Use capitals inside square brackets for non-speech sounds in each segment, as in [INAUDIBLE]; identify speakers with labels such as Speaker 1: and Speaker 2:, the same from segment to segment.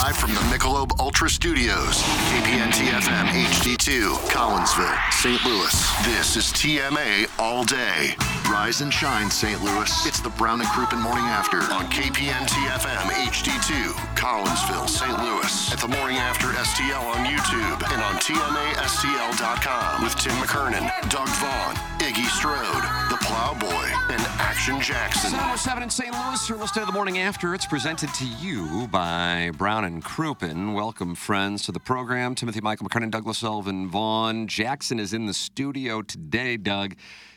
Speaker 1: Live from the Michelob Ultra Studios, KPN TFM HD2, Collinsville, St. Louis. This is TMA All Day. Rise and shine, St. Louis. It's the Brown and Crouppen Morning After on KPN TFM HD2, Collinsville, St. Louis. At the Morning After STL on YouTube and on TMASTL.com with Tim McKernan, Doug Vaughn, Iggy Strode, The Plowboy, and Action Jackson.
Speaker 2: 707 in St. Louis. You're listening to the morning after. It's presented to you by Brown and Crouppen. Welcome, friends, to the program. Timothy Michael McKernan, Douglas Elvin Vaughn. Jackson is in the studio today, Doug.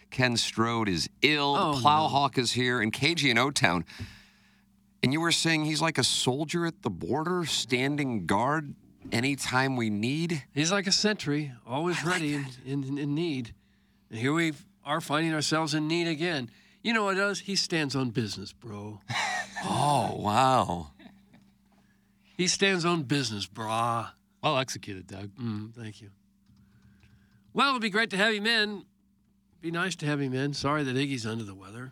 Speaker 2: Ken Strode is ill.
Speaker 3: Oh,
Speaker 2: Plowhawk is here. And KG in O Town. And you were saying he's like a soldier at the border, standing guard anytime we need?
Speaker 3: He's like a sentry, always ready in, in, in need. And here we are finding ourselves in need again. You know what he does? He stands on business, bro.
Speaker 2: Oh, wow.
Speaker 3: He stands on business, brah.
Speaker 4: Well executed, Doug.
Speaker 3: Mm, thank you. Well, it'd be great to have him in. Be nice to have him in. Sorry that Iggy's under the weather.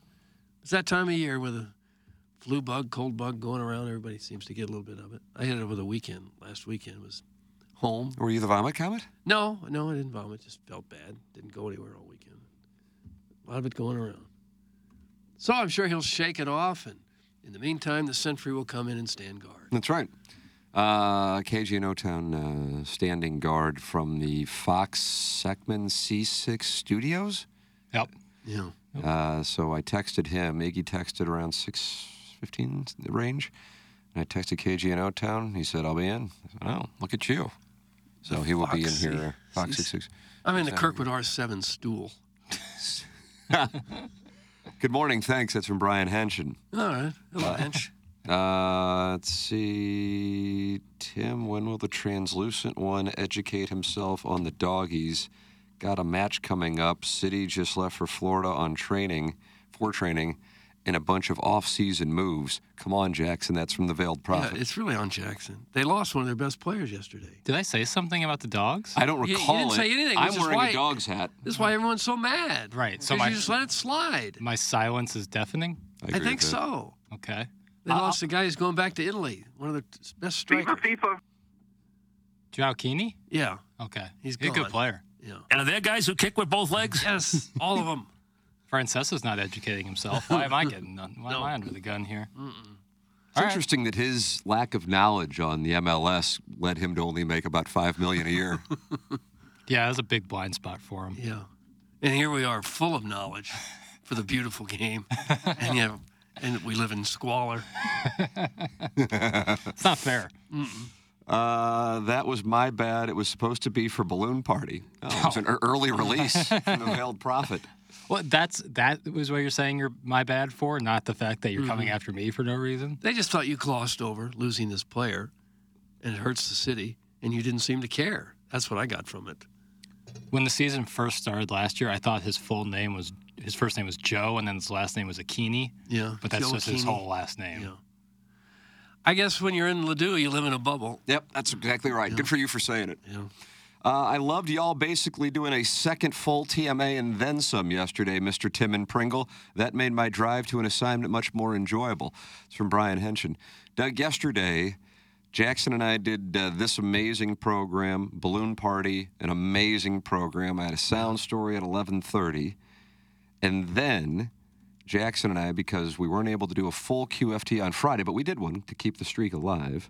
Speaker 3: It's that time of year with a flu bug, cold bug going around. Everybody seems to get a little bit of it. I had it over the weekend. Last weekend was home.
Speaker 2: Were you the vomit comet?
Speaker 3: No, no, I didn't vomit. Just felt bad. Didn't go anywhere all weekend. A lot of it going around. So I'm sure he'll shake it off, and in the meantime, the sentry will come in and stand guard.
Speaker 2: That's right. Uh, KG and O Town uh, standing guard from the Fox Seckman C6 studios.
Speaker 4: Yep.
Speaker 3: Yeah.
Speaker 2: Uh, so I texted him. Iggy texted around 615 range. And I texted KG in O Town. He said, I'll be in. I said, oh, look at you. So he will be in here. uh, Fox 66.
Speaker 3: I'm in the Kirkwood R7 stool.
Speaker 2: Good morning. Thanks. That's from Brian Henshin.
Speaker 3: All right. Hello,
Speaker 5: [LAUGHS]
Speaker 3: Hench.
Speaker 2: Uh, let's see. Tim, when will the translucent one educate himself on the doggies? Got a match coming up. City just left for Florida on training, for training, and a bunch of off-season moves. Come on, Jackson. That's from the Veiled
Speaker 3: Yeah,
Speaker 2: Prophet.
Speaker 3: it's really on Jackson. They lost one of their best players yesterday.
Speaker 4: Did I say something about the dogs?
Speaker 2: I don't
Speaker 3: you- you
Speaker 2: recall
Speaker 3: didn't
Speaker 2: it.
Speaker 3: say anything,
Speaker 2: I'm
Speaker 3: which is
Speaker 2: wearing
Speaker 3: why-
Speaker 2: a dog's hat.
Speaker 3: That's why everyone's so mad.
Speaker 4: Right, so
Speaker 3: 'Cause
Speaker 4: my-
Speaker 3: you just let it slide.
Speaker 4: My silence is deafening.
Speaker 3: I,
Speaker 2: agree
Speaker 3: think
Speaker 2: with that.
Speaker 3: so.
Speaker 4: Okay.
Speaker 5: Uh,
Speaker 3: They lost a guy who's going back to Italy. One of the t- best strikers.
Speaker 4: Giacchini?
Speaker 3: Yeah.
Speaker 4: Okay.
Speaker 3: He's
Speaker 4: a good
Speaker 3: gone.
Speaker 4: player.
Speaker 3: Yeah.
Speaker 5: And are there guys who kick with both legs?
Speaker 3: Yes, all
Speaker 5: [LAUGHS]
Speaker 3: of them.
Speaker 4: Francesa's not educating himself.
Speaker 3: [LAUGHS]
Speaker 4: Why am I getting none? Why am I under the gun here?
Speaker 3: Mm.
Speaker 2: It's interesting that his lack of knowledge on the MLS led him to only make about five million a year.
Speaker 3: [LAUGHS]
Speaker 4: Yeah, that was a big blind spot for him.
Speaker 3: Yeah. And here we are, full of knowledge for the
Speaker 2: [LAUGHS]
Speaker 3: beautiful game, and yeah, and we live in squalor.
Speaker 4: It's not fair.
Speaker 2: Uh, that was my bad. It was supposed to be for Balloon Party. Oh, It was an ear- early release from the Veiled Prophet.
Speaker 4: Well, that's that was what you're saying you're my bad for, not the fact that you're coming
Speaker 3: Mm-hmm.
Speaker 4: after me for no reason.
Speaker 3: They just thought you glossed over losing this player, and it hurts the city, and you didn't seem to care. That's what I got from it.
Speaker 4: When the season first started last year, I thought his full name was his first name was Joe and then his last name was Akini.
Speaker 3: Yeah,
Speaker 4: But that's
Speaker 3: Joe
Speaker 4: just his
Speaker 3: Akini.
Speaker 4: whole last name.
Speaker 3: Yeah. I guess when you're in Ladue, you live in a bubble.
Speaker 2: Yep, that's exactly right. Good for you for saying it.
Speaker 3: Yeah.
Speaker 2: Uh, I loved y'all basically doing a second full TMA and then some yesterday, Mr. Tim and Pringle. That made my drive to an assignment much more enjoyable. It's from Brian Henshin. Doug, yesterday, Jackson and I did uh, this amazing program, Balloon Party, an amazing program. I had a sound story at 1130. And then Jackson and I, because we weren't able to do a full QFT on Friday, but we did one to keep the streak alive,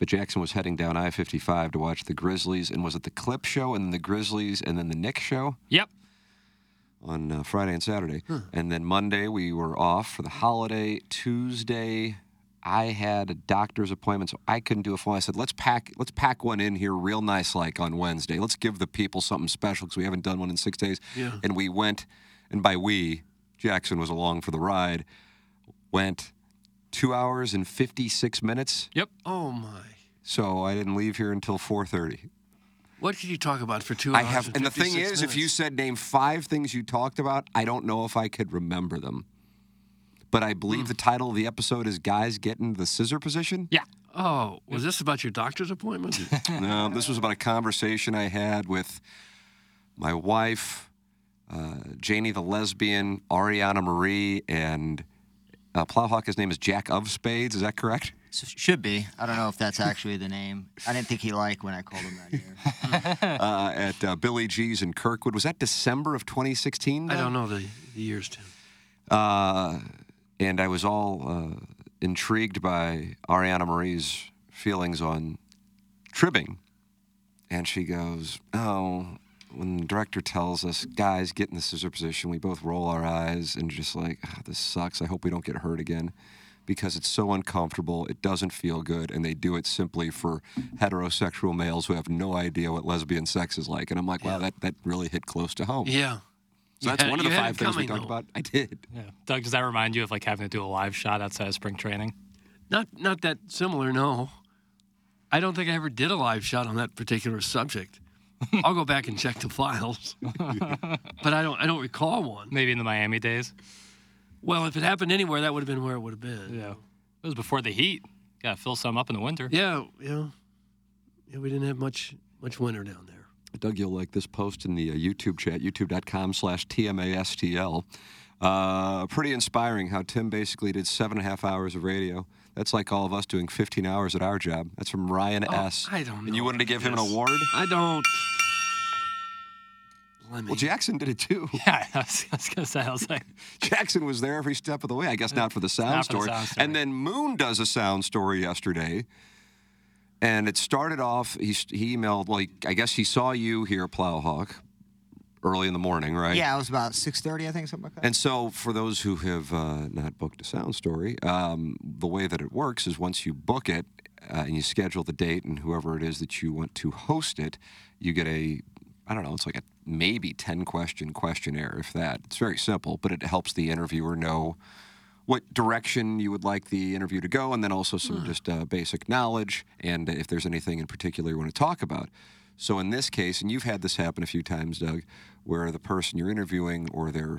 Speaker 2: But Jackson was heading down I 55 to watch the Grizzlies, and was it the Clip Show, and then the Grizzlies, and then the Knicks Show
Speaker 4: Yep.
Speaker 2: on uh, Friday and Saturday. And then Monday, we were off for the holiday. Tuesday, I had a doctor's appointment, so I couldn't do a phone. I said, let's pack, let's pack one in here real nice, like on Wednesday. Let's give the people something special because we haven't done one in six days.
Speaker 3: Yeah.
Speaker 2: And we went, and by we, Jackson was along for the ride, went two hours and 56 minutes.
Speaker 4: Yep.
Speaker 3: Oh my!
Speaker 2: So I didn't leave here until 4.30.
Speaker 3: What could you talk about for two
Speaker 2: I
Speaker 3: hours?
Speaker 2: have,
Speaker 3: and,
Speaker 2: and the thing
Speaker 3: 56
Speaker 2: is, if you
Speaker 3: minutes?
Speaker 2: said name five things you talked about, I don't know if I could remember them. But I
Speaker 3: Hmm.
Speaker 2: believe the title of the episode is "Guys Get into the Scissor Position."
Speaker 4: Yeah.
Speaker 3: oh, was this about your
Speaker 2: [LAUGHS]
Speaker 3: doctor's appointment?
Speaker 2: No, this was about a conversation I had with my wife, uh, Janie the lesbian, Ariana Marie, and uh, Plowhawk. His name is Jack of Spades. Is that correct?
Speaker 6: So should be. I don't know if that's actually the name. I didn't think he liked when I called him that
Speaker 7: [LAUGHS]
Speaker 6: year.
Speaker 2: Uh, at uh, Billy G's in Kirkwood. Was that December of 2016?
Speaker 3: I don't know the, the years, Tim.
Speaker 2: Uh, and I was all uh, intrigued by Ariana Marie's feelings on tribbing. And she goes, Oh, when the director tells us, guys, get in the scissor position, we both roll our eyes and just like, "Ah, This sucks. I hope we don't get hurt again because it's so uncomfortable. It doesn't feel good. And they do it simply for heterosexual males who have no idea what lesbian sex is like. And I'm like, Wow, that, that really hit close to home.
Speaker 3: Yeah.
Speaker 2: So that's
Speaker 3: had-
Speaker 2: one of the
Speaker 3: you had
Speaker 2: five
Speaker 3: it
Speaker 2: things we talked
Speaker 3: coming, though.
Speaker 2: about. I did.
Speaker 4: Yeah. Doug, does that remind you of like having to do a live shot outside of spring training?
Speaker 3: Not not that similar, no. I don't think I ever did a live shot on that
Speaker 2: [LAUGHS]
Speaker 3: particular subject. I'll go back and check the files. but I don't I don't recall one.
Speaker 4: Maybe in the Miami days.
Speaker 3: Well, if it happened anywhere, that would have been where it would have been.
Speaker 4: Yeah. It was before the heat. Got to fill some up in the winter.
Speaker 3: Yeah, yeah. Yeah, we didn't have much much winter down there.
Speaker 2: Doug, you'll like this post in the uh, YouTube chat, youtube.com slash TMASTL. Uh, pretty inspiring how Tim basically did seven and a half hours of radio. That's like all of us doing 15 hours at our job. That's from Ryan
Speaker 4: Oh,
Speaker 2: S.
Speaker 3: I don't
Speaker 2: And you
Speaker 3: know
Speaker 2: wanted to give him an award?
Speaker 3: I don't. Lemmy.
Speaker 2: Well, Jackson did it
Speaker 4: [LAUGHS]
Speaker 2: too.
Speaker 4: Yeah, [LAUGHS] I was, I was gonna say, I was like,
Speaker 2: Jackson was there every step of the way. I guess not for the sound,
Speaker 4: Not for the
Speaker 2: story.
Speaker 4: sound story.
Speaker 2: And then Moon does a sound story yesterday. And it started off, he, he emailed, like, I guess he saw you here, Plowhawk, early in the morning, right?
Speaker 6: yeah, it was about 6:30, I think, something like that.
Speaker 2: And so, for those who have uh, not booked a sound story, um, the way that it works is once you book it uh, and you schedule the date and whoever it is that you want to host it, you get a, I don't know, it's like a maybe 10 question questionnaire, if that. It's very simple, but it helps the interviewer know what direction you would like the interview to go, and then also some just uh, basic knowledge and if there's anything in particular you want to talk about. So in this case, and you've had this happen a few times, Doug, where the person you're interviewing or their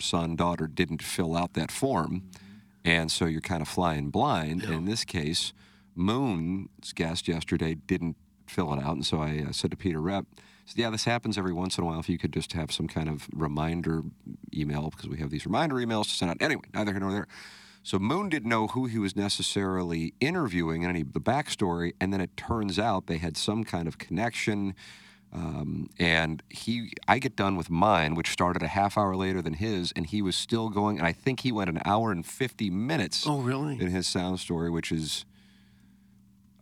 Speaker 2: son, daughter didn't fill out that form, and so you're kind of flying blind. In this case, Moon's guest yesterday didn't fill it out, and so I uh, said to Peter Rep, so yeah, this happens every once in a while. If you could just have some kind of reminder email, because we have these reminder emails to send out. Anyway, neither here nor there. So Moon didn't know who he was necessarily interviewing and any of the backstory, and then it turns out they had some kind of connection. Um, and he, I get done with mine, which started a half hour later than his, and he was still going. And I think he went an hour and fifty minutes
Speaker 3: Oh, really?
Speaker 2: in his sound story, which is,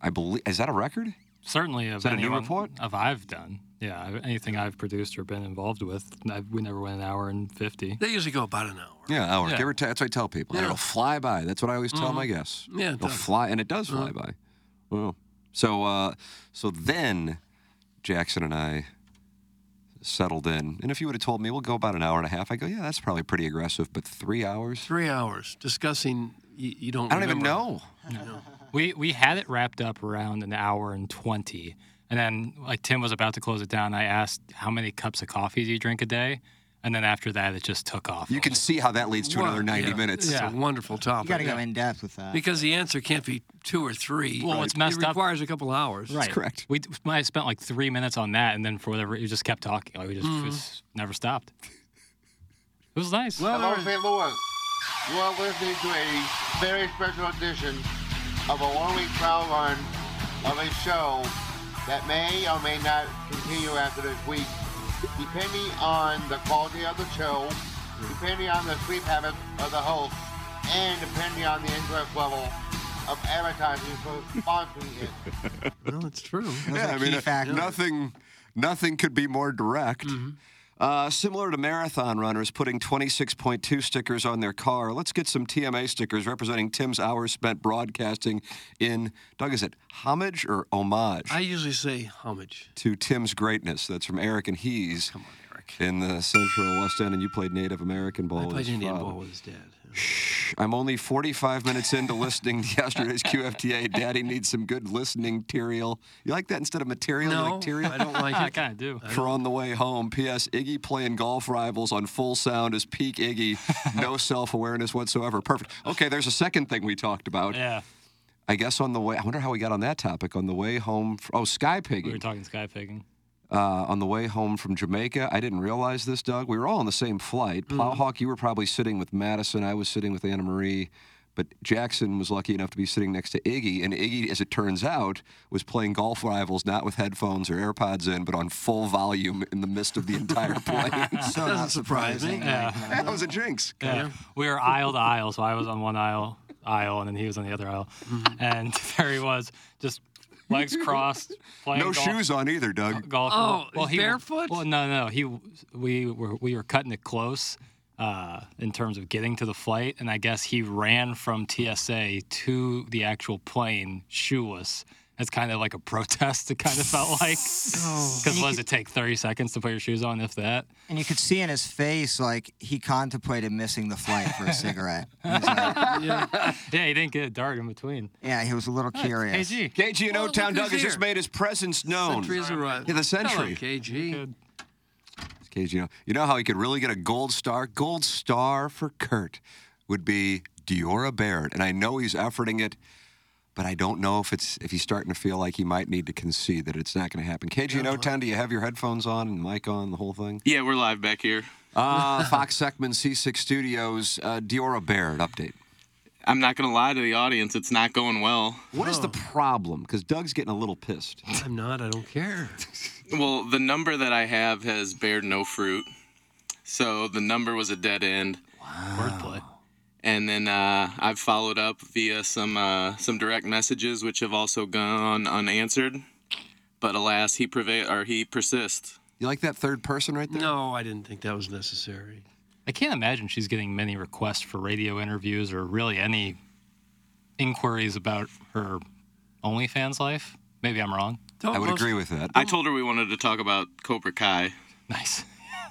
Speaker 2: I believe, is that a record?
Speaker 4: certainly of
Speaker 2: that a new
Speaker 4: anyone-
Speaker 2: report?
Speaker 4: of I've done. Yeah, I- anything I've produced or been involved with, i we never went an hour and fifty.
Speaker 3: They usually go about an hour.
Speaker 2: Yeah, hour.
Speaker 4: Yeah.
Speaker 2: Give or ta- that's what I tell people.
Speaker 3: Yeah. Mm-hmm.
Speaker 2: It'll fly by. That's what I always tell my guests.
Speaker 3: Yeah, it
Speaker 2: it'll
Speaker 3: does. Uh-huh.
Speaker 2: fly, and it does fly by. Well, so uh, so then Jackson and I settled in. And if you would have told me we'll go about an hour and a half, I go, yeah, that's probably pretty aggressive. But three hours?
Speaker 3: Three hours discussing. You, you don't.
Speaker 2: I don't even
Speaker 3: remember.
Speaker 2: know.
Speaker 4: We we had it wrapped up around an hour and twenty, and then like Tim was about to close it down. I asked how many cups of coffee do you drink a day, and then after that it just took off.
Speaker 2: You can see how that leads to another
Speaker 3: Well,
Speaker 2: ninety
Speaker 3: yeah,
Speaker 2: minutes.
Speaker 3: It's
Speaker 4: Yeah.
Speaker 3: a wonderful
Speaker 6: you
Speaker 3: topic.
Speaker 6: got to go in depth with that.
Speaker 3: Because the answer can't be two or three.
Speaker 4: Well, it's messed
Speaker 3: it
Speaker 4: up-
Speaker 3: requires a couple hours.
Speaker 4: right.
Speaker 2: correct.
Speaker 4: We d- might have spent like three minutes on that, and then for whatever it just kept talking. Like we just,
Speaker 2: Mm.
Speaker 4: just never stopped. It was nice.
Speaker 3: Well,
Speaker 8: Hello,
Speaker 3: there-
Speaker 8: St. Louis. You are listening to a very special edition of a one-week trial run of a show that may or may not continue after this week, depending on the quality of the show, depending on the sleep habits of the host, and depending on the interest level of advertising for sponsoring it.
Speaker 3: Well, it's true.
Speaker 2: yeah, I mean, uh, nothing, nothing could be more direct.
Speaker 3: Mm-hmm.
Speaker 2: Uh, similar to marathon runners putting 26.2 stickers on their car, let's get some TMA stickers representing Tim's hours spent broadcasting in, Doug, is it homage or homage
Speaker 3: I usually say homage.
Speaker 2: to Tim's greatness? That's from Eric and Hees. Come on, Eric. In the Central West End, and you played Native American ball.
Speaker 3: I
Speaker 2: with
Speaker 3: played
Speaker 2: his
Speaker 3: Indian
Speaker 2: father.
Speaker 3: ball with his dad.
Speaker 2: I'm only 45 minutes into listening to yesterday's QFTA. Daddy needs some good listening material. You like that instead of material? You like
Speaker 3: No,
Speaker 2: material?
Speaker 3: I don't
Speaker 4: I [LAUGHS]
Speaker 3: like it.
Speaker 4: kind of do.
Speaker 2: For on the way home, P.S. Iggy playing golf rivals on full sound is peak Iggy. No self awareness whatsoever. Perfect. Okay, there's a second thing we talked about.
Speaker 4: Yeah,
Speaker 2: I guess on the way, I wonder how we got on that topic. On the way home, fr- oh, sky
Speaker 4: we were
Speaker 2: pigging.
Speaker 4: talking sky pigging.
Speaker 2: Uh, on the way home from Jamaica, I didn't realize this, Doug. We were all on the same flight.
Speaker 3: Mm-hmm.
Speaker 2: Plowhawk, you were probably sitting with Madison. I was sitting with Anna Marie. But Jackson was lucky enough to be sitting next to Iggy. And Iggy, as it turns out, was playing golf rivals, not with headphones or AirPods in, but on full volume in the midst of the entire
Speaker 3: [LAUGHS]
Speaker 2: plane.
Speaker 6: So not
Speaker 3: surprise me.
Speaker 6: surprising.
Speaker 2: That was a jinx.
Speaker 4: Yeah. We were aisle to aisle, so I was on one aisle aisle and then he was on the other aisle. And [LAUGHS] there he was, just legs crossed, playing
Speaker 2: No
Speaker 4: golf.
Speaker 2: shoes on either, Doug.
Speaker 4: Golf.
Speaker 3: Oh,
Speaker 4: well, he
Speaker 3: barefoot?
Speaker 4: Well, no, no. He we were we were cutting it close uh, in terms of getting to the flight, and I guess he ran from TSA to the actual plane shoeless. That's kind of like a [LAUGHS] protest. It kind of felt like because what does it take thirty seconds to put your shoes on, if that?
Speaker 6: And you could see in his face, like, he contemplated missing the flight for a cigarette. He was like-
Speaker 4: Yeah, he didn't get a dart in between.
Speaker 6: yeah, he was a little curious.
Speaker 4: Hey, G.
Speaker 2: KG in
Speaker 3: Oh,
Speaker 2: O
Speaker 3: look
Speaker 2: Town,
Speaker 3: who's
Speaker 2: Doug has just
Speaker 3: here.
Speaker 2: made his presence known.
Speaker 3: Century's arrived.
Speaker 2: Yeah, the century.
Speaker 3: Hello, KG.
Speaker 2: Cage, you know, you know how he could really get a gold star? Gold star for Kurt would be Diora Baird. And I know he's efforting it, but I don't know if it's if he's starting to feel like he might need to concede that it's not going to happen. KG No Town, do you have your headphones on and mic on, the whole thing?
Speaker 7: Yeah, we're live back here.
Speaker 3: [LAUGHS]
Speaker 2: Uh, Fox Seckman, C6 Studios, uh, Diora Baird update.
Speaker 7: I'm not gonna lie to the audience; it's not going well.
Speaker 2: What is the problem? Because Doug's getting a little pissed.
Speaker 3: I'm not. I
Speaker 2: [LAUGHS]
Speaker 3: don't care.
Speaker 7: Well, the number that I have has bared no fruit, so the number was a dead end.
Speaker 4: Wordplay.
Speaker 7: And then uh, I've followed up via some uh, some direct messages, which have also gone unanswered. But alas, he prevail or he persists.
Speaker 2: You like that third person right there?
Speaker 3: No, I didn't think that was necessary.
Speaker 4: I can't imagine she's getting many requests for radio interviews or really any inquiries about her OnlyFans life. Maybe I'm wrong. [LAUGHS]
Speaker 3: Don't
Speaker 2: I would
Speaker 3: most,
Speaker 2: agree with that.
Speaker 7: I told her we wanted to talk about Cobra Kai.
Speaker 4: Nice.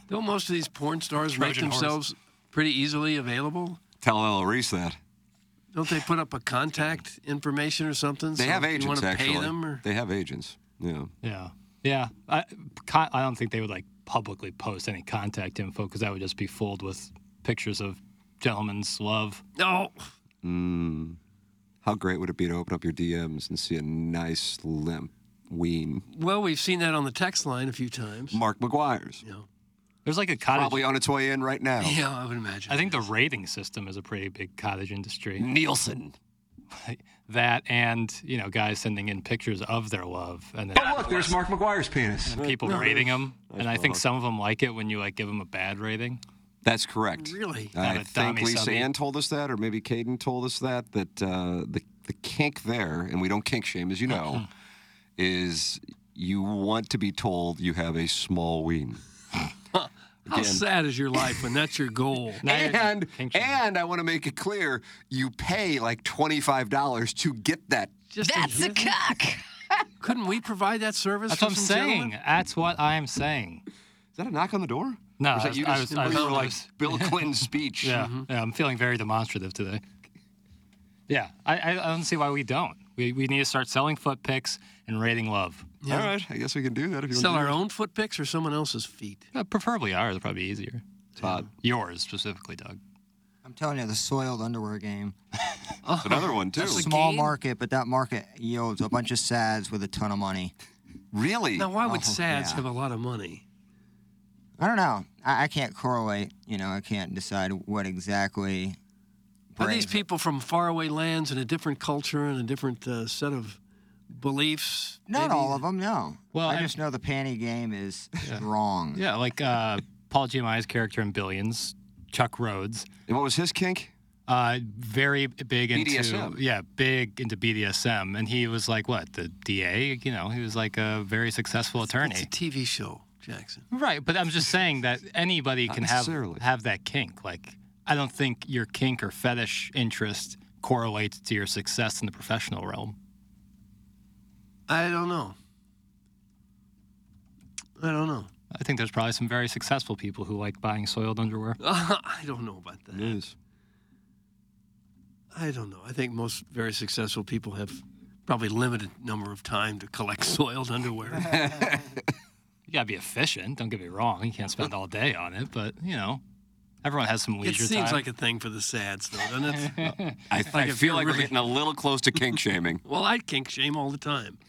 Speaker 3: Don't most of these porn stars make
Speaker 4: Trojan horse.
Speaker 3: themselves pretty easily available?
Speaker 2: Tell Ella Reese that.
Speaker 3: Don't they put up a contact information or something?
Speaker 2: They
Speaker 3: so
Speaker 2: have
Speaker 3: if you
Speaker 2: agents,
Speaker 3: wanna
Speaker 2: actually.
Speaker 3: Pay them or
Speaker 2: They have agents. Yeah.
Speaker 4: Yeah. Yeah. I, con- I don't think they would like publicly post any contact info because that would just be fooled with pictures of gentlemen's love.
Speaker 3: no?
Speaker 2: How great would it be to open up your DMs and see a nice limp ween?
Speaker 3: Well, we've seen that on the text line a few times.
Speaker 2: Mark McGuire's.
Speaker 4: There's like a cottage.
Speaker 2: Probably on its way in right
Speaker 4: [LAUGHS]
Speaker 2: now.
Speaker 3: Yeah, I would imagine.
Speaker 4: I think the rating system is a pretty big cottage industry.
Speaker 2: Nielsen.
Speaker 4: That and, you know, guys sending in pictures of their love and then
Speaker 2: Look, there's Mark McGuire's penis.
Speaker 4: people rating them. and I think some of them like it when you like give them a bad rating.
Speaker 2: That's correct.
Speaker 3: Really?
Speaker 2: I
Speaker 4: Not a
Speaker 2: think
Speaker 4: dummy,
Speaker 2: Lisa
Speaker 4: Subby.
Speaker 2: Ann told us that, or maybe Caden told us that, that uh, the, the kink there, and we don't kink shame, as you know,
Speaker 4: [LAUGHS]
Speaker 2: is you want to be told you have a small
Speaker 4: [LAUGHS]
Speaker 2: ween.
Speaker 3: How sad is your life when that's your
Speaker 4: [LAUGHS]
Speaker 3: goal?
Speaker 2: And,
Speaker 4: kink shaming.
Speaker 2: and I want to make it clear, you pay like $25 to get that.
Speaker 3: Just that's a cock. [LAUGHS] Couldn't we provide that service?
Speaker 4: That's
Speaker 3: for
Speaker 4: what I'm
Speaker 3: some
Speaker 4: saying.
Speaker 3: gentlemen?
Speaker 4: That's what I'm saying.
Speaker 2: Is that a knock on the door?
Speaker 4: No,
Speaker 2: Or is
Speaker 4: I
Speaker 2: that
Speaker 4: was-
Speaker 2: you
Speaker 4: I
Speaker 2: just-
Speaker 4: was- I
Speaker 2: or you
Speaker 4: was-
Speaker 2: were
Speaker 4: I
Speaker 2: like
Speaker 4: was- [LAUGHS]
Speaker 2: Bill Clinton's speech.
Speaker 4: Yeah. yeah, I'm feeling very demonstrative today. Yeah, I, I, I don't see why we don't. We, we need to start selling foot picks and rating love.
Speaker 2: All right, I guess we can do that if you
Speaker 3: Sell
Speaker 2: want
Speaker 3: our own foot pics or someone else's feet?
Speaker 4: Uh, preferably ours, would probably be easier. Todd. Yours specifically, Doug.
Speaker 6: I'm telling you, the soiled underwear game.
Speaker 2: to. That's another
Speaker 3: [LAUGHS]
Speaker 2: one too.
Speaker 6: Small
Speaker 3: game?
Speaker 6: market, but that market yields a bunch of sads with a ton of money.
Speaker 2: really?
Speaker 3: Now, why would
Speaker 6: Oh,
Speaker 3: sads
Speaker 6: yeah.
Speaker 3: have a lot of money?
Speaker 6: I don't know. I, I can't correlate. You know, I can't decide what exactly.
Speaker 3: Are these
Speaker 6: brings-
Speaker 3: people from faraway lands and a different culture and a different uh, set of beliefs?
Speaker 6: Not
Speaker 3: Maybe-
Speaker 6: all of them, no.
Speaker 4: Well,
Speaker 6: Well, I
Speaker 4: I-
Speaker 6: just know the panty game is strong.
Speaker 4: Yeah, like uh, Paul Giamatti's character in Billions, Chuck Rhodes.
Speaker 2: And what was his kink?
Speaker 4: Uh, very big into
Speaker 2: BDSM.
Speaker 4: yeah, big into BDSM, and he was like what the DA, you know, he was like a very successful attorney.
Speaker 3: It's a TV show, Jackson.
Speaker 4: Right, but I'm just saying that anybody
Speaker 3: Not
Speaker 4: can have
Speaker 3: necessarily.
Speaker 4: have that kink. Like, I don't think your kink or fetish interest correlates to your success in the professional realm.
Speaker 3: I don't know. I don't know.
Speaker 4: I think there's probably some very successful people who like buying soiled underwear.
Speaker 3: [LAUGHS] I don't know about that.
Speaker 2: Yes.
Speaker 3: I don't know. I think most very successful people have probably limited number of time to collect [LAUGHS] soiled
Speaker 4: [LAUGHS]
Speaker 3: underwear.
Speaker 4: You gotta be efficient. Don't get me wrong. You can't spend all day on it, but you know, everyone has some
Speaker 3: it
Speaker 4: leisure
Speaker 3: seems
Speaker 4: time.
Speaker 3: like a thing for the sads, though, doesn't
Speaker 4: [LAUGHS]
Speaker 3: it?
Speaker 2: I,
Speaker 3: Like
Speaker 2: I
Speaker 3: if
Speaker 2: feel
Speaker 3: you're
Speaker 2: like we're
Speaker 3: really-
Speaker 2: getting a little close to kink shaming.
Speaker 3: well, I kink shame all the time.
Speaker 2: [LAUGHS]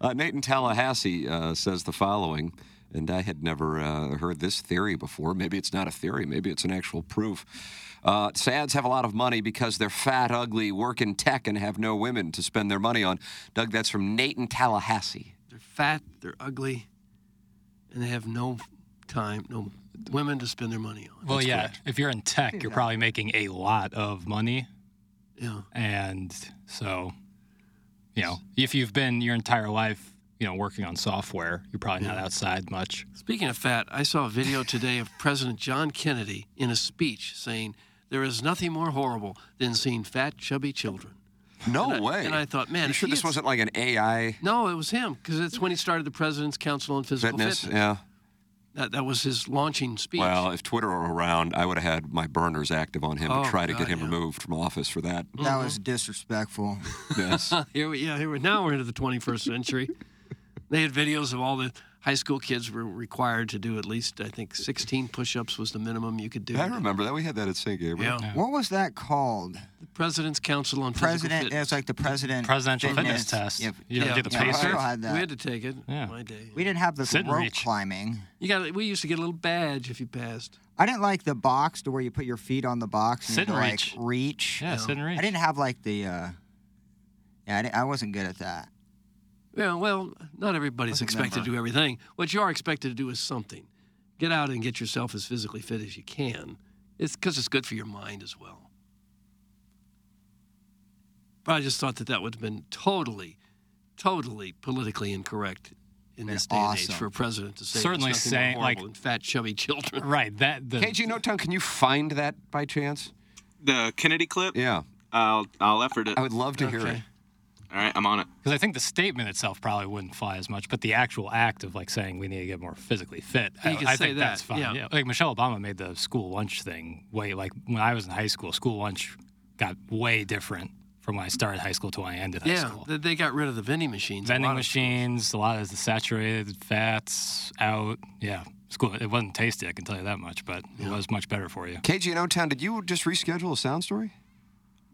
Speaker 2: Uh, Nathan Tallahassee uh, says the following, and I had never uh, heard this theory before. Maybe it's not a theory, maybe it's an actual proof. Uh, SADs have a lot of money because they're fat, ugly, work in tech, and have no women to spend their money on. Doug, that's from Nathan [LAUGHS] Tallahassee.
Speaker 3: They're fat, they're ugly, and they have no time, no women to spend their money on.
Speaker 4: well, yeah. If you're in tech, you're
Speaker 3: Yeah.
Speaker 4: probably making a lot of money,
Speaker 3: Yeah.
Speaker 4: and so, you know, if you've been your entire life, you know, working on software, you're probably not outside much.
Speaker 3: Speaking of fat, I saw a video today of President John Kennedy in a speech saying, There is nothing more horrible than seeing fat, chubby children.
Speaker 2: No
Speaker 3: And I-
Speaker 2: way.
Speaker 3: and I thought, man,
Speaker 2: You
Speaker 3: if
Speaker 2: sure
Speaker 3: he
Speaker 2: this
Speaker 3: had-
Speaker 2: wasn't like an AI
Speaker 3: No, it was him, because it's when he started the President's Council on Physical
Speaker 2: fitness?
Speaker 3: Fitness.
Speaker 2: Yeah.
Speaker 3: That, that was his launching speech.
Speaker 2: Well, if Twitter were around, I would have had my burners active on him
Speaker 3: Oh,
Speaker 2: to try to
Speaker 3: God,
Speaker 2: get him removed from office for that.
Speaker 6: That was disrespectful.
Speaker 2: Yes.
Speaker 3: [LAUGHS] here we, yeah, here we, now we're into the 21st century. They had videos of all the high school kids were required to do at least, I think, 16 push-ups was the minimum you could do.
Speaker 2: I remember that. We had that at St. Gabriel.
Speaker 3: Yeah.
Speaker 6: What was that called?
Speaker 3: The President's Council on
Speaker 6: President.
Speaker 3: Physical
Speaker 6: It
Speaker 3: Fitness.
Speaker 6: was like the president.
Speaker 4: Presidential fitness test.
Speaker 6: Yep.
Speaker 4: You ever did the
Speaker 6: yeah, we
Speaker 4: pacer?
Speaker 6: still had that.
Speaker 3: We had to take it.
Speaker 4: Yeah.
Speaker 3: My day.
Speaker 6: We didn't have the
Speaker 4: Sit and
Speaker 6: rope
Speaker 4: reach.
Speaker 6: climbing.
Speaker 3: You got. We used to get a little badge if you passed.
Speaker 6: I didn't like the box to where you put your feet on the box and
Speaker 4: Sit
Speaker 6: you
Speaker 4: and
Speaker 6: had to,
Speaker 4: reach.
Speaker 6: like reach.
Speaker 4: Yeah, sit and reach.
Speaker 6: I didn't have like the. Uh, yeah, I, di- I wasn't good at that.
Speaker 3: Yeah. Well, not everybody's
Speaker 6: Wasn't
Speaker 3: expected to
Speaker 6: member.
Speaker 3: do everything. What you are expected to do is something. Get out and get yourself as physically fit as you can. It's because it's good for your mind as well. But I just thought that that would have been totally, totally politically incorrect in
Speaker 6: Been
Speaker 3: this day and
Speaker 6: awesome.
Speaker 3: age for a president to say there's
Speaker 4: Certainly
Speaker 3: nothing
Speaker 4: saying,
Speaker 3: more
Speaker 4: like-
Speaker 3: horrible than fat
Speaker 2: [LAUGHS]
Speaker 3: chubby children.
Speaker 4: Right. That the
Speaker 2: KG Notown, can you find that by chance?
Speaker 7: The Kennedy clip.
Speaker 2: Yeah.
Speaker 7: I'll I'll effort it.
Speaker 2: I would love to hear it.
Speaker 7: All right, I'm on it.
Speaker 4: Because I think the statement itself probably wouldn't fly as much, but the actual act of like saying we need to get more physically fit,
Speaker 3: You
Speaker 4: I,
Speaker 3: could
Speaker 4: I
Speaker 3: say
Speaker 4: think
Speaker 3: that,
Speaker 4: that's fine.
Speaker 3: yeah.
Speaker 4: like Michelle Obama made the school lunch thing way like when I was in high school, school lunch got way different from when I started high school to when I ended high
Speaker 3: Yeah,
Speaker 4: school.
Speaker 3: th- they got rid of the vending machines. a lot
Speaker 4: Vending
Speaker 3: of
Speaker 4: machines, a lot of the saturated fats out. Yeah, school. It wasn't tasty, I can tell you that much, but it was much better for you.
Speaker 2: KG in O Town, did you just reschedule a sound story?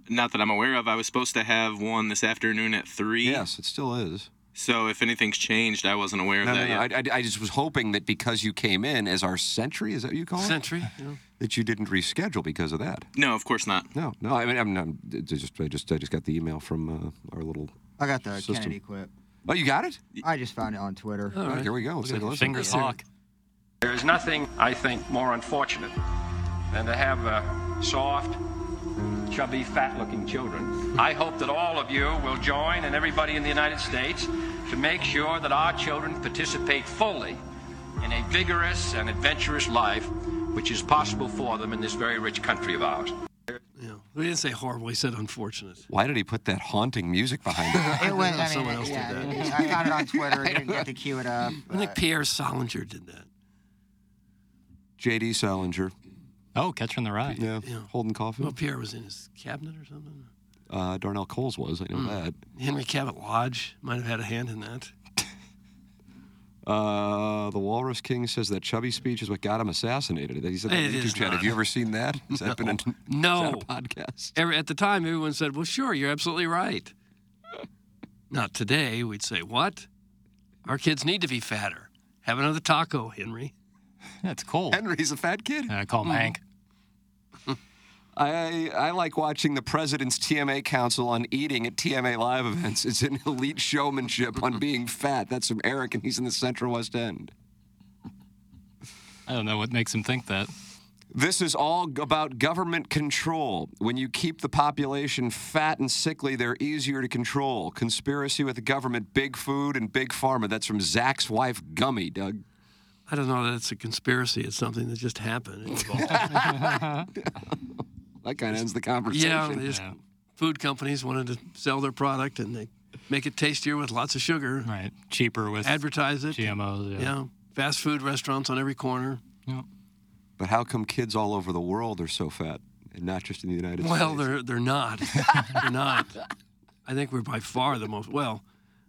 Speaker 7: Not that I'm aware of. I was supposed to have one this afternoon at three.
Speaker 2: Yes, it still is.
Speaker 7: So if anything's changed, I wasn't aware of
Speaker 2: No, no,
Speaker 7: that
Speaker 2: no.
Speaker 7: yet.
Speaker 2: I, I, I just was hoping that because you came in as our sentry, is that what you call it?
Speaker 3: Century. you know.
Speaker 2: That you didn't reschedule because of that.
Speaker 7: No, of course not.
Speaker 2: No, no. I mean, I'm, I'm I just, I just, I just got the email from uh, our little.
Speaker 6: I got the
Speaker 2: System.
Speaker 6: Kennedy clip.
Speaker 2: Oh, you got it?
Speaker 6: I just found it on Twitter.
Speaker 4: Uh,
Speaker 2: All right, here we go. Let's take a listen.
Speaker 4: Fingers hawk.
Speaker 9: There is nothing, I think, more unfortunate than to have uh, soft, chubby, fat looking children. I hope that all of you will join and everybody in the United States to make sure that our children participate fully in a vigorous and adventurous life which is possible for them in this very rich country of ours.
Speaker 3: Yeah. We didn't say horrible. He said unfortunate.
Speaker 2: Why did he put that haunting music behind
Speaker 3: [LAUGHS]
Speaker 2: it?
Speaker 6: It went. I mean,
Speaker 3: someone else did
Speaker 6: yeah,
Speaker 3: that.
Speaker 6: it- I found it
Speaker 4: [LAUGHS]
Speaker 6: on Twitter. I didn't get to queue it up.
Speaker 3: I think
Speaker 6: but-
Speaker 3: Pierre Solinger did that.
Speaker 2: J.D. Salinger.
Speaker 4: Oh, catcher in the rye.
Speaker 2: Yeah.
Speaker 3: Yeah.
Speaker 2: Holden
Speaker 3: Well,
Speaker 2: Caulfield.
Speaker 3: Pierre was in his cabinet or something.
Speaker 2: Uh, Darnell Coles was.
Speaker 3: Hmm.
Speaker 2: I know that.
Speaker 3: Henry Cabot Lodge might have had a hand in that.
Speaker 2: Uh, the Walrus King says that chubby speech is what got him assassinated. He said that
Speaker 3: It
Speaker 2: on
Speaker 3: is
Speaker 2: YouTube chat.
Speaker 3: not.
Speaker 2: Have you ever seen that? Has that
Speaker 3: [LAUGHS]
Speaker 2: been a, is
Speaker 3: No.
Speaker 2: that [LAUGHS] a podcast?
Speaker 3: Every, at the time, everyone said, well, sure, you're absolutely right. [LAUGHS] Not today. We'd say, what? Our kids need to be fatter. Have another taco, Henry.
Speaker 4: That's cool.
Speaker 2: Henry's a fat kid.
Speaker 4: And I call him
Speaker 3: Hmm.
Speaker 4: Hank.
Speaker 2: I, I like watching the president's TMA council on eating at TMA live events. It's an elite showmanship on being fat. That's from Eric, and he's in the Central West End.
Speaker 4: I don't know what makes him think that.
Speaker 2: This is all g- about government control. When you keep the population fat and sickly, they're easier to control. Conspiracy with the government, big food, and big pharma. That's from Zach's wife, Gummy, Doug.
Speaker 3: I don't know that it's a conspiracy. It's something that just happened. It evolved.
Speaker 2: That kind of ends the conversation.
Speaker 3: yeah, they just, food companies wanted to sell their product and they make it tastier with lots of sugar.
Speaker 4: Right. Cheaper with
Speaker 3: advertise it.
Speaker 4: GMOs, yeah.
Speaker 3: Fast food restaurants on every corner.
Speaker 2: But how come kids all over the world are so fat, and not just in the United
Speaker 3: Well,
Speaker 2: States?
Speaker 3: they're they're
Speaker 4: [LAUGHS]
Speaker 3: not. they're not. I think we're by far the most. Well,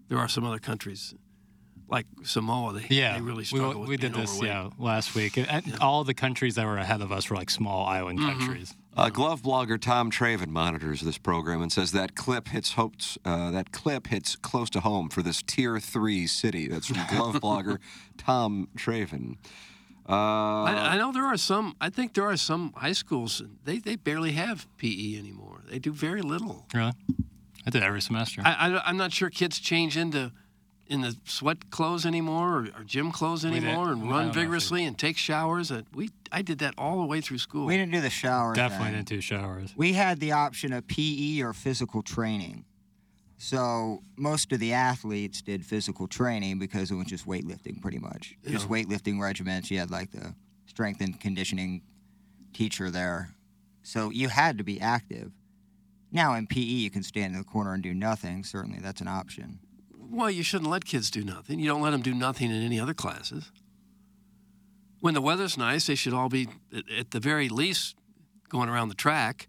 Speaker 3: there are some other countries like Samoa. They,
Speaker 4: Yeah,
Speaker 3: they really
Speaker 4: we,
Speaker 3: struggle
Speaker 4: we
Speaker 3: with
Speaker 4: did
Speaker 3: being
Speaker 4: this
Speaker 3: overweight.
Speaker 4: yeah last week. And- and All the countries that were ahead of us were like small island
Speaker 3: Mm-hmm.
Speaker 2: Mhm.
Speaker 4: countries.
Speaker 2: Uh, glove blogger Tom Traven monitors this program and says that clip hits hopes, uh, that clip hits close to home for this tier three city. That's from glove blogger Tom Traven. Uh,
Speaker 3: I, I know there are some. I think there are some high schools. They they barely have PE anymore. They do very little.
Speaker 4: Really? I did every semester.
Speaker 3: I, I am not sure kids change into in the sweat clothes anymore or, or gym clothes
Speaker 4: We did-
Speaker 3: anymore and
Speaker 4: I don't know
Speaker 3: run
Speaker 4: if they-
Speaker 3: vigorously and take showers. Uh, We I did that all the way through school.
Speaker 6: We didn't do the shower.
Speaker 4: Definitely
Speaker 6: thing.
Speaker 4: didn't do showers.
Speaker 6: We had the option of PE or physical training. So most of the athletes did physical training because it was just weightlifting, pretty much. Just
Speaker 3: Yeah.
Speaker 6: weightlifting regiments. You had like the strength and conditioning teacher there. So you had to be active. Now in PE, you can stand in the corner and do nothing. Certainly, that's an option.
Speaker 3: Well, you shouldn't let kids do nothing. You don't let them do nothing in any other classes. When the weather's nice, they should all be, at- at the very least, going around the track,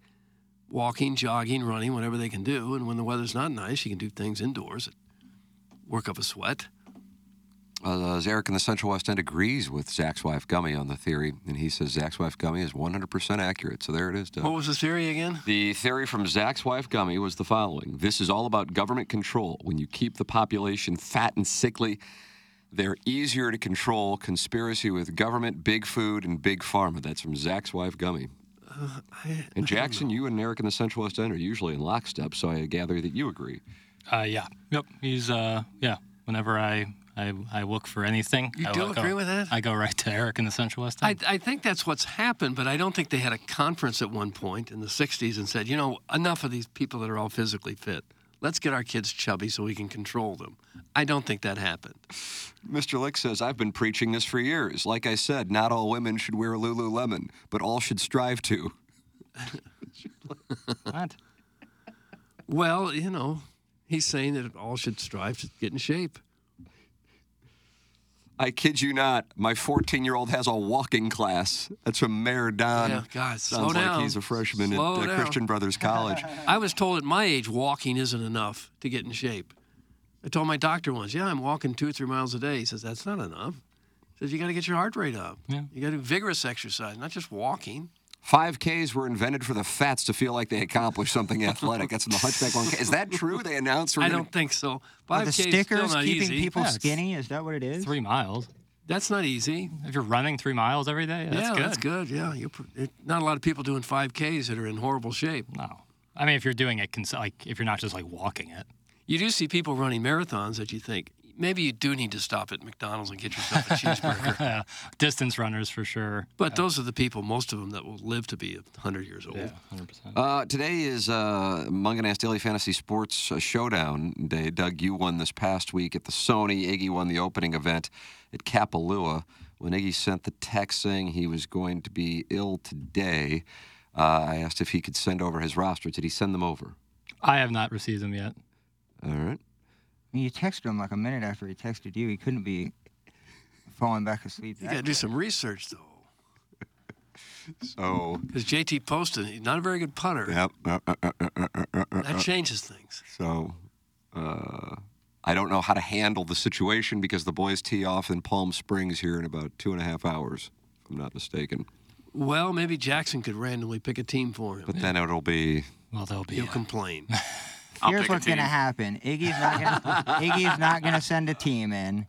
Speaker 3: walking, jogging, running, whatever they can do. And when the weather's not nice, you can do things indoors, work up a sweat.
Speaker 2: Uh, as Eric in the Central West End agrees with Zach's wife Gummy on the theory, and he says Zach's wife Gummy is 100% accurate. So there it is, Doug.
Speaker 3: What was the theory again?
Speaker 2: The theory from Zach's wife Gummy was the following This is all about government control. When you keep the population fat and sickly, they're easier to control. Conspiracy with government, big food, and big pharma. That's from Zach's wife Gummy.
Speaker 3: Uh, I,
Speaker 2: And Jackson, you and Eric in the Central West End are usually in lockstep, so I gather that you agree.
Speaker 4: Uh, yeah. Yep. He's uh yeah. Whenever I I, I look for anything,
Speaker 3: You
Speaker 4: I
Speaker 3: do
Speaker 4: look-
Speaker 3: agree with that?
Speaker 4: I go right to Eric in the Central West.
Speaker 3: I, I think that's what's happened, but I don't think they had a conference at one point in the 60s and said, you know, enough of these people that are all physically fit. Let's get our kids chubby so we can control them. I don't think that happened.
Speaker 2: Mr. Lick says, I've been preaching this for years. Like I said, not all women should wear Lululemon, but all should strive to.
Speaker 4: what?
Speaker 3: Well, you know, he's saying that all should strive to get in shape.
Speaker 2: I kid you not, my 14 year old has a walking class. That's from Mayor Don.
Speaker 3: Yeah, God,
Speaker 2: Sounds
Speaker 3: slow
Speaker 2: like
Speaker 3: down.
Speaker 2: he's a freshman
Speaker 3: Slow
Speaker 2: at uh,
Speaker 3: down.
Speaker 2: Christian Brothers
Speaker 3: [LAUGHS]
Speaker 2: College.
Speaker 3: I was told at my age, walking isn't enough to get in shape. I told my doctor once, yeah, I'm walking two or three miles a day. He says, that's not enough. He says, you got to get your heart rate up. Yeah. You got to do vigorous exercise, not just walking.
Speaker 2: 5Ks were invented for the fats to feel like they accomplished something athletic. That's in the Hunchback Long. Is that true? They announced. we're
Speaker 3: I
Speaker 2: gonna-
Speaker 3: don't think so. 5K
Speaker 6: Are the
Speaker 3: is still
Speaker 6: stickers
Speaker 3: not
Speaker 6: keeping
Speaker 3: easy.
Speaker 6: people skinny? Is that what it is?
Speaker 4: Three miles.
Speaker 3: That's not easy.
Speaker 4: If you're running three miles every day, that's
Speaker 3: yeah,
Speaker 4: good.
Speaker 3: that's good. Yeah, you're, pr- it- not a lot of people doing 5Ks that are in horrible shape.
Speaker 4: No. I mean, if you're doing it, cons- like if you're not just like walking it. [LAUGHS]
Speaker 3: You do see people running marathons that you think maybe you do need to stop at McDonald's and get yourself a cheeseburger.
Speaker 4: Yeah. Uh, Distance runners for sure.
Speaker 3: But those are the people, most of them, that will live to be 100 years old. Yeah,
Speaker 4: 100%.
Speaker 2: Uh, today is uh, Munganass Daily Fantasy Sports uh, Showdown Day. Doug, you won this past week at the Sony. Iggy won the opening event at Kapalua. When Iggy sent the text saying he was going to be ill today, uh, I asked if he could send over his roster. Did he send them over?
Speaker 4: I have not received them yet.
Speaker 2: All right.
Speaker 6: You texted him like a minute after he texted you. He couldn't be falling back asleep.
Speaker 3: You
Speaker 6: that
Speaker 3: got to do some research, though.
Speaker 2: So.
Speaker 3: Because JT Poston, he's not a very good putter.
Speaker 2: Yep. Uh, uh, uh, uh, uh, uh, uh,
Speaker 3: That
Speaker 2: uh.
Speaker 3: changes things.
Speaker 2: So, uh, I don't know how to handle the situation because the boys tee off in Palm Springs here in about two and a half hours, if I'm not mistaken.
Speaker 3: Well, maybe Jackson could randomly pick a team for him.
Speaker 2: But then it'll be. [LAUGHS]
Speaker 4: Well, they'll uh,
Speaker 3: He'll complain.
Speaker 6: Here's what's gonna happen. Iggy's not gonna
Speaker 7: [LAUGHS]
Speaker 6: Iggy's not gonna send a team in.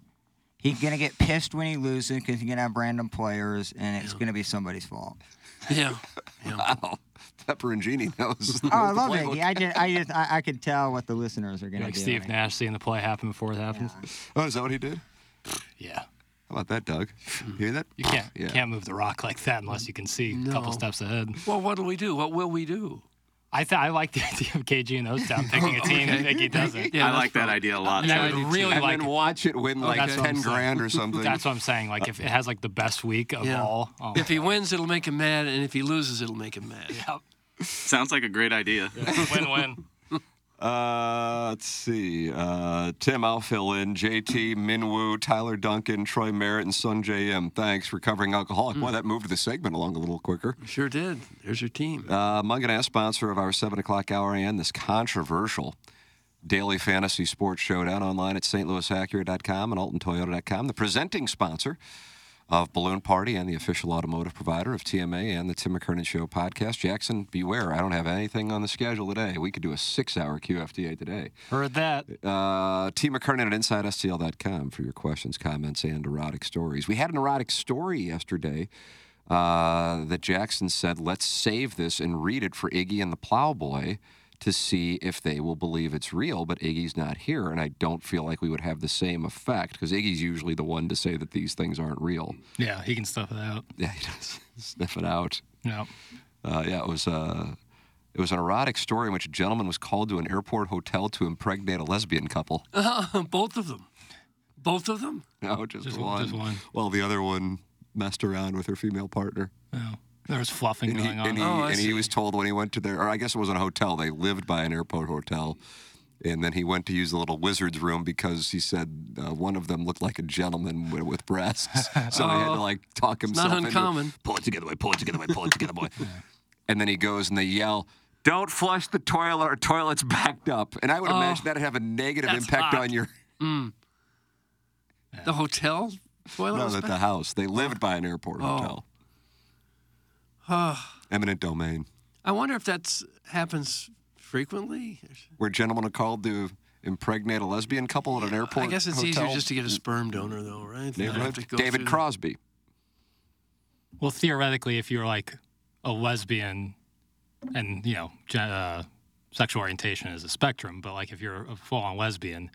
Speaker 6: He's gonna get pissed when he loses because he's gonna have random players, and it's gonna be
Speaker 7: [LAUGHS]
Speaker 6: somebody's fault.
Speaker 3: Yeah.
Speaker 2: Wow. Pepper and Genie
Speaker 4: [LAUGHS]
Speaker 2: knows. [LAUGHS]
Speaker 6: Oh, I love
Speaker 7: [LAUGHS]
Speaker 6: Iggy. I just, I just, I, I could tell what the listeners are gonna
Speaker 4: like
Speaker 6: do.
Speaker 4: Steve Nash seeing the play happen before it happens.
Speaker 2: Oh, is that what he did?
Speaker 4: Yeah.
Speaker 2: How about that, Doug? You hear that?
Speaker 4: Hmm. You can't
Speaker 2: Yeah.
Speaker 4: can't move the rock like that unless you can see a couple steps ahead.
Speaker 3: Well, what'll we do? What will we do?
Speaker 4: I th- I like the [LAUGHS] idea of KG and O's Town
Speaker 3: [LAUGHS]
Speaker 4: picking a
Speaker 3: Oh,
Speaker 4: team that Iggy doesn't.
Speaker 7: I like that idea a lot.
Speaker 4: And I
Speaker 7: too.
Speaker 4: would really like
Speaker 2: then watch it win
Speaker 4: Oh,
Speaker 2: like
Speaker 4: that's what I'm
Speaker 2: 10
Speaker 4: saying. [LAUGHS]
Speaker 2: grand or something.
Speaker 4: That's what I'm saying. Like if it has like the best week of all. Oh,
Speaker 3: If he wins, it'll make him mad, and if he loses, it'll make him mad.
Speaker 7: Sounds like a great idea.
Speaker 4: [LAUGHS] win-win.
Speaker 2: Uh, let's see. Uh, Tim, I'll fill in. JT, Minwoo, Tyler Duncan, Troy Merritt, and Sun J.M. Thanks, recovering alcoholic.
Speaker 4: Hmm.
Speaker 2: Boy, that moved the segment along a little quicker.
Speaker 3: Sure did. There's your team.
Speaker 2: Uh, Munganess, sponsor of our 7 o'clock hour and this controversial daily fantasy sports showdown online at stlouisacura.com and altontoyota.com. The presenting sponsor of Balloon Party and the official automotive provider of TMA and the Tim McKernan Show podcast. Jackson, beware. I don't have anything on the schedule today. We could do a six-hour QFDA today.
Speaker 4: Heard that.
Speaker 2: Uh, T. McKernan at InsideSTL.com for your questions, comments, and erotic stories. We had an erotic story yesterday uh, that Jackson said, let's save this and read it for Iggy and the Plowboy to see if they will believe it's real, but Iggy's not here, and I don't feel like we would have the same effect because Iggy's usually the one to say that these things aren't real. [LAUGHS]
Speaker 4: Yeah, he can stuff it out.
Speaker 2: Yeah, he does. Sniff it out.
Speaker 4: No.
Speaker 2: Uh, yeah, it was uh, it was an erotic story in which a gentleman was called to an airport hotel to impregnate a lesbian couple.
Speaker 3: [LAUGHS] both of them. Both of them?
Speaker 2: [LAUGHS] No, just,
Speaker 3: Just-
Speaker 2: one.
Speaker 3: just one.
Speaker 2: Well, the other one messed around with her female partner.
Speaker 4: Oh, there was fluffing
Speaker 2: And he,
Speaker 4: going on.
Speaker 2: and, he,
Speaker 3: Oh,
Speaker 2: and he was told when he went to their, or I guess it wasn't a hotel, they lived by an airport hotel. And then he went to use the little wizard's room because he said uh, one of them looked like a gentleman with, with
Speaker 3: [LAUGHS]
Speaker 2: breasts. So he had to
Speaker 3: Oh.
Speaker 2: like talk
Speaker 3: It's
Speaker 2: himself
Speaker 3: not
Speaker 2: into,
Speaker 3: uncommon.
Speaker 2: pull it together, boy, pull it together, boy, pull it together, boy. And then he goes and they yell, don't flush the toilet or toilet's backed up. And I would
Speaker 3: Oh,
Speaker 2: imagine that'd have a negative
Speaker 3: that's
Speaker 2: impact
Speaker 3: hot.
Speaker 2: on your,
Speaker 3: Mm. The hotel toilet?
Speaker 2: no,
Speaker 3: was
Speaker 2: at the
Speaker 3: back-
Speaker 2: house. They lived by an airport
Speaker 3: Oh.
Speaker 2: hotel.
Speaker 3: Ah,
Speaker 2: Eminent domain.
Speaker 3: I wonder if that's happens frequently.
Speaker 2: where gentlemen are called to impregnate a lesbian couple at an airport.
Speaker 3: I guess it's
Speaker 2: hotel.
Speaker 3: easier just to get a sperm donor, though, right? Than have
Speaker 2: Neighborhood.
Speaker 3: to go
Speaker 2: David
Speaker 3: through-
Speaker 2: Crosby.
Speaker 4: Well, theoretically, if you're like a lesbian, and you know, gen- uh, sexual orientation is a spectrum, but like if you're a full-on lesbian,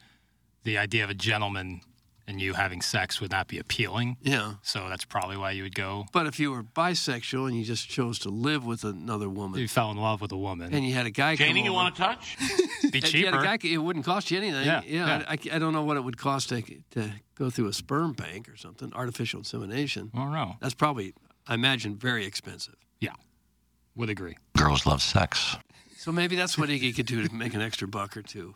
Speaker 4: the idea of a gentleman and you having sex would not be appealing.
Speaker 3: Yeah.
Speaker 4: So that's probably why you would go.
Speaker 3: But if you were bisexual and you just chose to live with another woman,
Speaker 4: You fell in love with a woman.
Speaker 3: and you had a guy.
Speaker 4: Janie,
Speaker 3: come
Speaker 4: you
Speaker 3: over-
Speaker 4: wanna touch? Be
Speaker 3: If you had a
Speaker 4: cheaper.
Speaker 3: guy- it wouldn't cost you anything.
Speaker 4: Yeah, yeah.
Speaker 3: I, I- I don't know what it would cost to, to go through a sperm bank or something, artificial insemination.
Speaker 4: I don't know.
Speaker 3: That's probably, I imagine, very expensive.
Speaker 4: Yeah, would agree.
Speaker 10: Girls love sex.
Speaker 3: So maybe that's what Iggy could do to make an extra buck or two.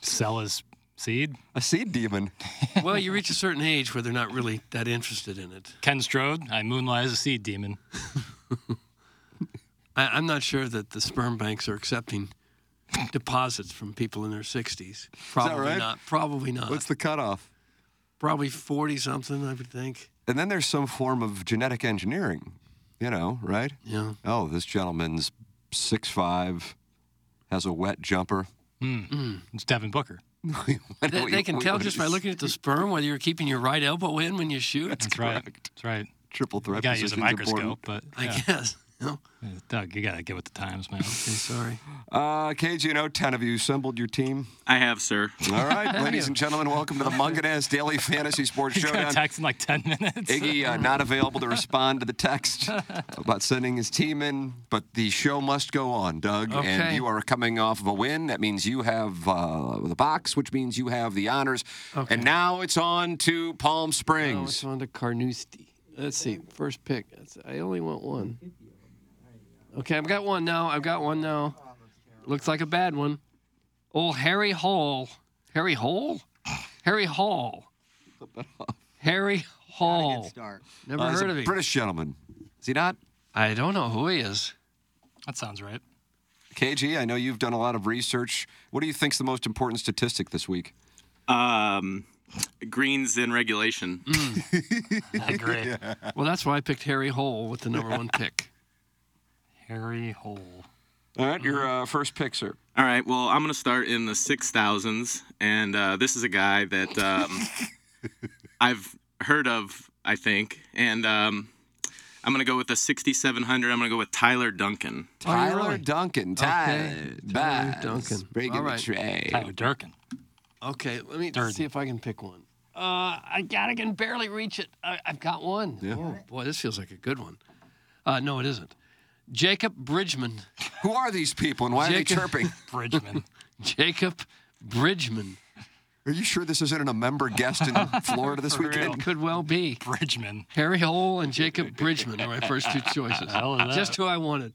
Speaker 4: Sell his seed.
Speaker 2: A seed demon.
Speaker 3: Well, you reach a certain age where they're not really that interested in it.
Speaker 4: Ken Strode, I moonlight as a seed demon.
Speaker 3: I, I'm not sure that the sperm banks are accepting deposits from people in their 60s. Probably
Speaker 2: right?
Speaker 3: not. Probably not.
Speaker 2: What's the cutoff?
Speaker 3: Probably 40 something, I would think.
Speaker 2: And then there's some form of genetic engineering, you know, right?
Speaker 3: Yeah.
Speaker 2: Oh, this gentleman's six five, has a wet jumper. [LAUGHS]
Speaker 4: Hmm. It's Devin Booker.
Speaker 2: Why
Speaker 3: They,
Speaker 2: don't
Speaker 3: they
Speaker 2: you-
Speaker 3: can
Speaker 2: why
Speaker 3: tell
Speaker 2: don't
Speaker 3: just
Speaker 2: you
Speaker 3: by looking at the sperm whether you're keeping your right elbow in when you shoot. That's,
Speaker 4: right. That's right.
Speaker 2: [LAUGHS] Triple threat.
Speaker 4: You gotta use a
Speaker 2: position's
Speaker 4: microscope,
Speaker 2: important.
Speaker 4: but
Speaker 3: I
Speaker 4: yeah.
Speaker 3: guess. No.
Speaker 4: Yeah, Doug, you gotta get with the times,
Speaker 2: [LAUGHS]
Speaker 4: man. [LAUGHS]
Speaker 3: sorry.
Speaker 2: Uh, KG and O, 10 of you assembled your team.
Speaker 7: I have, sir.
Speaker 2: All
Speaker 3: [LAUGHS]
Speaker 2: right, ladies and gentlemen, welcome to the Munganess Daily Fantasy Sports
Speaker 4: He's gonna
Speaker 2: Showdown.
Speaker 4: text in like ten minutes.
Speaker 2: Iggy uh, not available
Speaker 3: [LAUGHS]
Speaker 2: to respond to the text about sending his team in, but the show must go on, Doug. And
Speaker 3: Okay.
Speaker 2: you are coming off of a win. That means you have uh, the box, which means you have the honors. And now it's on to Palm
Speaker 3: Now
Speaker 2: Springs.
Speaker 3: Oh, it's on to Carnoustie. Let's see. First pick. That's, I only want one. Okay, I've got one now. I've got one now. Looks like a bad one. Old Harry Hall. Harry Hall? Harry Hall.
Speaker 4: [LAUGHS]
Speaker 3: Harry Hall.
Speaker 6: start.
Speaker 3: Never
Speaker 2: Uh, he's
Speaker 3: heard
Speaker 2: a
Speaker 3: of him.
Speaker 2: British gentleman. Is he not?
Speaker 3: I don't know who he is.
Speaker 2: [LAUGHS]
Speaker 4: That sounds right.
Speaker 2: KG, I know you've done a lot of research. What do you think's the most important statistic this week?
Speaker 7: Um, greens in regulation.
Speaker 4: I agree.
Speaker 3: Well, that's why I picked Harry Hole with the number one pick.
Speaker 4: [LAUGHS] Harry Hole.
Speaker 2: All right, your uh, first pick, sir.
Speaker 7: All right. Well, I'm gonna start in the six thousands, and uh, this is a guy that um, I've heard of, I think, and um, I'm gonna go with the sixty-seven hundred. I'm gonna go with Tyler Duncan.
Speaker 3: Oh,
Speaker 2: Tyler Duncan. Tyler,
Speaker 3: Tyler
Speaker 2: Bass,
Speaker 3: Duncan.
Speaker 2: Breaking
Speaker 3: All
Speaker 2: the
Speaker 3: right.
Speaker 2: tray.
Speaker 4: Tyler Durkin.
Speaker 3: Okay, let me see if I can pick one. Uh, Uh, I, got, I can barely reach it. I, I've got one. Oh, boy, this feels like a good one. Uh, no, it isn't. Jacob Bridgman.
Speaker 2: Who are these people and why are they
Speaker 3: [LAUGHS]
Speaker 2: chirping?
Speaker 3: Bridgman. Jacob Bridgman.
Speaker 2: Are you sure this isn't a member guest [LAUGHS] in Florida this
Speaker 3: For real.
Speaker 2: weekend?
Speaker 3: Could well be.
Speaker 4: Bridgman.
Speaker 3: Harry Hole and Jacob Bridgman are my first two choices.
Speaker 2: Hell is that?
Speaker 3: Just who I wanted.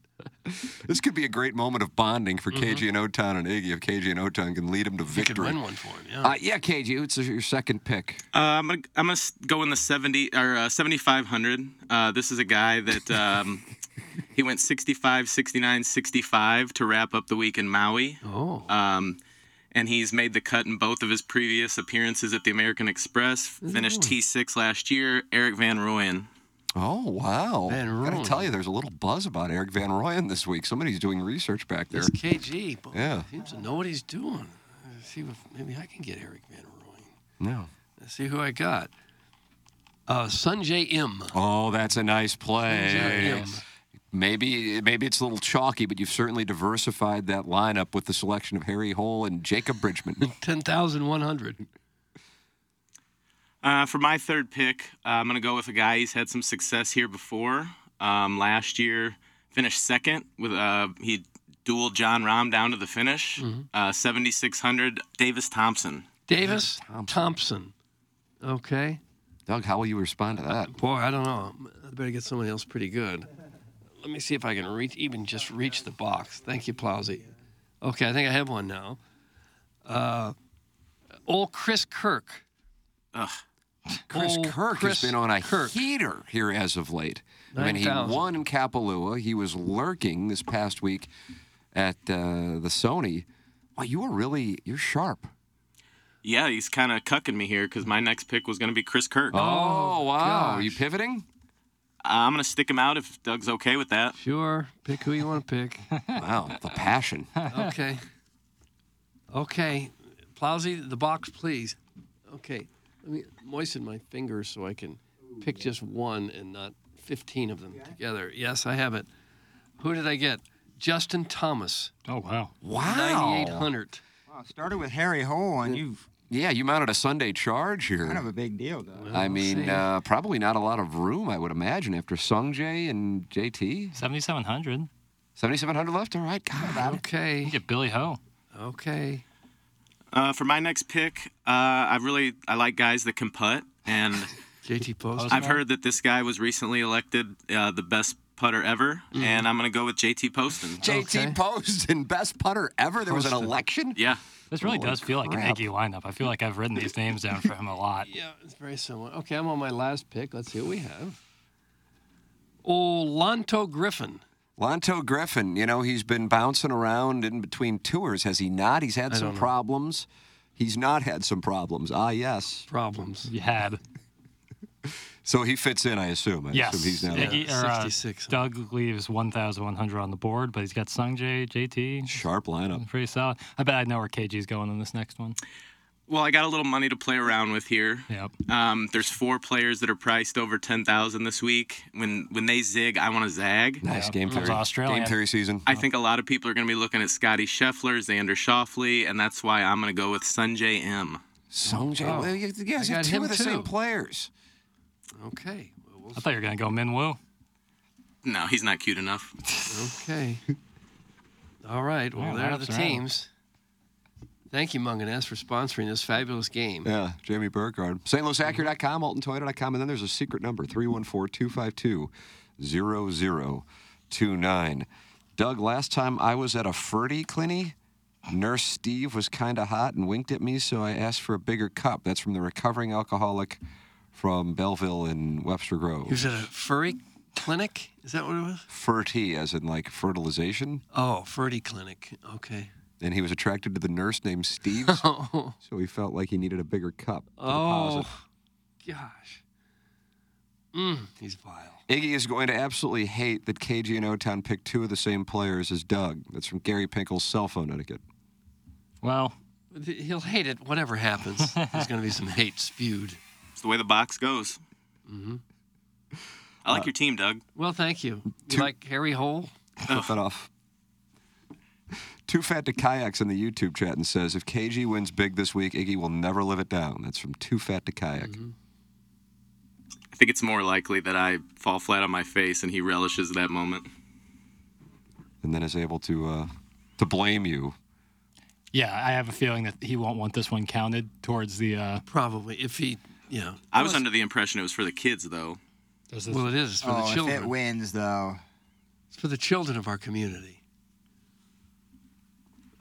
Speaker 2: This could be a great moment of bonding for
Speaker 3: Mhm.
Speaker 2: KG and O-Town and Iggy if KG and O-Town can lead him to
Speaker 3: You could
Speaker 2: victory.
Speaker 3: win one for him. Yeah.
Speaker 2: Uh, yeah, KG, it's your second pick.
Speaker 7: Uh, I'm gonna I'm gonna s- go in the 70 or uh, 7500. Uh, this is a guy that um, [LAUGHS] he went 65, 69, 65 to wrap up the week in Maui.
Speaker 3: Oh.
Speaker 7: Um, and he's made the cut in both of his previous appearances at the American Express. Finished
Speaker 2: Ooh.
Speaker 7: T6 last year. Eric Van Rooyen.
Speaker 2: Oh wow!
Speaker 3: Van
Speaker 2: I
Speaker 3: Rooyen.
Speaker 2: gotta tell you, there's a little buzz about Eric Van Rooyen this week. Somebody's doing research back there.
Speaker 3: This KG boy,
Speaker 2: Yeah.
Speaker 3: seems to know what he's doing. Let's see if maybe I can get Eric Van Rooyen.
Speaker 2: No.
Speaker 3: Let's see who I got. Uh, Sanjay M.
Speaker 2: Oh, that's a nice
Speaker 3: Sanjay
Speaker 2: play.
Speaker 3: M.
Speaker 2: Maybe maybe it's a little chalky, but you've certainly diversified that lineup with the selection of Harry Hole and Jacob
Speaker 3: [LAUGHS]
Speaker 2: Bridgman.
Speaker 3: 10,100.
Speaker 7: Uh, for my third pick, uh, I'm going to go with a guy who's had some success here before. Um, last year, finished second with uh, he dueled John Rahm down to the finish.
Speaker 2: Mm-hmm.
Speaker 3: Mhm.
Speaker 7: Uh, 7600 Davis Thompson.
Speaker 3: Davis Thompson. Okay.
Speaker 2: Doug, how will you respond to that?
Speaker 3: Boy, I don't know. I better get someone else pretty good. Let me see if I can reach, even just reach the box. Thank you, Plowsy. Okay, I think I have one now. Uh, old Chris Kirk.
Speaker 7: Ugh.
Speaker 2: Chris
Speaker 3: Old
Speaker 2: Kirk
Speaker 3: Oh, Chris
Speaker 2: has been on a
Speaker 3: Kirk.
Speaker 2: heater here as of late. I mean, he
Speaker 3: 9,000.
Speaker 2: won in Kapalua. He was lurking this past week at uh, the Sony. Wow, you are really you're sharp.
Speaker 7: Yeah, he's kind of cucking me here because my next pick was going to be Chris Kirk.
Speaker 2: Oh, wow. Are you
Speaker 3: [LAUGHS]
Speaker 2: pivoting?
Speaker 7: Uh, I'm going to stick him out if Doug's okay with that.
Speaker 3: Sure. Pick who you want to pick.
Speaker 2: wow, the passion.
Speaker 3: Okay. Okay. Plowsy, the box, please. Okay. Let me moisten my fingers so I can pick just one and not 15 of them together. Yes, I have it. Who did I get? Justin Thomas.
Speaker 4: Oh, wow.
Speaker 2: Wow.
Speaker 3: 9,800.
Speaker 6: Wow, started with Harry Hole, and you've
Speaker 2: Yeah, you mounted a Sunday charge here.
Speaker 6: kind of a big deal, though.
Speaker 2: I mean, uh, probably not a lot of room, I would imagine, after Sungjae and JT.
Speaker 4: 7,700.
Speaker 2: 7,700 left? All right. God.
Speaker 3: Okay.
Speaker 4: You get Billy Ho.
Speaker 3: Okay.
Speaker 7: Uh, for my next pick, uh, I really I like guys that can putt,
Speaker 3: [LAUGHS]
Speaker 7: and
Speaker 3: JT Post.
Speaker 7: I've heard that this guy was recently elected uh, the best putter ever,
Speaker 3: Mm-hmm.
Speaker 7: and I'm going to go with JT Poston.
Speaker 2: JT Post and best putter ever. There was an
Speaker 7: Poston.
Speaker 2: election?
Speaker 7: Yeah.
Speaker 4: This really
Speaker 7: Holy
Speaker 4: does feel like an
Speaker 7: crap.
Speaker 4: Iggy lineup. I feel like I've written these names down for him
Speaker 2: [LAUGHS]
Speaker 4: a lot.
Speaker 3: Yeah, it's very similar. Okay, I'm on my last pick. Let's see what we have. Oh, Lanto Griffin.
Speaker 2: Lonto Griffin, you know, he's been bouncing around in between tours, has he not? He's had
Speaker 3: I
Speaker 2: some
Speaker 3: don't know.
Speaker 2: problems. He's not had some problems. Ah, yes.
Speaker 3: Problems.
Speaker 4: You had.
Speaker 2: So he fits in, I assume. I
Speaker 4: Yes.
Speaker 2: assume he's now
Speaker 4: Iggy, or, uh, Doug leaves 1,100 on the board, but he's got Sungjae, JT.
Speaker 2: Sharp lineup.
Speaker 4: Pretty solid. I bet I know where KG's going on this next one.
Speaker 7: Well, I got a little money to play around with here.
Speaker 4: Yep.
Speaker 7: Um, there's four players that are priced over ten thousand this week. When when they zig, I want to zag.
Speaker 2: Nice
Speaker 4: Yep.
Speaker 2: game
Speaker 4: That was
Speaker 2: theory.
Speaker 4: Australian.
Speaker 2: Game theory season.
Speaker 3: Uh-huh.
Speaker 7: I think a lot of people are going to be looking at Scotty Scheffler, Xander Shoffley, and that's why I'm going to go with Sunjay M.
Speaker 2: Sungjae,
Speaker 3: Oh.
Speaker 2: well, you, you guys
Speaker 3: I
Speaker 2: have
Speaker 3: got
Speaker 2: two
Speaker 3: him
Speaker 2: of the
Speaker 3: too.
Speaker 2: same players.
Speaker 3: Okay.
Speaker 4: I thought you were going to go Minwoo.
Speaker 7: No, he's not cute enough.
Speaker 3: Okay. [LAUGHS] All right. Well,
Speaker 4: Wow,
Speaker 3: there are the
Speaker 4: laps are out.
Speaker 3: teams. Thank you, Munganess, for sponsoring this fabulous game.
Speaker 2: Yeah, Jamie Burkhardt. StLouisAcura.com, AltonToyota.com, and then there's a secret number 314 252 0029. Doug, last time I was at a Ferdy clinic, Nurse Steve was kind of hot and winked at me, so I asked for a bigger cup. That's from the recovering alcoholic from Belleville in Webster
Speaker 3: He was
Speaker 2: Grove.
Speaker 3: at a furry clinic. Is that what it was?
Speaker 2: Ferty, as in like fertilization.
Speaker 3: Oh, furry clinic. Okay.
Speaker 2: And he was attracted to the nurse named Steve,
Speaker 3: Oh,
Speaker 2: so he felt like he needed a bigger cup. to deposit.
Speaker 3: oh, gosh. Mm, he's vile.
Speaker 2: Iggy is going to absolutely hate that KG and O Town picked two of the same players as Doug. That's from Gary Pinkel's cell phone etiquette.
Speaker 4: Well,
Speaker 3: Th- He'll hate it. Whatever [LAUGHS] happens, there's going to be some hate spewed.
Speaker 7: It's the way the box goes.
Speaker 4: Mm-hmm.
Speaker 3: hmm
Speaker 7: I like your team, Doug.
Speaker 3: Well, thank you. You like Harry Hole?
Speaker 2: Flip that off. Too Fat to Kayaks in the YouTube chat and says, if KG wins big this week, Iggy will never live it down. That's from Too Fat to Kayak.
Speaker 7: I think it's more likely that I fall flat on my face and he relishes that moment.
Speaker 2: And then is able to uh, to blame you.
Speaker 4: Yeah, I have a feeling that he won't want this one counted towards the. Uh,
Speaker 3: Probably, if he, yeah.
Speaker 7: I was under the impression it was for the kids, though.
Speaker 3: well, Oh, it is it's for the children.
Speaker 6: Oh, wins, though,
Speaker 3: it's for the children of our community.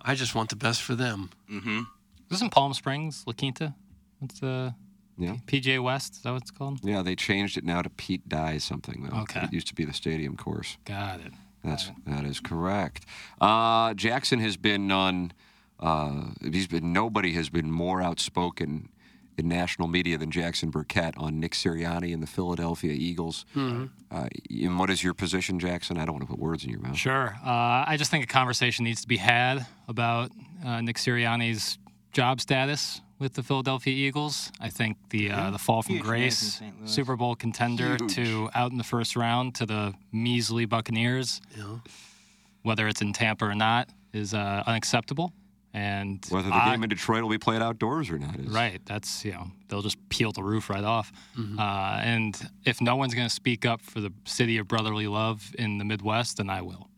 Speaker 3: I just want the best for them.
Speaker 7: Mm-hmm.
Speaker 4: This in Palm Springs, La Quinta. It's uh,
Speaker 2: Yeah.
Speaker 4: PJ West. Is that what it's called?
Speaker 2: Yeah, they changed it now to Pete Dye something, though.
Speaker 4: Okay.
Speaker 2: It used to be the stadium course.
Speaker 4: Got it.
Speaker 2: That's that is correct. Uh, Jackson has been on. Uh, he's been nobody has been more outspoken in national media than Jackson Burkett on Nick Sirianni and the Philadelphia Eagles.
Speaker 4: Mhm.
Speaker 2: Uh, and what is your position, Jackson? I don't want to put words in your mouth.
Speaker 4: Sure. Uh, I just think a conversation needs to be had about uh, Nick Sirianni's job status with the Philadelphia Eagles. I think the uh, the fall from
Speaker 6: Huge names
Speaker 4: grace,
Speaker 6: in St. Louis.
Speaker 4: Super Bowl contender
Speaker 6: Huge.
Speaker 4: to out in the first round to the measly Buccaneers, whether it's in Tampa or not, is uh, unacceptable. And
Speaker 2: Whether the
Speaker 4: I-
Speaker 2: game in Detroit will be played outdoors or not is
Speaker 4: Right. That's, you know, they'll just peel the roof right off.
Speaker 6: Mm-hmm.
Speaker 4: Uh, and if no one's going to speak up for the city of brotherly love in the Midwest, then I will.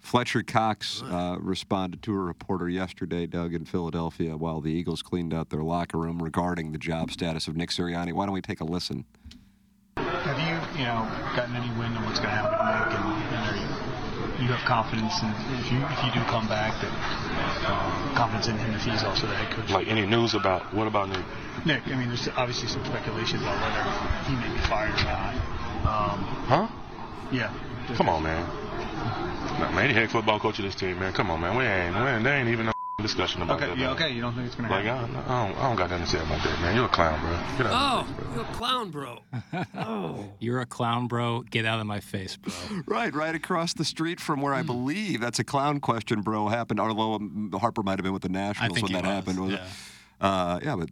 Speaker 2: Fletcher Cox uh, responded to a reporter yesterday, Doug, in Philadelphia, while the Eagles cleaned out their locker room regarding the job status of Nick Sirianni. Why don't we take a listen?
Speaker 10: Have you, you know, gotten any wind on what's going to happen to Nick? And, and are you, you have confidence in if you if you do come back, that uh, confidence in him if he's also the head coach.
Speaker 11: Like any news about what about Nick?
Speaker 10: Nick, I mean, there's obviously some speculation about whether he may be fired or not. Um,
Speaker 11: Huh?
Speaker 10: yeah.
Speaker 11: Come on, man. Nah, man, he head football coach of this team, man. Come on, man. We ain't, we ain't, there ain't even no discussion about
Speaker 10: Okay.
Speaker 11: that.
Speaker 10: Yeah.
Speaker 11: man.
Speaker 10: Okay. You don't think it's going to
Speaker 11: Like, I,
Speaker 10: happen?
Speaker 11: don't- I, don't, I don't got nothing to say about that, man. You're a clown, bro. Get out.
Speaker 3: Oh, you're a clown, bro. Oh.
Speaker 4: You're a clown, bro. Get out of my face, bro.
Speaker 2: Right, right across the street from where I believe that's a clown question, bro. Happened. Although um, Harper might have been with the Nationals
Speaker 4: think
Speaker 2: when
Speaker 4: he
Speaker 2: that
Speaker 4: was,
Speaker 2: happened. Was yeah. It? Uh, yeah, but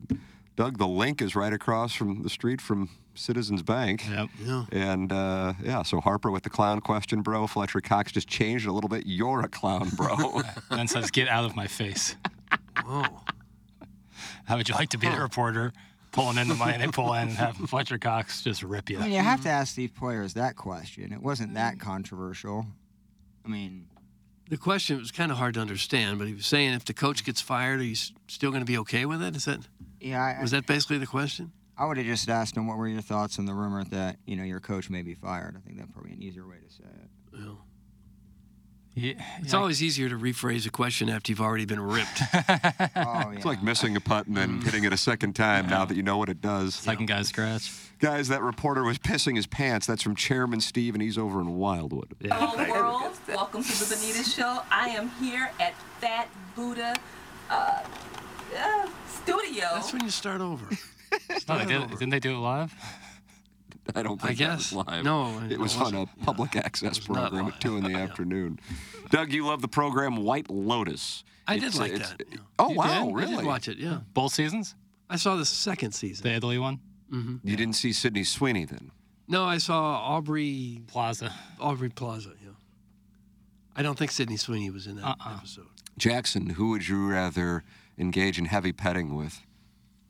Speaker 2: Doug, the link is right across from the street from Citizens Bank. Yep.
Speaker 3: Yeah.
Speaker 2: And uh, yeah, so Harper with the clown question, bro. Fletcher Cox just changed it a little bit. You're a clown, bro.
Speaker 4: and says, get out of my face.
Speaker 3: Whoa.
Speaker 4: How would you like to be the reporter pulling in the money they pull in and have Fletcher Cox just rip you?
Speaker 6: I mean, you have to ask these players that question. It wasn't that controversial. I mean,
Speaker 3: The question was kind of hard to understand, but he was saying if the coach gets fired, are you s- still going to be okay with it? Is that
Speaker 6: yeah, I,
Speaker 3: was that basically the question?
Speaker 6: I would have just asked him what were your thoughts on the rumor that you know your coach may be fired. I think that's probably an easier way to say it.
Speaker 3: It's always easier to rephrase a question after you've already been ripped.
Speaker 6: Oh,
Speaker 2: It's like missing a putt and then hitting it a second time now that you know what it does.
Speaker 4: Second guy scratch.
Speaker 2: Guys, that reporter was pissing his pants. That's from Chairman Steve, and he's over in Wildwood.
Speaker 12: Hello, world. Welcome to the Benita Show. I am here at Fat Buddha uh, uh, Studio.
Speaker 3: [LAUGHS] That's when you start over.
Speaker 4: No, they did, didn't they do it live?
Speaker 2: [LAUGHS] I don't
Speaker 4: think I that was guess. live. No,
Speaker 2: it,
Speaker 4: it
Speaker 2: was on a public access program at two in
Speaker 3: [LAUGHS]
Speaker 2: the afternoon. Doug, you love the program White Lotus.
Speaker 3: I did like
Speaker 2: it's-
Speaker 3: that, yeah.
Speaker 2: Oh
Speaker 3: You
Speaker 2: wow,
Speaker 3: did? I
Speaker 2: really?
Speaker 3: did watch it. Yeah.
Speaker 4: Both seasons?
Speaker 3: I saw the second season.
Speaker 4: The Italy one?
Speaker 3: Mm-hmm.
Speaker 2: You didn't see Sydney Sweeney then?
Speaker 3: No, I saw Aubrey
Speaker 4: Plaza.
Speaker 3: Aubrey Plaza. Yeah. I don't think Sidney Sweeney was in that episode.
Speaker 2: Jackson, who would you rather engage in heavy petting with?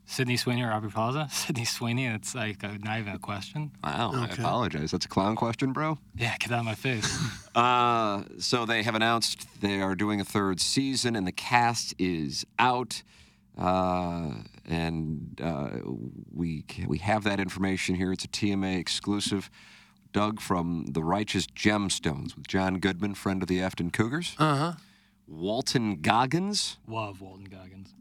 Speaker 4: Sydney Sweeney or Aubrey Plaza? [LAUGHS] Sydney Sweeney, it's like uh, not even a question.
Speaker 2: Wow, I
Speaker 4: Okay.
Speaker 2: apologize. That's a clown question, bro.
Speaker 4: Yeah, get out of my face.
Speaker 2: Uh, so they have announced they are doing a third season, and the cast is out. Uh, and uh, we ca- we have that information here. It's a TMA exclusive. Doug from The Righteous Gemstones with John Goodman, friend of the Afton Cougars.
Speaker 3: Uh huh.
Speaker 2: Walton Goggins.
Speaker 4: Love Walton Goggins.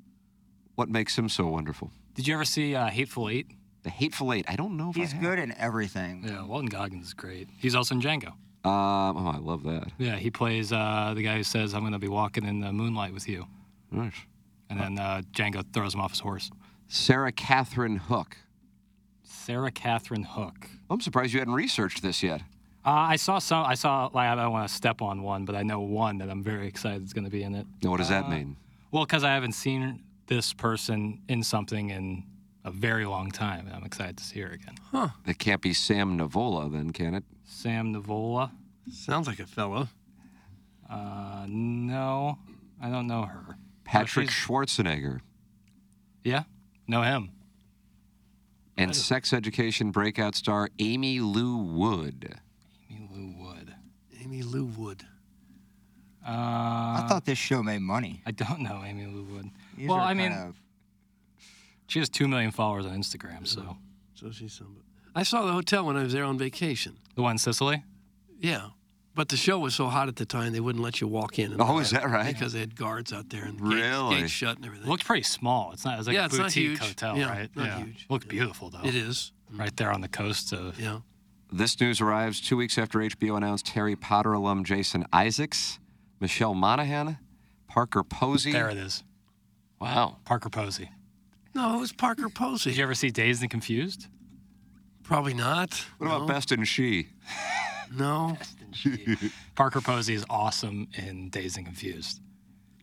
Speaker 2: What makes him so wonderful?
Speaker 4: Did you ever see uh, Hateful Eight?
Speaker 2: The Hateful Eight. I don't know if I
Speaker 6: He's
Speaker 2: have.
Speaker 6: good in everything.
Speaker 4: Yeah, Walton Goggins is great. He's also in Django.
Speaker 2: Um, oh, I love that.
Speaker 4: Yeah, he plays uh, the guy who says, I'm going to be walking in the moonlight with you.
Speaker 2: Nice.
Speaker 4: And then uh, Django throws him off his horse.
Speaker 2: Sarah Catherine Hook.
Speaker 4: Sarah Catherine Hook.
Speaker 2: I'm surprised you hadn't researched this yet.
Speaker 4: Uh, I saw some, I saw, like, I don't want to step on one, but I know one that I'm very excited is going to be in it.
Speaker 2: Now, what does that
Speaker 4: Uh,
Speaker 2: mean?
Speaker 4: Well, because I haven't seen this person in something in a very long time, and I'm excited to see her again.
Speaker 2: It can't be Sam Navola, then, can it?
Speaker 4: Sam Navola.
Speaker 3: Sounds like a fellow.
Speaker 4: Uh, no. I don't know her.
Speaker 2: Patrick Schwarzenegger.
Speaker 4: Yeah, know him.
Speaker 2: And sex education breakout star Amy Lou Wood.
Speaker 3: Amy Lou Wood.
Speaker 4: Uh, I
Speaker 6: thought this show made money.
Speaker 4: I don't know Amy Lou Wood.
Speaker 6: These
Speaker 4: well,
Speaker 6: are
Speaker 4: I mean,
Speaker 6: kind of-
Speaker 4: she has two million followers on Instagram. So,
Speaker 3: so she's somebody. I saw the hotel when I was there on vacation.
Speaker 4: The one in Sicily.
Speaker 3: Yeah. But the show was so hot at the time, they wouldn't let you walk in. and
Speaker 4: Oh,
Speaker 3: out
Speaker 4: is that right?
Speaker 3: Because they had guards out there and the gates-
Speaker 4: Really?
Speaker 3: gates shut and everything.
Speaker 4: Looks pretty small. It's not. It's like
Speaker 3: Yeah,
Speaker 4: a
Speaker 3: it's
Speaker 4: boutique
Speaker 3: not huge.
Speaker 4: hotel,
Speaker 3: Yeah,
Speaker 4: right?
Speaker 3: not
Speaker 4: yeah.
Speaker 3: huge.
Speaker 4: Looks beautiful though.
Speaker 3: It is.
Speaker 4: Right there on the coast of.
Speaker 3: Yeah.
Speaker 2: This news arrives two weeks after HBO announced Harry Potter alum Jason Isaacs, Michelle Monaghan, Parker Posey.
Speaker 4: There it is.
Speaker 2: Wow.
Speaker 4: Parker Posey.
Speaker 3: No, it was Parker Posey.
Speaker 4: Did you ever see Dazed and Confused?
Speaker 3: Probably not.
Speaker 2: What about
Speaker 4: No.
Speaker 2: Best in She?
Speaker 3: No.
Speaker 4: Parker Posey is awesome in Dazed and Confused.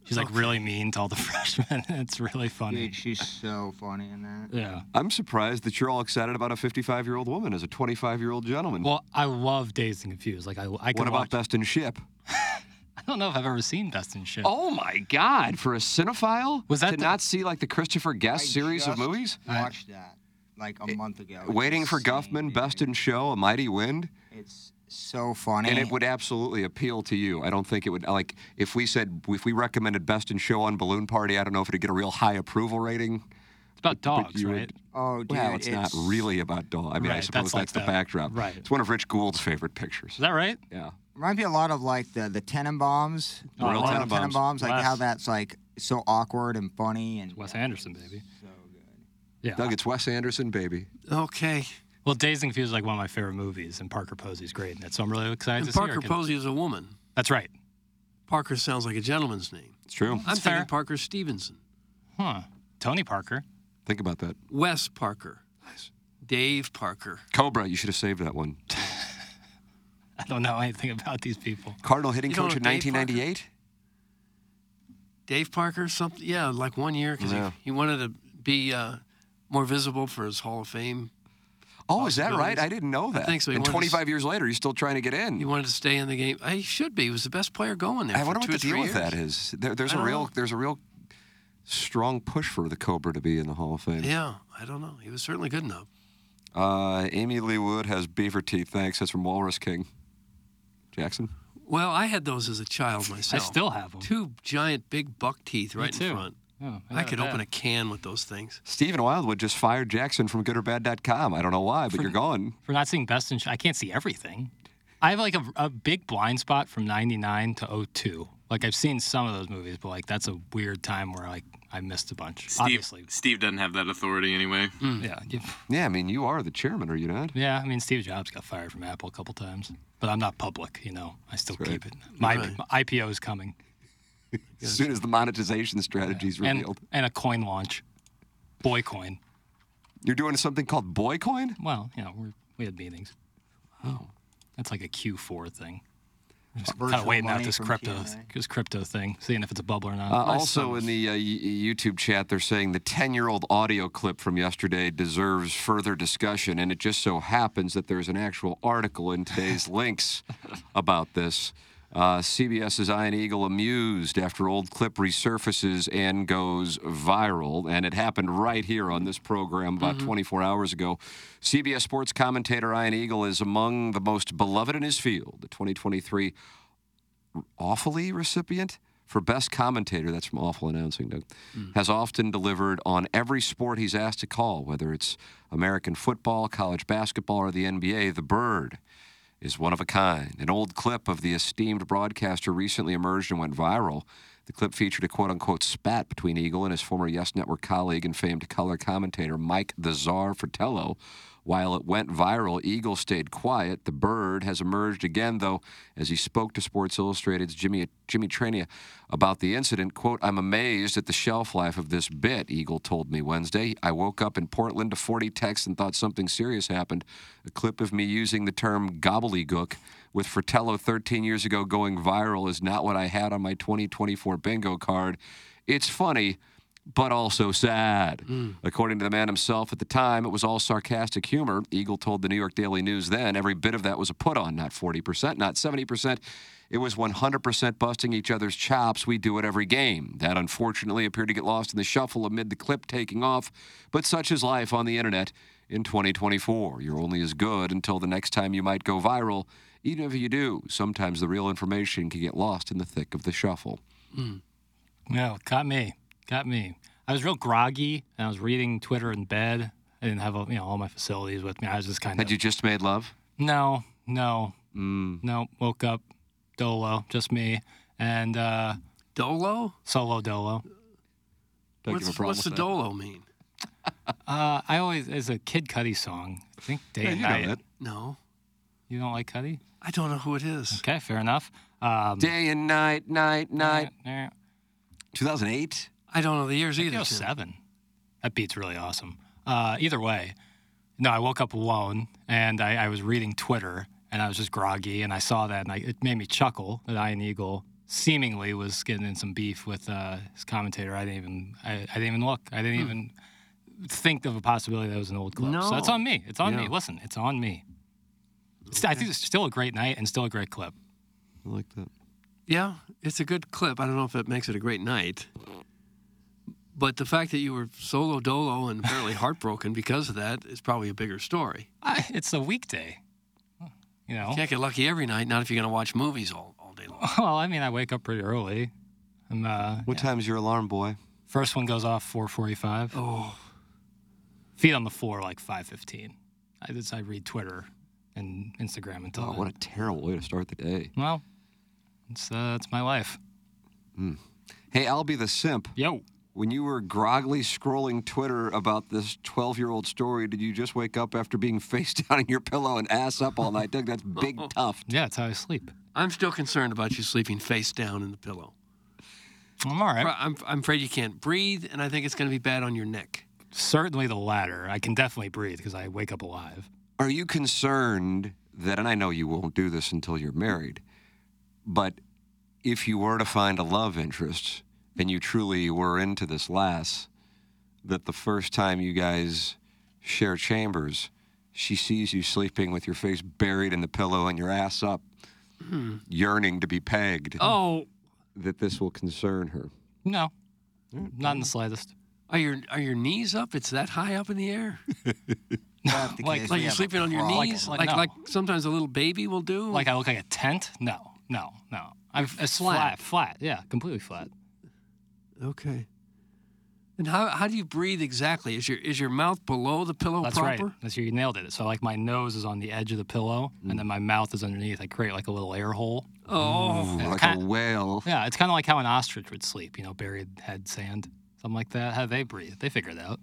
Speaker 4: She's like really mean to all the [LAUGHS] freshmen. it's really funny.
Speaker 6: Dude, she's so funny in that.
Speaker 4: Yeah.
Speaker 2: I'm surprised that you're all excited about a 55 year old woman as a 25 year old gentleman.
Speaker 4: Well, I love Dazed and Confused. Like I, I can
Speaker 2: what about
Speaker 4: watch.
Speaker 2: Best in Ship?
Speaker 4: I don't know if I've ever seen Best in Show.
Speaker 2: Oh my God! For a cinephile,
Speaker 4: Was that
Speaker 2: to
Speaker 4: the-
Speaker 2: not see like the Christopher Guest series of
Speaker 6: Just
Speaker 2: movies?
Speaker 6: Watched that like a month ago.
Speaker 2: Waiting for Guffman, Best in Show, A Mighty Wind.
Speaker 6: It's so funny.
Speaker 2: And it would absolutely appeal to you. I don't think it would like if we said if we recommended Best in Show on Balloon Party. I don't know if it'd get a real high approval rating.
Speaker 4: It's about
Speaker 2: dogs,
Speaker 4: right?
Speaker 6: Oh, dude,
Speaker 2: well, it's, not
Speaker 6: it's-
Speaker 2: really about dogs. I mean, I
Speaker 6: Right,
Speaker 2: suppose that's,
Speaker 6: that's like
Speaker 2: the
Speaker 6: the-
Speaker 2: backdrop.
Speaker 6: right.
Speaker 2: It's one of Rich Gould's favorite pictures.
Speaker 4: Is that right?
Speaker 2: Yeah.
Speaker 6: Reminds me a lot of like the the Tenenbaums.
Speaker 2: The real
Speaker 6: Hotel
Speaker 2: Tenenbaums.
Speaker 6: Like
Speaker 2: Wes.
Speaker 6: how that's like so awkward and funny and
Speaker 4: Wes Anderson, baby. Yeah.
Speaker 2: Doug, it's Wes Anderson, baby.
Speaker 3: Okay.
Speaker 4: Well, Dazed and Confused is like one of my favorite movies, and Parker Posey's great in it. So I'm really excited
Speaker 3: And
Speaker 4: to see her.
Speaker 3: Parker
Speaker 4: again.
Speaker 3: Posey is a woman.
Speaker 4: That's right.
Speaker 3: Parker sounds like a gentleman's name.
Speaker 2: It's true.
Speaker 3: I'm thinking Parker Stevenson.
Speaker 4: Huh. Tony Parker. [LAUGHS]
Speaker 2: Think about that.
Speaker 3: Wes Parker. Dave Parker.
Speaker 2: Cobra, you should have saved that one.
Speaker 4: I don't know anything about these people.
Speaker 2: Cardinal hitting
Speaker 3: You don't
Speaker 2: coach
Speaker 3: know
Speaker 2: in
Speaker 3: Dave Parker?
Speaker 2: 1998.
Speaker 3: Dave Parker, something. Yeah, like one year because
Speaker 2: Yeah.
Speaker 3: he, he wanted to be uh, more visible for his Hall of Fame.
Speaker 2: Oh, is that right?
Speaker 3: possibilities.
Speaker 2: I didn't know
Speaker 3: I
Speaker 2: that.
Speaker 3: think so. He
Speaker 2: and
Speaker 3: wanted to-
Speaker 2: 25 years later, you're still trying to get in.
Speaker 3: He wanted to stay in the game. Uh, He should be. He was the best player going there.
Speaker 2: I
Speaker 3: for
Speaker 2: wonder what
Speaker 3: two
Speaker 2: the
Speaker 3: or three
Speaker 2: deal with
Speaker 3: years.
Speaker 2: that is. There, there's
Speaker 3: I
Speaker 2: a
Speaker 3: don't
Speaker 2: real
Speaker 3: know.
Speaker 2: there's a real strong push for the Cobra to be in the Hall of Fame.
Speaker 3: Yeah, I don't know. He was certainly good enough.
Speaker 2: Uh, Amy Lee Wood has beaver teeth. Thanks. That's from Walrus King. Jackson.
Speaker 3: Well, I had those as a child myself.
Speaker 4: still have 'em.
Speaker 3: Two giant, big buck teeth
Speaker 4: Me
Speaker 3: right
Speaker 4: too.
Speaker 3: in front.
Speaker 4: Yeah,
Speaker 3: I,
Speaker 4: got
Speaker 3: could
Speaker 4: that.
Speaker 3: open a can with those things.
Speaker 2: Stephen Wildwood just fired Jackson from goodorbad.com. I don't know why, but you're gone.
Speaker 4: for not seeing Best in Show. I can't see everything. I have like a, a big blind spot from 99 to 02. Like I've seen some of those movies, but like that's a weird time where like I missed a bunch.
Speaker 7: Steve,
Speaker 4: Obviously.
Speaker 7: Steve doesn't have that authority anyway.
Speaker 4: Yeah. [LAUGHS] you-
Speaker 2: Yeah, I mean, you are the chairman, are you not?
Speaker 4: Yeah, I mean Steve Jobs got fired from Apple a couple times, but I'm not public, you know. I still keep it. My,
Speaker 2: Right.
Speaker 4: my IPO is coming
Speaker 2: As soon as the monetization strategy is
Speaker 4: and
Speaker 2: revealed.
Speaker 4: and a coin launch. Boycoin.
Speaker 2: You're doing something called Boycoin?
Speaker 4: Well, you know, we're, we had meetings.
Speaker 2: Hmm.
Speaker 4: Oh. That's like a Q4 thing. Just kind
Speaker 2: virtual
Speaker 4: of waiting out
Speaker 2: money
Speaker 4: this
Speaker 2: from
Speaker 4: crypto
Speaker 2: TNA.
Speaker 4: this crypto thing, seeing if it's a bubble or not.
Speaker 2: Uh, also, in the uh, y- YouTube chat, they're saying the 10 year old audio clip from yesterday deserves further discussion, and it just so happens that there's an actual article in today's links about this. Uh, CBS's Iron Eagle amused after old clip resurfaces and goes viral, and it happened right here on this program about 24 hours ago. CBS sports commentator Iron Eagle is among the most beloved in his field. The 2023 awfully recipient for best commentator that's from awful announcing doug has often delivered on every sport he's asked to call whether it's american football college basketball or the nba the bird is one of a kind an old clip of the esteemed broadcaster recently emerged and went viral the clip featured a quote unquote spat between Eagle and his former Yes Network colleague and famed color commentator Mike the Czar Fratello. While it went viral, Eagle stayed quiet. The bird has emerged again, though, as he spoke to Sports Illustrated's Jimmy, Jimmy Trania about the incident. Quote, I'm amazed at the shelf life of this bit, Eagle told me Wednesday. I woke up in Portland to 40 texts and thought something serious happened. A clip of me using the term gobbledygook with Fratello 13 years ago going viral is not what I had on my 2024 bingo card. It's funny, but also sad.
Speaker 3: Mm.
Speaker 2: According to the man himself at the time, it was all sarcastic humor. Eagle told the New York Daily News then every bit of that was a put on, not 40%, not 70%. It was 100% busting each other's chops. We do it every game. That unfortunately appeared to get lost in the shuffle amid the clip taking off, but such is life on the internet in 2024. You're only as good until the next time you might go viral. Even if you do, sometimes the real information can get lost in the thick of the shuffle.
Speaker 4: Mm. No, got me, got me. I was real groggy, and I was reading Twitter in bed. I didn't have you know all my facilities with me. I was just kind
Speaker 2: Had
Speaker 4: of
Speaker 2: you just made love?
Speaker 4: no, no,
Speaker 2: mm.
Speaker 4: no. Woke up, dolo, just me, and uh,
Speaker 3: dolo,
Speaker 4: solo dolo.
Speaker 3: What's, what's the dolo mean?
Speaker 4: Uh, I always it's a Kid Cudi song. I think day
Speaker 3: Yeah,
Speaker 4: and
Speaker 3: you know
Speaker 4: night.
Speaker 3: that. No,
Speaker 4: you don't like Cudi.
Speaker 3: I don't know who it is.
Speaker 4: Okay, fair enough. Um,
Speaker 2: Day and night, night, night. 2008.
Speaker 3: I don't know the years
Speaker 4: either. Seven. That beat's really awesome. Uh, either way, no, I woke up alone and I, I was reading Twitter and I was just groggy and I saw that and I, it made me chuckle that Ian Eagle seemingly was getting in some beef with uh, his commentator. I didn't even I, I didn't even look. I didn't
Speaker 3: Hmm.
Speaker 4: even think of a possibility that was an old clip. So it's
Speaker 3: No.
Speaker 4: on me. It's on me.
Speaker 3: Yeah.
Speaker 4: Listen, it's on me. It's- I think it's still a great night and still a great clip.
Speaker 2: I like that.
Speaker 3: Yeah, it's a good clip. I don't know if it makes it a great night. But the fact that you were solo dolo and apparently heartbroken because of that is probably a bigger story.
Speaker 4: I, it's a weekday. You know.
Speaker 3: You can't get lucky every night, not if you're going to watch movies all.
Speaker 4: [LAUGHS] Well, I mean, I wake up pretty early. I'm, uh,
Speaker 2: what time is your alarm, boy?
Speaker 4: First one goes off 4:45.
Speaker 3: Oh.
Speaker 4: Feet on the floor like 5:15. I just I read Twitter and Instagram until.
Speaker 2: Oh, what a terrible way to start the day.
Speaker 4: Well, it's uh, it's my life.
Speaker 2: Mm. Hey, I'll be the simp.
Speaker 4: Yo.
Speaker 2: When you were groggily scrolling Twitter about this 12 year old story, did you just wake up after being [LAUGHS] face down in your pillow and ass up all night? Doug, that's big tough.
Speaker 4: Yeah, that's how I sleep.
Speaker 3: I'm still concerned about you sleeping face down in the pillow.
Speaker 4: I'm all right.
Speaker 3: I'm, I'm afraid you can't breathe, and I think it's going to be bad on your neck.
Speaker 4: Certainly the latter. I can definitely breathe because I wake up alive.
Speaker 2: Are you concerned that, and I know you won't do this until you're married, but if you were to find a love interest and you truly were into this lass, that the first time you guys share chambers, she sees you sleeping with your face buried in the pillow and your ass up,
Speaker 3: Hmm.
Speaker 2: yearning to be pegged,
Speaker 3: Oh,
Speaker 2: that this will concern her.
Speaker 4: no,
Speaker 2: Mm,
Speaker 4: not in the slightest.
Speaker 3: Are your are your knees up? It's that high up in the air?
Speaker 6: Like,
Speaker 3: like like you're sleeping on your knees? Like like, sometimes a little baby will do?
Speaker 4: Like I look like a tent? No, no, no. I'm it's
Speaker 3: Flat.
Speaker 4: flat, flat. Yeah, completely flat.
Speaker 3: Okay. And how, how do you breathe exactly? Is your is your mouth below the pillow
Speaker 4: That's
Speaker 3: Oh, proper?
Speaker 4: right. That's you nailed it. So like my nose is on the edge of the pillow, and then my mouth is underneath. I create like a little air hole.
Speaker 3: Mm. Oh.
Speaker 4: And it's
Speaker 2: like
Speaker 4: kinda-
Speaker 2: a whale.
Speaker 4: Yeah, it's kind of like how an ostrich would sleep. You know, buried head sand, something like that. How they breathe, they figure it out.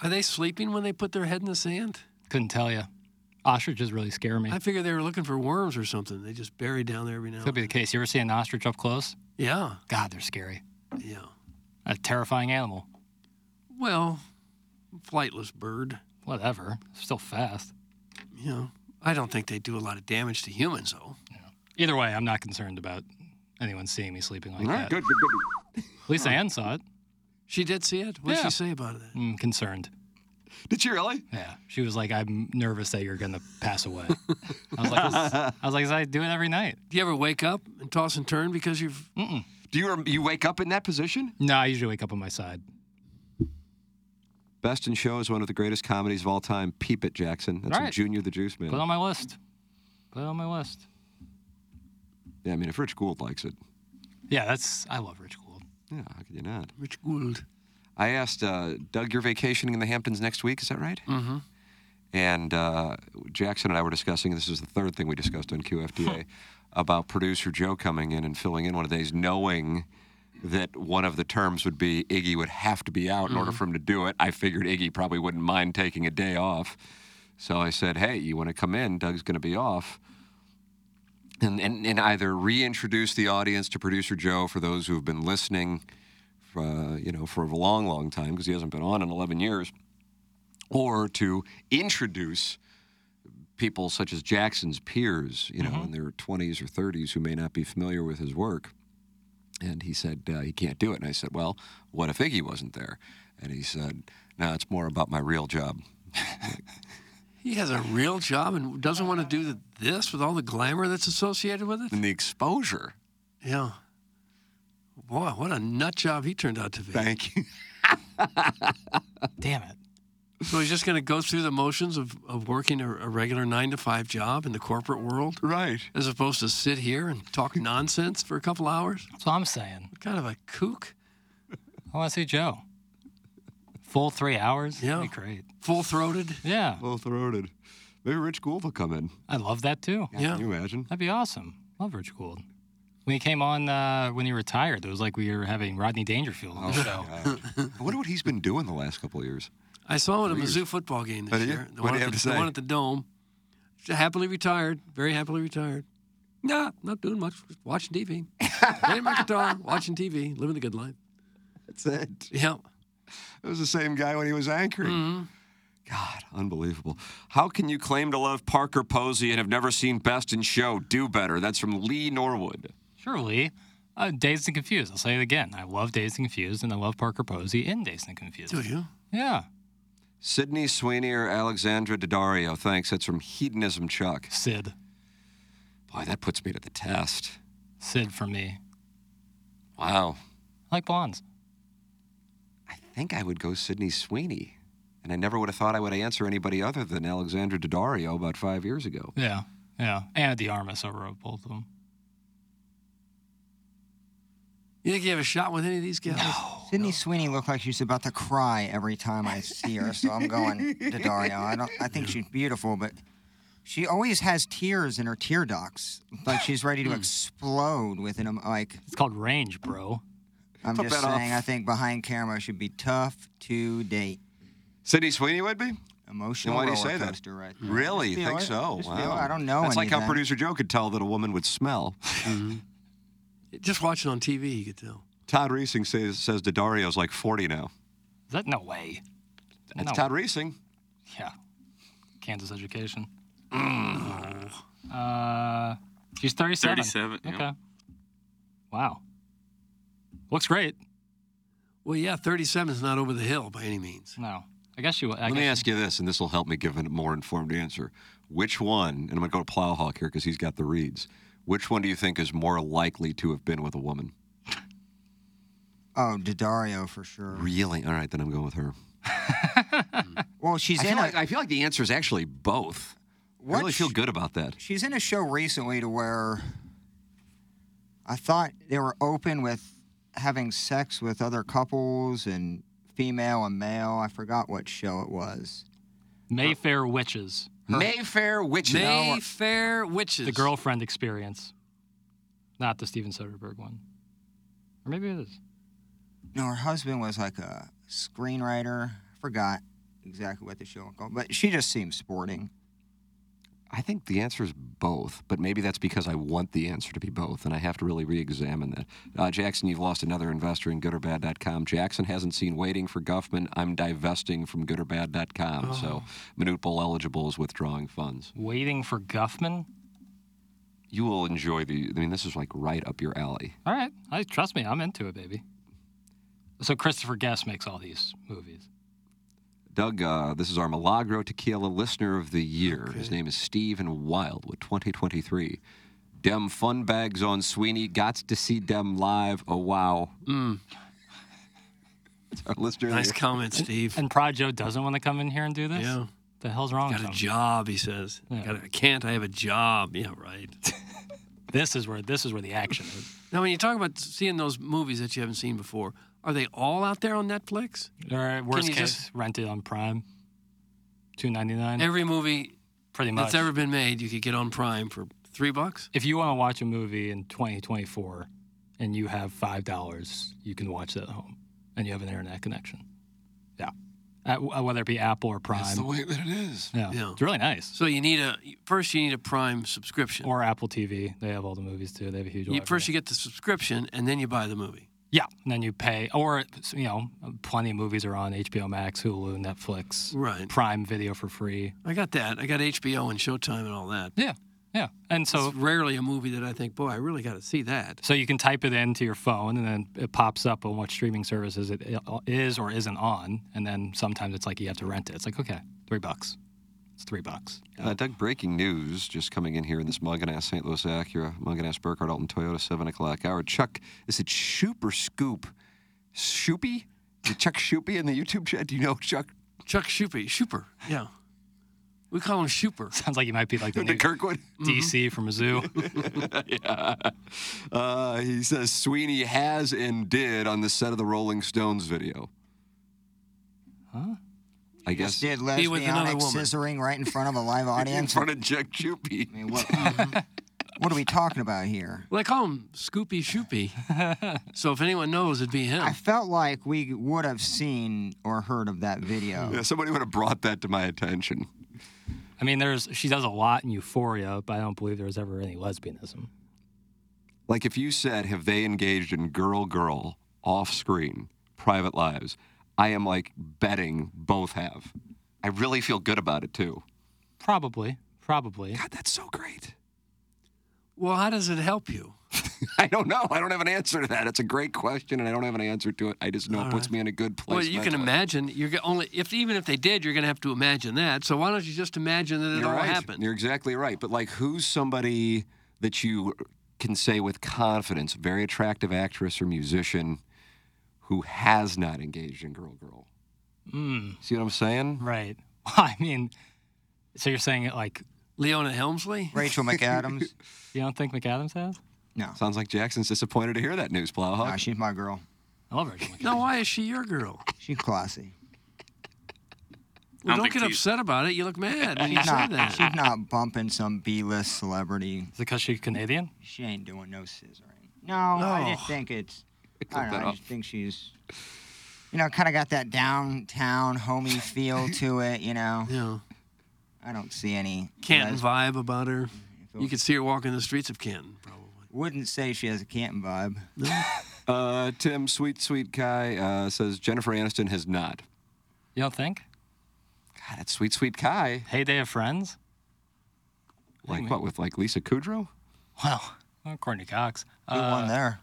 Speaker 3: Are they sleeping when they put their head in the sand?
Speaker 4: Couldn't tell you. Ostriches really scare me.
Speaker 3: I figured they were looking for worms or something. They just buried down there every now.
Speaker 4: Could be the case. You ever see an ostrich up close?
Speaker 3: Yeah.
Speaker 4: God, they're scary.
Speaker 3: Yeah.
Speaker 4: A terrifying animal.
Speaker 3: Well, flightless bird.
Speaker 4: Whatever. Still fast.
Speaker 3: You know, I don't think they do a lot of damage to humans though.
Speaker 4: Either way, I'm not concerned about anyone seeing me sleeping like
Speaker 3: All right,
Speaker 4: that.
Speaker 3: good,
Speaker 4: good. At least Ann saw it.
Speaker 3: She did see it. What did
Speaker 4: Yeah.
Speaker 3: she say about it?
Speaker 4: Mm, concerned.
Speaker 2: Did she really?
Speaker 4: Yeah. She was like, "I'm nervous that you're gonna pass away." I was like, "I was like, I do it every night."
Speaker 3: Do you ever wake up and toss and turn because you've?
Speaker 4: Mm-mm.
Speaker 2: Do you you wake up in that position?
Speaker 4: No, I usually wake up on my side.
Speaker 2: Best in Show is one of the greatest comedies of all time. Peep it, Jackson. That's
Speaker 4: All
Speaker 2: from
Speaker 4: right.
Speaker 2: Junior the Juice Man.
Speaker 4: Put it on my list. Put it on my list.
Speaker 2: yeah, I mean, if Rich Gould likes it,
Speaker 4: Yeah, that's. I love Rich Gould.
Speaker 2: yeah, how could you not?
Speaker 3: Rich Gould.
Speaker 2: I asked uh, Doug, you're vacationing in the Hamptons next week, is that right? Mm-hmm. And uh, Jackson and I were discussing, this is the third thing we discussed on QFDA, [LAUGHS] about producer Joe coming in and filling in one of the days, knowing that one of the terms would be Iggy would have to be out in order
Speaker 13: Mhm.
Speaker 2: for him to do it. I figured Iggy probably wouldn't mind taking a day off. So I said, hey, you want to come in? Doug's going to be off. And, and, and either reintroduce the audience to producer Joe for those who have been listening for, uh, you know, for a long, long time because he hasn't been on in 11 years, or to introduce people such as Mm-hmm. Jackson's peers, you know, in their 20s or 30s who may not be familiar with his work. And he said, uh, he can't do it. And I said, well, what if Iggy wasn't there? And he said, no, it's more about my real job.
Speaker 3: He has a real job and doesn't want to do th- this with all the glamour that's associated with it.
Speaker 2: And the exposure.
Speaker 3: Yeah. Boy, what a nut job he turned out to be.
Speaker 2: Thank you. [LAUGHS]
Speaker 3: Damn it. So he's just going to go through the motions of, of working a, a regular nine to five job in the corporate world?
Speaker 2: Right.
Speaker 3: As opposed to sit here and
Speaker 2: [LAUGHS]
Speaker 3: talk nonsense for a couple hours?
Speaker 4: That's what I'm saying.
Speaker 3: What kind of a kook?
Speaker 4: I want to see Joe. Full three hours?
Speaker 3: Yeah.
Speaker 4: That'd be great.
Speaker 3: Full throated?
Speaker 4: Yeah.
Speaker 2: Full throated. Maybe Rich Gould will come in.
Speaker 4: I love that too.
Speaker 2: Yeah. Can you [LAUGHS] imagine?
Speaker 4: That'd be awesome. Love Rich Gould. When he came on, uh, when he retired, it was like we were having Rodney Dangerfield on the show.
Speaker 2: I wonder what he's been doing the last couple of years.
Speaker 3: I saw him at a
Speaker 2: Three years.
Speaker 3: Mizzou football game
Speaker 2: Oh,
Speaker 3: this
Speaker 2: did you?
Speaker 3: year. The
Speaker 2: What'd
Speaker 3: one
Speaker 2: he
Speaker 3: at
Speaker 2: have
Speaker 3: the-
Speaker 2: to
Speaker 3: The
Speaker 2: say?
Speaker 3: one at the Dome. Happily retired. Very happily retired. Nah, not doing much. Just
Speaker 2: [LAUGHS]
Speaker 3: watching TV. Playing my guitar, watching TV, living the good life.
Speaker 2: That's it.
Speaker 3: Yeah.
Speaker 2: It was the same guy when he was anchoring. God, unbelievable. How can you claim to love Parker Posey and have never seen Best in Show? Do better. That's from Lee Norwood.
Speaker 4: Surely, uh, Dazed and Confused. I'll say it again. I love Dazed and Confused, and I love Parker Posey in Dazed and Confused.
Speaker 3: Do you?
Speaker 4: Yeah.
Speaker 2: Sydney Sweeney or Alexandra Daddario? Thanks. That's from Hedonism Chuck.
Speaker 4: Sid.
Speaker 2: Boy, that puts me to the test.
Speaker 4: Sid for me.
Speaker 2: Wow.
Speaker 4: I like blondes.
Speaker 2: I think I would go Sydney Sweeney. And I never would have thought I would answer anybody other than Alexandra Daddario about five years ago.
Speaker 4: Yeah. Yeah. And the Armas over both of them.
Speaker 3: You think you have a shot with any of these guys?
Speaker 6: Sydney Sweeney looked like she's about to cry every time I see her, so I'm going to Dario. I don't. I think she's beautiful, but she always has tears in her tear ducts, like she's ready to explode with an like.
Speaker 4: It's called range, bro.
Speaker 6: I'm
Speaker 4: Put
Speaker 6: just
Speaker 4: that off.
Speaker 6: saying. I think behind camera should be tough to date.
Speaker 2: Sydney Sweeney would be
Speaker 6: Mm-hmm. emotional.
Speaker 2: why do you
Speaker 6: roller
Speaker 2: say that?
Speaker 6: coaster Right there.
Speaker 2: Really? You
Speaker 6: Just feel
Speaker 2: think
Speaker 6: it.
Speaker 2: so?
Speaker 6: Just
Speaker 2: wow.
Speaker 6: feel it. I don't know.
Speaker 2: That's like how
Speaker 6: anything.
Speaker 2: producer Joe could tell that a woman would smell.
Speaker 3: Just watching on TV, you could tell.
Speaker 2: Todd Reesing says says Daddario's like 40 now.
Speaker 4: Is that no way?
Speaker 2: That's
Speaker 4: No.
Speaker 2: Todd Reesing.
Speaker 4: Yeah. Kansas education. Uh, she's 37.
Speaker 7: 37, yeah.
Speaker 4: Okay. Wow. Looks great.
Speaker 3: Well, yeah, 37 is not over the hill by any means.
Speaker 4: No. I guess you. I
Speaker 2: Let
Speaker 4: guess
Speaker 2: me ask you this, and this will help me give a more informed answer. Which one, and I'm going to go to Plowhawk here because he's got the reads. Which one do you think is more likely to have been with a woman?
Speaker 6: Oh, Daddario for sure.
Speaker 2: Really? All right, then I'm going with her.
Speaker 6: Well, she's
Speaker 2: I
Speaker 6: in
Speaker 2: feel,
Speaker 6: a-
Speaker 2: like, I feel like the answer is actually both. I
Speaker 6: What
Speaker 2: really feel good about that.
Speaker 6: She's in a show recently to where I thought they were open with having sex with other couples and female and male. I forgot what show it was.
Speaker 4: Mayfair Witches.
Speaker 2: Mayfair Witches.
Speaker 3: Mayfair Witches.
Speaker 4: The girlfriend experience. Not the Steven Soderbergh one. Or maybe it is.
Speaker 6: No, her husband was like a screenwriter. I forgot exactly what the show was called, but she just seems sporting.
Speaker 2: I think the answer is both, but maybe that's because I want the answer to be both, and I have to really re examine that. Uh, Jackson, you've lost another investor in goodorbad.com. Jackson hasn't seen Waiting for Guffman. I'm divesting from goodorbad.com. So, Manute Bowl eligible is withdrawing funds.
Speaker 4: Waiting for Guffman?
Speaker 2: You will enjoy the, I mean, this is like right up your alley.
Speaker 4: All right. I Trust me, I'm into it, baby. So Christopher Guest makes all these movies.
Speaker 2: Doug, uh, this is our Milagro Tequila Listener of the Year. His name is Steven Wild with 2023. Dem fun bags on Sweeney. Gots to see dem live. Oh, wow.
Speaker 3: Mm.
Speaker 2: That's [LAUGHS] our listener. of the
Speaker 3: Nice
Speaker 2: year.
Speaker 3: comment, Steve.
Speaker 4: And Prod Joe doesn't want to come in here and do this?
Speaker 3: Yeah.
Speaker 4: The hell's wrong
Speaker 3: Got a
Speaker 4: with him?
Speaker 3: job, he says.
Speaker 4: Yeah.
Speaker 3: Got a, I can't. I have a job. Yeah,
Speaker 4: [LAUGHS]
Speaker 3: right.
Speaker 4: This is where this is where the action is.
Speaker 3: now, when you talk about seeing those movies that you haven't seen before, are they all out there on Netflix?
Speaker 4: All right, worst
Speaker 3: you
Speaker 4: case,
Speaker 3: just-
Speaker 4: rent it on Prime. Two ninety nine.
Speaker 3: Every movie
Speaker 4: Pretty much.
Speaker 3: that's ever been made, you could get on Prime for three bucks.
Speaker 4: if you want to watch a movie in 2024 and you have five dollars, you can watch that at home, and you have an internet connection. Yeah, At, uh, whether it be Apple or Prime.
Speaker 2: that it is.
Speaker 4: yeah. it's really nice.
Speaker 3: So you need a first. You need a Prime subscription.
Speaker 4: Or Apple TV, they have all the movies too. They have a huge.
Speaker 3: You,
Speaker 4: library.
Speaker 3: first, you get the subscription, and then you buy the movie.
Speaker 4: yeah, and then you pay, or you know, plenty of movies are on HBO Max, Hulu, Netflix,
Speaker 3: Right.
Speaker 4: Prime Video for free.
Speaker 3: I got that. I got HBO and Showtime and all that.
Speaker 4: Yeah, Yeah. And so
Speaker 3: it's rarely a movie that I think, boy, I really got to see that.
Speaker 4: So you can type it into your phone, and then it pops up on what streaming services it is or isn't on. And then sometimes it's like you have to rent it. It's like okay, three bucks. It's three bucks. [LAUGHS]
Speaker 2: Uh, Doug, breaking news just coming in here in this Munganass St. Louis Acura, Munganass Burkhardt Alton Toyota, 7 o'clock hour. Chuck, is it Shoop or Scoop? Shoopy? Is it Chuck Shoopy in the YouTube chat? Do you know Chuck?
Speaker 3: Chuck Shoopy, Shooper, yeah. We call him Shooper.
Speaker 4: Sounds like you might be like the
Speaker 2: To
Speaker 4: new
Speaker 2: Kirkwood?
Speaker 4: DC from Mizzou.
Speaker 2: yeah. [LAUGHS] Uh, he says Sweeney has and did on the set of the Rolling Stones video.
Speaker 4: Huh?
Speaker 2: I guess.
Speaker 6: Did lesbianic scissoring right in front of a live audience?
Speaker 2: [LAUGHS] In front of Jack Choopy.
Speaker 6: What are we talking about here?
Speaker 3: Well, they call him Scoopy Shoopy. so if anyone knows, it'd be him.
Speaker 6: I felt like we would have seen or heard of
Speaker 2: [LAUGHS]
Speaker 6: that video.
Speaker 2: Yeah, somebody would have brought that to my attention.
Speaker 4: I mean, there's she does a lot in Euphoria, but I don't believe there was ever any lesbianism.
Speaker 2: Like if you said, have they engaged in girl girl off screen private lives? I am like betting both have. I really feel good about it too.
Speaker 4: Probably, probably.
Speaker 2: God, that's so great. [LAUGHS]
Speaker 3: Well, how does it help you?
Speaker 2: I don't know. I don't have an answer to that. It's a great question, and I don't have an answer to it. I just know
Speaker 3: All
Speaker 2: it puts
Speaker 3: right.
Speaker 2: me in a good place.
Speaker 3: Well, you can
Speaker 2: mentally.
Speaker 3: imagine. You're go- only if even if they did, you're going to have to imagine that. So why don't you just imagine that it
Speaker 2: You're
Speaker 3: all
Speaker 2: right.
Speaker 3: happened?
Speaker 2: You're exactly right. But like, who's somebody that you can say with confidence, very attractive actress or musician, who has not engaged in girl girl?
Speaker 4: Mm.
Speaker 2: See what I'm saying?
Speaker 4: Right. [LAUGHS] I mean, so you're saying it like
Speaker 3: Leona Helmsley,
Speaker 6: Rachel McAdams.
Speaker 4: you don't think McAdams has?
Speaker 3: [LAUGHS]
Speaker 6: No.
Speaker 2: Sounds like Jackson's disappointed to hear that news, Plowhawk.
Speaker 6: Nah, she's my girl.
Speaker 4: I love Rachel
Speaker 3: Now, why is she your girl?
Speaker 6: She's classy.
Speaker 3: Well,
Speaker 6: I don't
Speaker 3: don't
Speaker 6: think
Speaker 3: get
Speaker 6: she's-
Speaker 3: upset about it. You look mad when you
Speaker 6: [LAUGHS] She's
Speaker 3: say
Speaker 6: not,
Speaker 3: that.
Speaker 6: she's not bumping some B-list celebrity.
Speaker 4: Is it because she's Canadian?
Speaker 6: She ain't doing no scissoring. No, I just think it's. I, don't know, I just think she's, you know, kind of got that downtown
Speaker 3: [LAUGHS]
Speaker 6: homey feel to it. You know.
Speaker 3: Yeah.
Speaker 6: I don't see any.
Speaker 3: Canton
Speaker 6: lesb-
Speaker 3: vibe about her. You could see her walking the streets of Canton.
Speaker 6: Wouldn't say she has a Canton vibe.
Speaker 2: Uh, Tim, sweet, sweet Kai uh, says Jennifer Aniston has not.
Speaker 4: You don't think?
Speaker 2: God, that's sweet, sweet Kai.
Speaker 4: Heyday of Friends.
Speaker 2: Like what with like Lisa Kudrow?
Speaker 4: Wow. Courtney Cox.
Speaker 6: Good
Speaker 3: Uh,
Speaker 6: one there.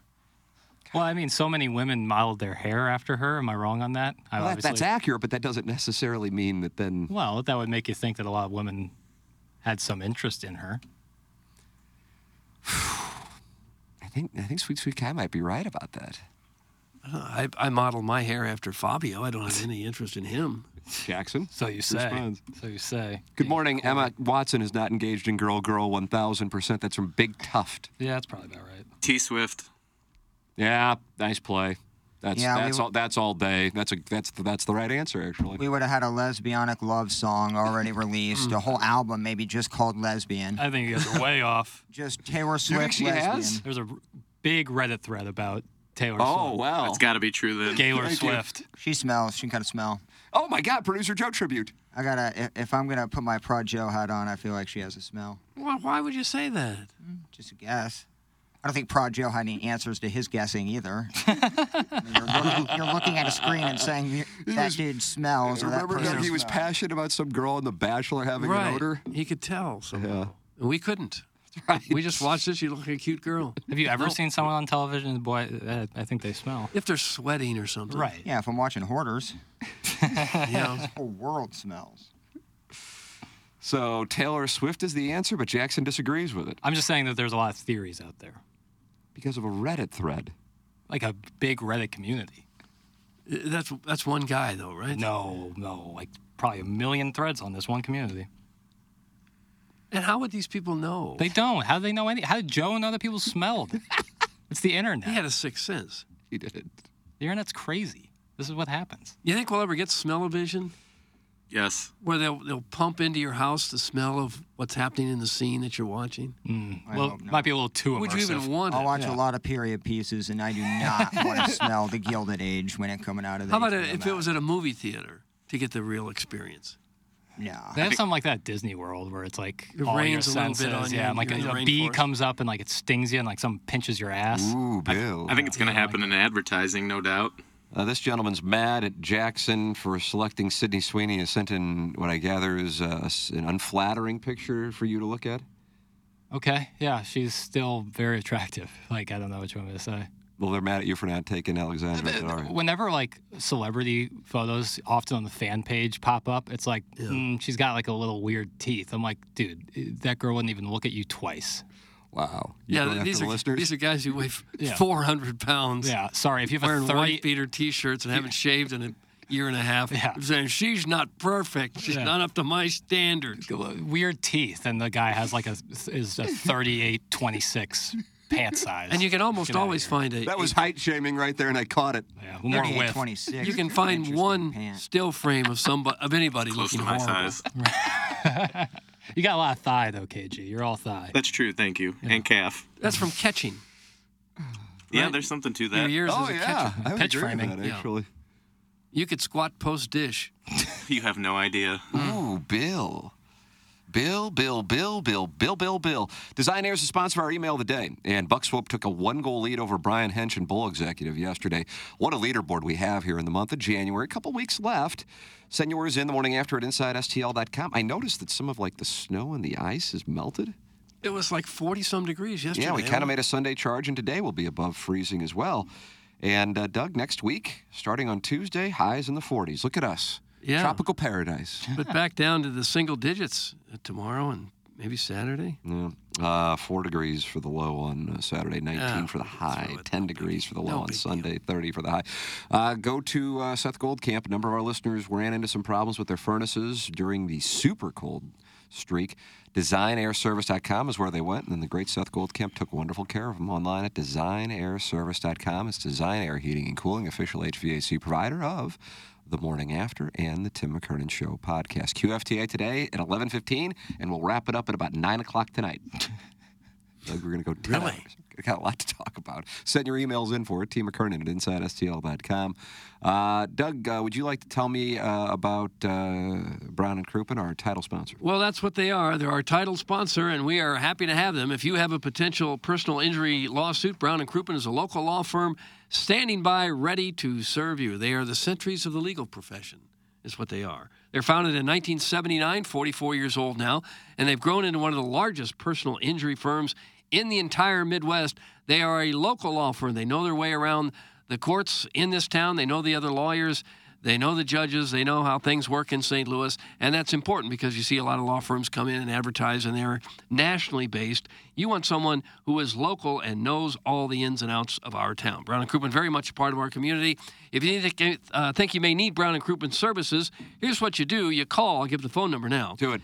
Speaker 4: Well, I mean, so many women modeled their hair after her. Am I wrong on that? I
Speaker 2: Well, that- that's
Speaker 4: obviously-
Speaker 2: accurate, but that doesn't necessarily mean that then.
Speaker 4: Well, that would make you think that a lot of women had some interest in her.
Speaker 2: I think I think Sweet Sweet Kai might be right about that.
Speaker 3: I, I model my hair after Fabio. I don't have any interest in [LAUGHS] him.
Speaker 2: Jackson.
Speaker 4: So you say.
Speaker 2: Responds.
Speaker 4: So you say.
Speaker 2: Good morning, Emma Watson is not engaged in Girl Girl 1000%. That's from Big Tuft.
Speaker 4: Yeah, that's probably about right.
Speaker 7: T Swift.
Speaker 2: Yeah, nice play. That's
Speaker 6: Yeah, we
Speaker 2: that's
Speaker 6: were-
Speaker 2: all that's all day. That's a that's the, that's the right answer actually.
Speaker 6: We would have had a lesbianic love
Speaker 4: [LAUGHS]
Speaker 6: song already
Speaker 4: Hmm.
Speaker 6: released, a whole album maybe just called Lesbian.
Speaker 4: I think you [LAUGHS] guys are way off.
Speaker 6: Just Taylor
Speaker 4: Uh, You think
Speaker 6: Swift
Speaker 4: she
Speaker 6: lesbian.
Speaker 4: has? There's a r- big Reddit thread about Taylor
Speaker 2: Oh,
Speaker 4: Swift.
Speaker 2: wow. That's
Speaker 7: got to be true then.
Speaker 4: Taylor
Speaker 6: Thank you.
Speaker 4: Swift.
Speaker 6: She smells. She can kind of smell.
Speaker 2: Oh my God, producer Joe tribute.
Speaker 6: I gotta. i- If I'm gonna put my Prod Joe hat on, I feel like she has a smell.
Speaker 3: Why, why would you say that?
Speaker 6: Just a guess. I don't think Prod Joe had any answers to his
Speaker 4: [LAUGHS]
Speaker 6: guessing either. I mean, you're, looking, you're looking at a screen and saying "You- that dude
Speaker 2: Oh,
Speaker 6: smells or that
Speaker 2: Remember
Speaker 6: person
Speaker 2: Doug, he was
Speaker 6: smells."
Speaker 2: passionate about some girl on The Bachelor having
Speaker 3: right.
Speaker 2: an odor.
Speaker 3: He could tell somehow. And we [LAUGHS] couldn't. We just watched this. You look like a cute girl.
Speaker 4: Have you ever
Speaker 3: No.
Speaker 4: seen someone on television? Boy, uh, I think they smell.
Speaker 3: If they're sweating or something.
Speaker 4: Right.
Speaker 6: Yeah, if I'm watching Hoarders,
Speaker 3: Yeah.
Speaker 6: the whole world smells.
Speaker 2: So Taylor Swift is the answer, but Jackson disagrees with it
Speaker 4: I'm just saying that there's a lot of theories out there,
Speaker 2: because of a Reddit thread.
Speaker 4: like a big Reddit community.
Speaker 3: Uh, That's that's one guy though, right?
Speaker 4: No, no, like probably a million threads on this one community.
Speaker 3: And how would these people know?
Speaker 4: They don't. How do they know any? How did Joe and other
Speaker 2: [LAUGHS]
Speaker 4: people smelled? it's the internet.
Speaker 3: He had a sixth sense.
Speaker 2: He did.
Speaker 4: The internet's crazy. This is what happens.
Speaker 3: You think we'll ever get smell-o-vision,
Speaker 7: Yes.
Speaker 3: where they'll they'll pump into your house the smell of what's happening in the scene that you're watching?
Speaker 6: I
Speaker 4: well,
Speaker 3: Oh,
Speaker 6: hope not.
Speaker 4: might be a little too
Speaker 3: Would you
Speaker 4: immersive.
Speaker 3: even want
Speaker 6: I
Speaker 3: it?
Speaker 6: watch
Speaker 3: Yeah.
Speaker 6: a lot of period pieces, and I do not
Speaker 3: [LAUGHS]
Speaker 6: want to smell the Gilded Age when it coming out of the.
Speaker 3: How about it, if it was at a movie theater to get the real experience?
Speaker 6: Yeah.
Speaker 4: They have something like that at Disney World where it's like
Speaker 3: It
Speaker 4: all your
Speaker 3: rains a little bit
Speaker 4: senses.
Speaker 3: on you
Speaker 4: yeah,
Speaker 3: and
Speaker 4: like
Speaker 3: you're in
Speaker 4: a,
Speaker 3: the
Speaker 4: a bee
Speaker 3: rainforest.
Speaker 4: comes up and like it stings you and like something pinches your ass.
Speaker 2: Ooh, Bill.
Speaker 7: I think it's going to happen in advertising, no doubt.
Speaker 2: Uh, this gentleman's mad at Jackson for selecting Sidney Sweeney and sent in what I gather is uh, s- an unflattering picture for you to look at.
Speaker 4: Okay. Yeah, she's still very attractive. [LAUGHS] Like I don't know what you want me to say.
Speaker 2: Well, they're mad at you for not taking Alexandra.
Speaker 4: Uh,
Speaker 2: Daddario.
Speaker 4: Whenever like celebrity photos, often on the fan page, pop up, it's like "Mm, she's got like a little weird teeth. I'm like, dude, that girl wouldn't even look at you [LAUGHS] twice.
Speaker 2: Wow.
Speaker 3: yeah, th- these are these are guys who weigh f-
Speaker 4: [LAUGHS] Yeah.
Speaker 3: 400 pounds.
Speaker 4: Yeah, sorry, if you have a
Speaker 3: wearing
Speaker 4: 30
Speaker 3: white beater T-shirts and haven't shaved in a year and a half,
Speaker 4: Yeah.
Speaker 3: I'm saying she's not perfect. She's
Speaker 4: Yeah.
Speaker 3: not up to my standards.
Speaker 4: Weird teeth, and the guy has like a is a 38, 26 pant size.
Speaker 3: And you can almost always find a.
Speaker 2: That was height shaming right there, and I caught it.
Speaker 4: Yeah,
Speaker 3: more width. You can find one still frame of somebody of anybody looking
Speaker 7: my
Speaker 3: horrible.
Speaker 7: size.
Speaker 4: You got a lot of thigh though, KG. You're all thigh.
Speaker 7: That's true. Thank you. And calf.
Speaker 3: That's from catching.
Speaker 7: Yeah,
Speaker 3: Right?
Speaker 7: there's something to that.
Speaker 3: Your years
Speaker 2: Oh,
Speaker 3: as a catcher.
Speaker 7: Oh, I would
Speaker 3: pitch
Speaker 7: agree with
Speaker 3: framing.
Speaker 7: that, actually.
Speaker 3: You could squat post dish.
Speaker 7: You have no idea.
Speaker 2: Ooh, Bill. Bill, Bill, Bill, Bill, Bill, Bill, Bill. Design Air is the sponsor of our email of the day, and Buck Swope took a one goal lead over Brian Hench and Bull Executive yesterday. What a leaderboard we have here in the month of January. A couple weeks left. Send yours in the morning after at InsideSTL.com. I noticed that some of like the snow and the ice is melted.
Speaker 3: It was like 40 some degrees yesterday.
Speaker 2: Yeah, we kind of made a Sunday charge, and today will be above freezing as well. And uh, Doug, next week, starting on Tuesday, highs in the 40s. Look at us.
Speaker 3: Yeah.
Speaker 2: Tropical paradise.
Speaker 3: But back down to the single digits tomorrow and maybe Saturday.
Speaker 2: Yeah. Uh, four degrees for the low on uh, Saturday, 19 for the high, 10 degrees for the low on Sunday, 30 for the high. Uh, go to uh, Seth Goldcamp. A number of our listeners ran into some problems with their furnaces during the super cold streak. DesignAirService.com is where they went, and then the great Seth Goldcamp took wonderful care of them online at DesignAirService.com. It's Design Air Heating and Cooling, official HVAC provider of the morning after and the tim mckernan show podcast qfta today at 11.15 and we'll wrap it up at about 9 o'clock tonight Doug, we're going to go 10 really? hours. I got a lot to talk about. Send your emails in for it. T. McKernan at InsideSTL.com. Uh, Doug, uh, would you like to tell me uh, about uh, Brown and Crouppen, our title sponsor?
Speaker 3: Well, that's what they are. They're our title sponsor, and we are happy to have them. If you have a potential personal injury lawsuit, Brown and Crouppen is a local law firm standing by, ready to serve you. They are the sentries of the legal profession, is what they are. They're founded in 1979, 44 years old now, and they've grown into one of the largest personal injury firms in the entire Midwest. They are a local law firm. They know their way around the courts in this town, they know the other lawyers. They know the judges, they know how things work in St. Louis, and that's important because you see a lot of law firms come in and advertise and they're nationally based. You want someone who is local and knows all the ins and outs of our town. Brown and Crouppen very much a part of our community. If you think, uh, think you may need Brown and Crouppen services, here's what you do. You call, I'll give the phone number now.
Speaker 2: Do it.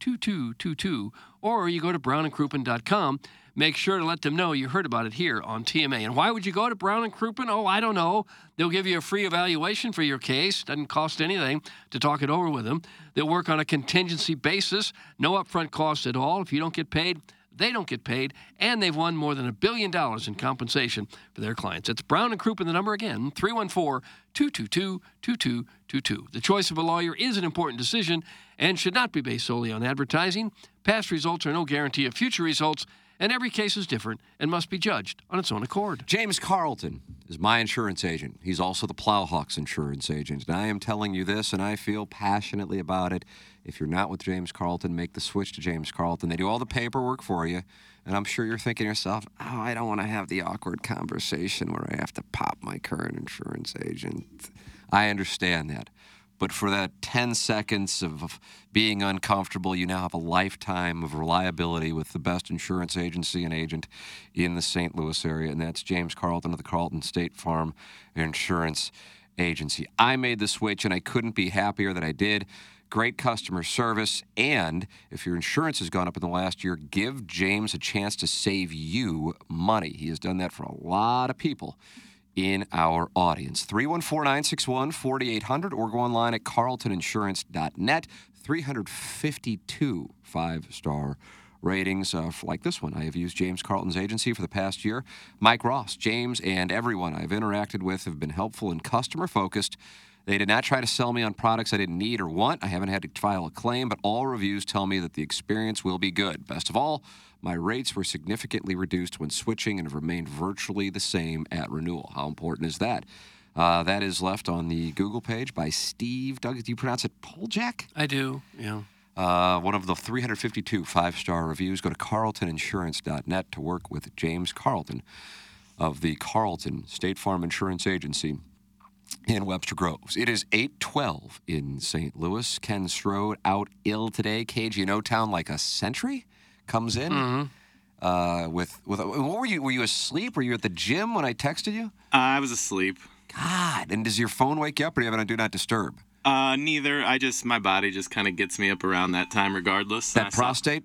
Speaker 3: 314-222-2222 or you go to brownandcrouppen.com. Make sure to let them know you heard about it here on TMA. And why would you go to Brown and Crouppen? Oh, I don't know. They'll give you a free evaluation for your case. Doesn't cost anything to talk it over with them. They'll work on a contingency basis, no upfront costs at all. If you don't get paid, they don't get paid, and they've won more than a billion dollars in compensation for their clients. It's Brown and Crouppen, the number again, 314 222 2222. The choice of a lawyer is an important decision and should not be based solely on advertising. Past results are no guarantee of future results, and every case is different and must be judged on its own accord.
Speaker 2: James Carlton is my insurance agent. He's also the Plowhawks insurance agent. And I am telling you this, and I feel passionately about it. If you're not with James Carlton, make the switch to James Carlton. They do all the paperwork for you. And I'm sure you're thinking to yourself, oh, I don't want to have the awkward conversation where I have to pop my current insurance agent. I understand that. But for that 10 seconds of of being uncomfortable, you now have a lifetime of reliability with the best insurance agency and agent in the St. Louis area, and that's James Carlton of the Carlton State Farm Insurance Agency. I made the switch, and I couldn't be happier that I did. Great customer service, and if your insurance has gone up in the last year, give James a chance to save you money. He has done that for a lot of people in our audience. 314 961 4800 or go online at carltoninsurance.net. 352 five star ratings uh, like this one. I have used James Carlton's agency for the past year. Mike Ross, James, and everyone I've interacted with have been helpful and customer focused. They did not try to sell me on products I didn't need or want. I haven't had to file a claim, but all reviews tell me that the experience will be good. Best of all, my rates were significantly reduced when switching and have remained virtually the same at renewal. How important is that? Uh, that is left on the Google page by Steve Doug. Do you pronounce it Poljack?
Speaker 3: I do, yeah.
Speaker 2: Uh, one of the 352 five star reviews. Go to carltoninsurance.net to work with James Carlton of the Carlton State Farm Insurance Agency in Webster Groves. It is 812 in St. Louis. Ken Strode out ill today. KG in O-Town like a century comes in. Uh, with with what were you were you asleep? Were you at the gym when I texted you?
Speaker 7: Uh, I was asleep.
Speaker 2: God, and does your phone wake you up, or do you have it on do not disturb?
Speaker 7: Uh, neither. I just my body just kind of gets me up around that time, regardless.
Speaker 2: That
Speaker 7: I saw-
Speaker 2: prostate?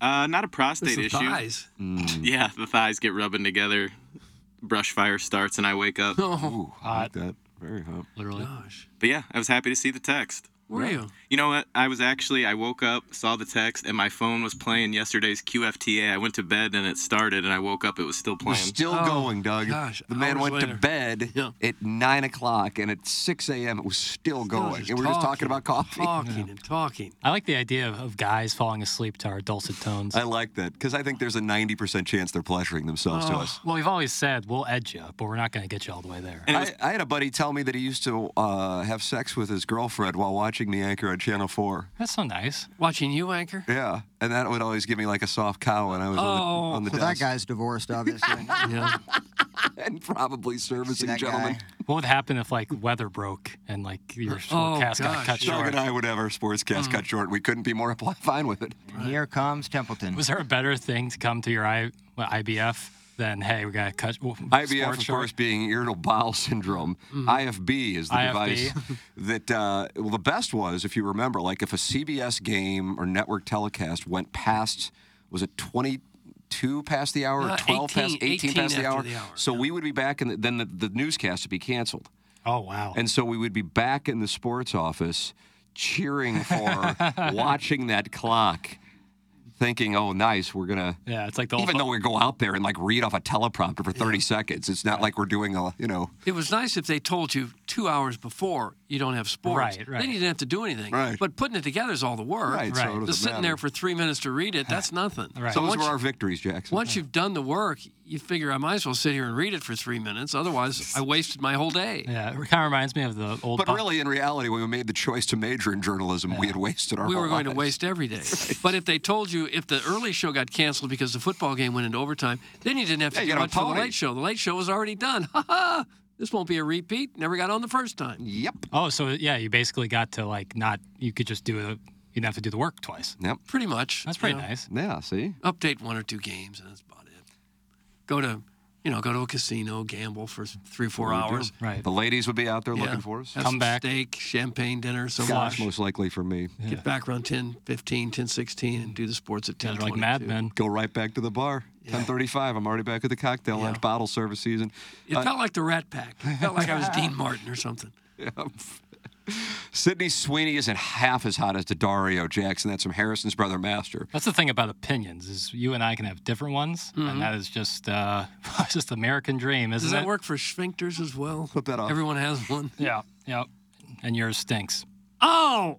Speaker 7: uh, not a prostate
Speaker 2: the
Speaker 7: issue.
Speaker 2: thighs.
Speaker 7: [LAUGHS] Yeah, the thighs get rubbing together. Brush fire starts, and I
Speaker 3: [LAUGHS]
Speaker 7: wake up.
Speaker 3: Oh,
Speaker 7: hot.
Speaker 2: that very hot.
Speaker 3: Literally. Gosh.
Speaker 7: But yeah, I was happy to see the text.
Speaker 3: Were you?
Speaker 7: You know what? I was actually I woke up, saw the text, and my phone was playing yesterday's QFTA. I went to bed and it started, and I woke up. It was still
Speaker 2: We're
Speaker 7: playing.
Speaker 6: [LAUGHS]
Speaker 2: still going, Doug. the man
Speaker 7: hours
Speaker 2: went to
Speaker 7: later.
Speaker 2: bed at nine o'clock, and at six a.m. it was still going, and we were just talking about coffee.
Speaker 3: and talking.
Speaker 4: I like the idea of, of guys falling asleep to our dulcet
Speaker 2: [LAUGHS]
Speaker 4: tones.
Speaker 2: I like that because I think there's a ninety percent chance they're pleasuring themselves to
Speaker 4: Oh,
Speaker 2: us.
Speaker 4: Well, we've always said we'll edge you, but we're not going to get you all the way there.
Speaker 2: I, I had a buddy tell me that he used to uh, have sex with his girlfriend while watching the anchor on Channel Four.
Speaker 4: That's so nice.
Speaker 3: Watching you anchor.
Speaker 2: Yeah, and that would always give me like a soft cow when I was
Speaker 3: Oh.
Speaker 2: on the, on the
Speaker 6: So that
Speaker 2: desk.
Speaker 6: guy's divorced, obviously.
Speaker 3: yeah.
Speaker 2: [LAUGHS] and probably servicing
Speaker 6: that
Speaker 2: gentlemen.
Speaker 6: guy?
Speaker 4: What would happen if like weather broke and like your
Speaker 3: Oh,
Speaker 4: forecast got
Speaker 2: Doug
Speaker 4: cut short?
Speaker 2: and I would have our sportscast cut short. We couldn't be more [LAUGHS] pl- fine with it.
Speaker 6: Here comes Templeton.
Speaker 4: Was there a better thing to come to your I, what, IBF than hey, we got to cut w-
Speaker 2: IBF,
Speaker 4: sports
Speaker 2: of
Speaker 4: short?
Speaker 2: course, being irritable bowel syndrome.
Speaker 3: Mm-hmm.
Speaker 2: IFB is the
Speaker 4: IFB.
Speaker 2: device that, uh, well, the best was, if you remember, like if a CBS game or network telecast went past, was it 22 past the hour, or
Speaker 3: Uh,
Speaker 2: 12 past,
Speaker 3: 18,
Speaker 2: 18, past
Speaker 3: 18
Speaker 2: the
Speaker 3: after
Speaker 2: hour?
Speaker 3: the hour,
Speaker 2: So we would be back, and then the, the newscast would be canceled.
Speaker 4: Oh wow.
Speaker 2: And so we would be back in the sports office cheering
Speaker 3: [LAUGHS]
Speaker 2: for, watching that clock, thinking, oh, nice, we're going to.
Speaker 4: Yeah, it's like the
Speaker 2: Even
Speaker 4: old
Speaker 2: though we go out there and like read off a teleprompter for 30 seconds, it's not like we're doing a, you know.
Speaker 3: It was nice if they told you two hours before you don't have sports.
Speaker 2: Right, right.
Speaker 3: Then you didn't have to do anything.
Speaker 2: Right.
Speaker 3: But putting it together is all the work.
Speaker 2: Right, so it doesn't
Speaker 3: Just sitting
Speaker 2: matter.
Speaker 3: there for three minutes to read it,
Speaker 2: [LAUGHS]
Speaker 3: that's nothing.
Speaker 2: So those
Speaker 3: Once
Speaker 2: were
Speaker 3: you-
Speaker 2: our victories, Jackson.
Speaker 3: Once you've done the work, you figure I might as well sit here and read it for three minutes. Otherwise, I wasted my whole day.
Speaker 4: Yeah, it kind of reminds me of the old.
Speaker 2: but really, in reality, when we made the choice to major in journalism, we had wasted our
Speaker 3: we
Speaker 2: whole
Speaker 3: were going to
Speaker 2: lives.
Speaker 3: waste
Speaker 2: [LAUGHS]
Speaker 3: every day. But if they told you if the early show got canceled because the football game went into overtime, then you didn't have to
Speaker 2: Yeah, you
Speaker 3: do
Speaker 2: got a
Speaker 3: much for the
Speaker 2: pony.
Speaker 3: late show. The late show was already done. [LAUGHS] Ha ha! This won't be a repeat. Never got on the first time.
Speaker 2: Yep.
Speaker 4: Oh, so yeah, you basically got to like not. You could just do it. You didn't have to do the work twice.
Speaker 2: Yep.
Speaker 3: Pretty much.
Speaker 4: That's pretty
Speaker 3: you know.
Speaker 4: nice.
Speaker 2: Yeah, see?
Speaker 3: Update one or two games, and that's about it. Go to, you know, go to a casino, gamble for three or four
Speaker 2: What we do.
Speaker 3: hours.
Speaker 2: The ladies would be out there
Speaker 3: Yeah.
Speaker 2: looking for us.
Speaker 3: Have some Steak, champagne dinner, some
Speaker 2: Gosh,
Speaker 3: lunch.
Speaker 2: most likely for me.
Speaker 3: Get back around 10, 15, 10, 16, and do the sports at 10.
Speaker 2: like Mad Men. Go right back to the bar. 10:35. I'm already back at the cocktail lounge. Bottle service season.
Speaker 3: It
Speaker 2: Uh,
Speaker 3: felt like the Rat Pack. It felt like I was
Speaker 2: [LAUGHS]
Speaker 3: Dean Martin or something.
Speaker 2: Sydney Sweeney isn't half as hot as Dario Jackson. That's from Harrison's brother Master.
Speaker 4: That's the thing about opinions is you and I can have different ones,
Speaker 3: Mhm.
Speaker 4: and that is just uh, [LAUGHS] it's just the American dream, isn't
Speaker 3: Does
Speaker 4: it?
Speaker 3: that work for sphincters as well?
Speaker 2: Flip that off.
Speaker 3: Everyone has one.
Speaker 4: Yeah. Yep. And yours stinks.
Speaker 3: Oh!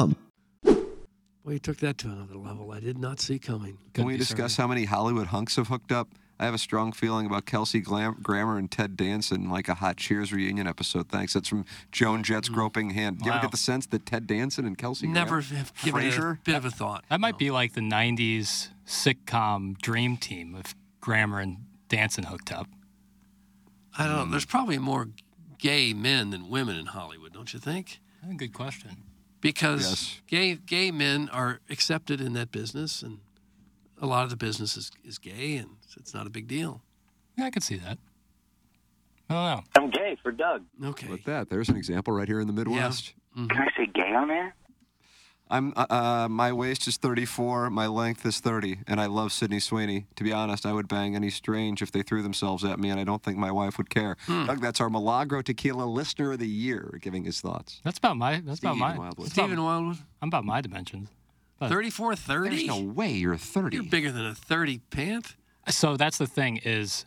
Speaker 3: Well, you took that to another level I did not see coming.
Speaker 2: Can we discuss how many Hollywood hunks have hooked up? I have a strong feeling about Kelsey Glam- Grammer and Ted Danson, like a Hot Cheers reunion episode. Thanks. That's from Joan Jett's groping hand. Do you
Speaker 4: Wow.
Speaker 2: ever get the sense that Ted Danson and Kelsey
Speaker 3: Mm. Never
Speaker 2: Grammer,
Speaker 3: have given it a
Speaker 2: Frasier?
Speaker 3: bit of a thought.
Speaker 4: That might be like the '90s sitcom dream team if Grammar and Danson hooked up.
Speaker 3: I
Speaker 2: Mm.
Speaker 3: don't know. There's probably more gay men than women in Hollywood, don't you think?
Speaker 4: Good question.
Speaker 3: Because
Speaker 4: Yes.
Speaker 3: gay gay men are accepted in that business, and a lot of the business is, is gay, and so it's not a big deal.
Speaker 4: Yeah, I could see that. I don't know.
Speaker 14: I'm gay for Doug.
Speaker 3: Okay.
Speaker 4: Mm-hmm.
Speaker 2: With that, there's an example right here in the Midwest.
Speaker 14: Can I say gay on there?
Speaker 2: I'm uh, uh, my waist is 34, my length is 30, and I love Sydney Sweeney. To be honest, I would bang any strange if they threw themselves at me, and I don't think my wife would care.
Speaker 4: Hmm.
Speaker 2: Doug, that's our Milagro Tequila Listener of the Year, giving his thoughts.
Speaker 4: That's about my. That's about
Speaker 2: Steven
Speaker 4: my.
Speaker 2: Wildwood.
Speaker 4: that's about-
Speaker 2: Steven
Speaker 4: I'm about my dimensions. But-
Speaker 3: 34, 30?
Speaker 4: There's no
Speaker 2: way you're 30.
Speaker 3: You're bigger than a 30 pant.
Speaker 4: So that's the thing is,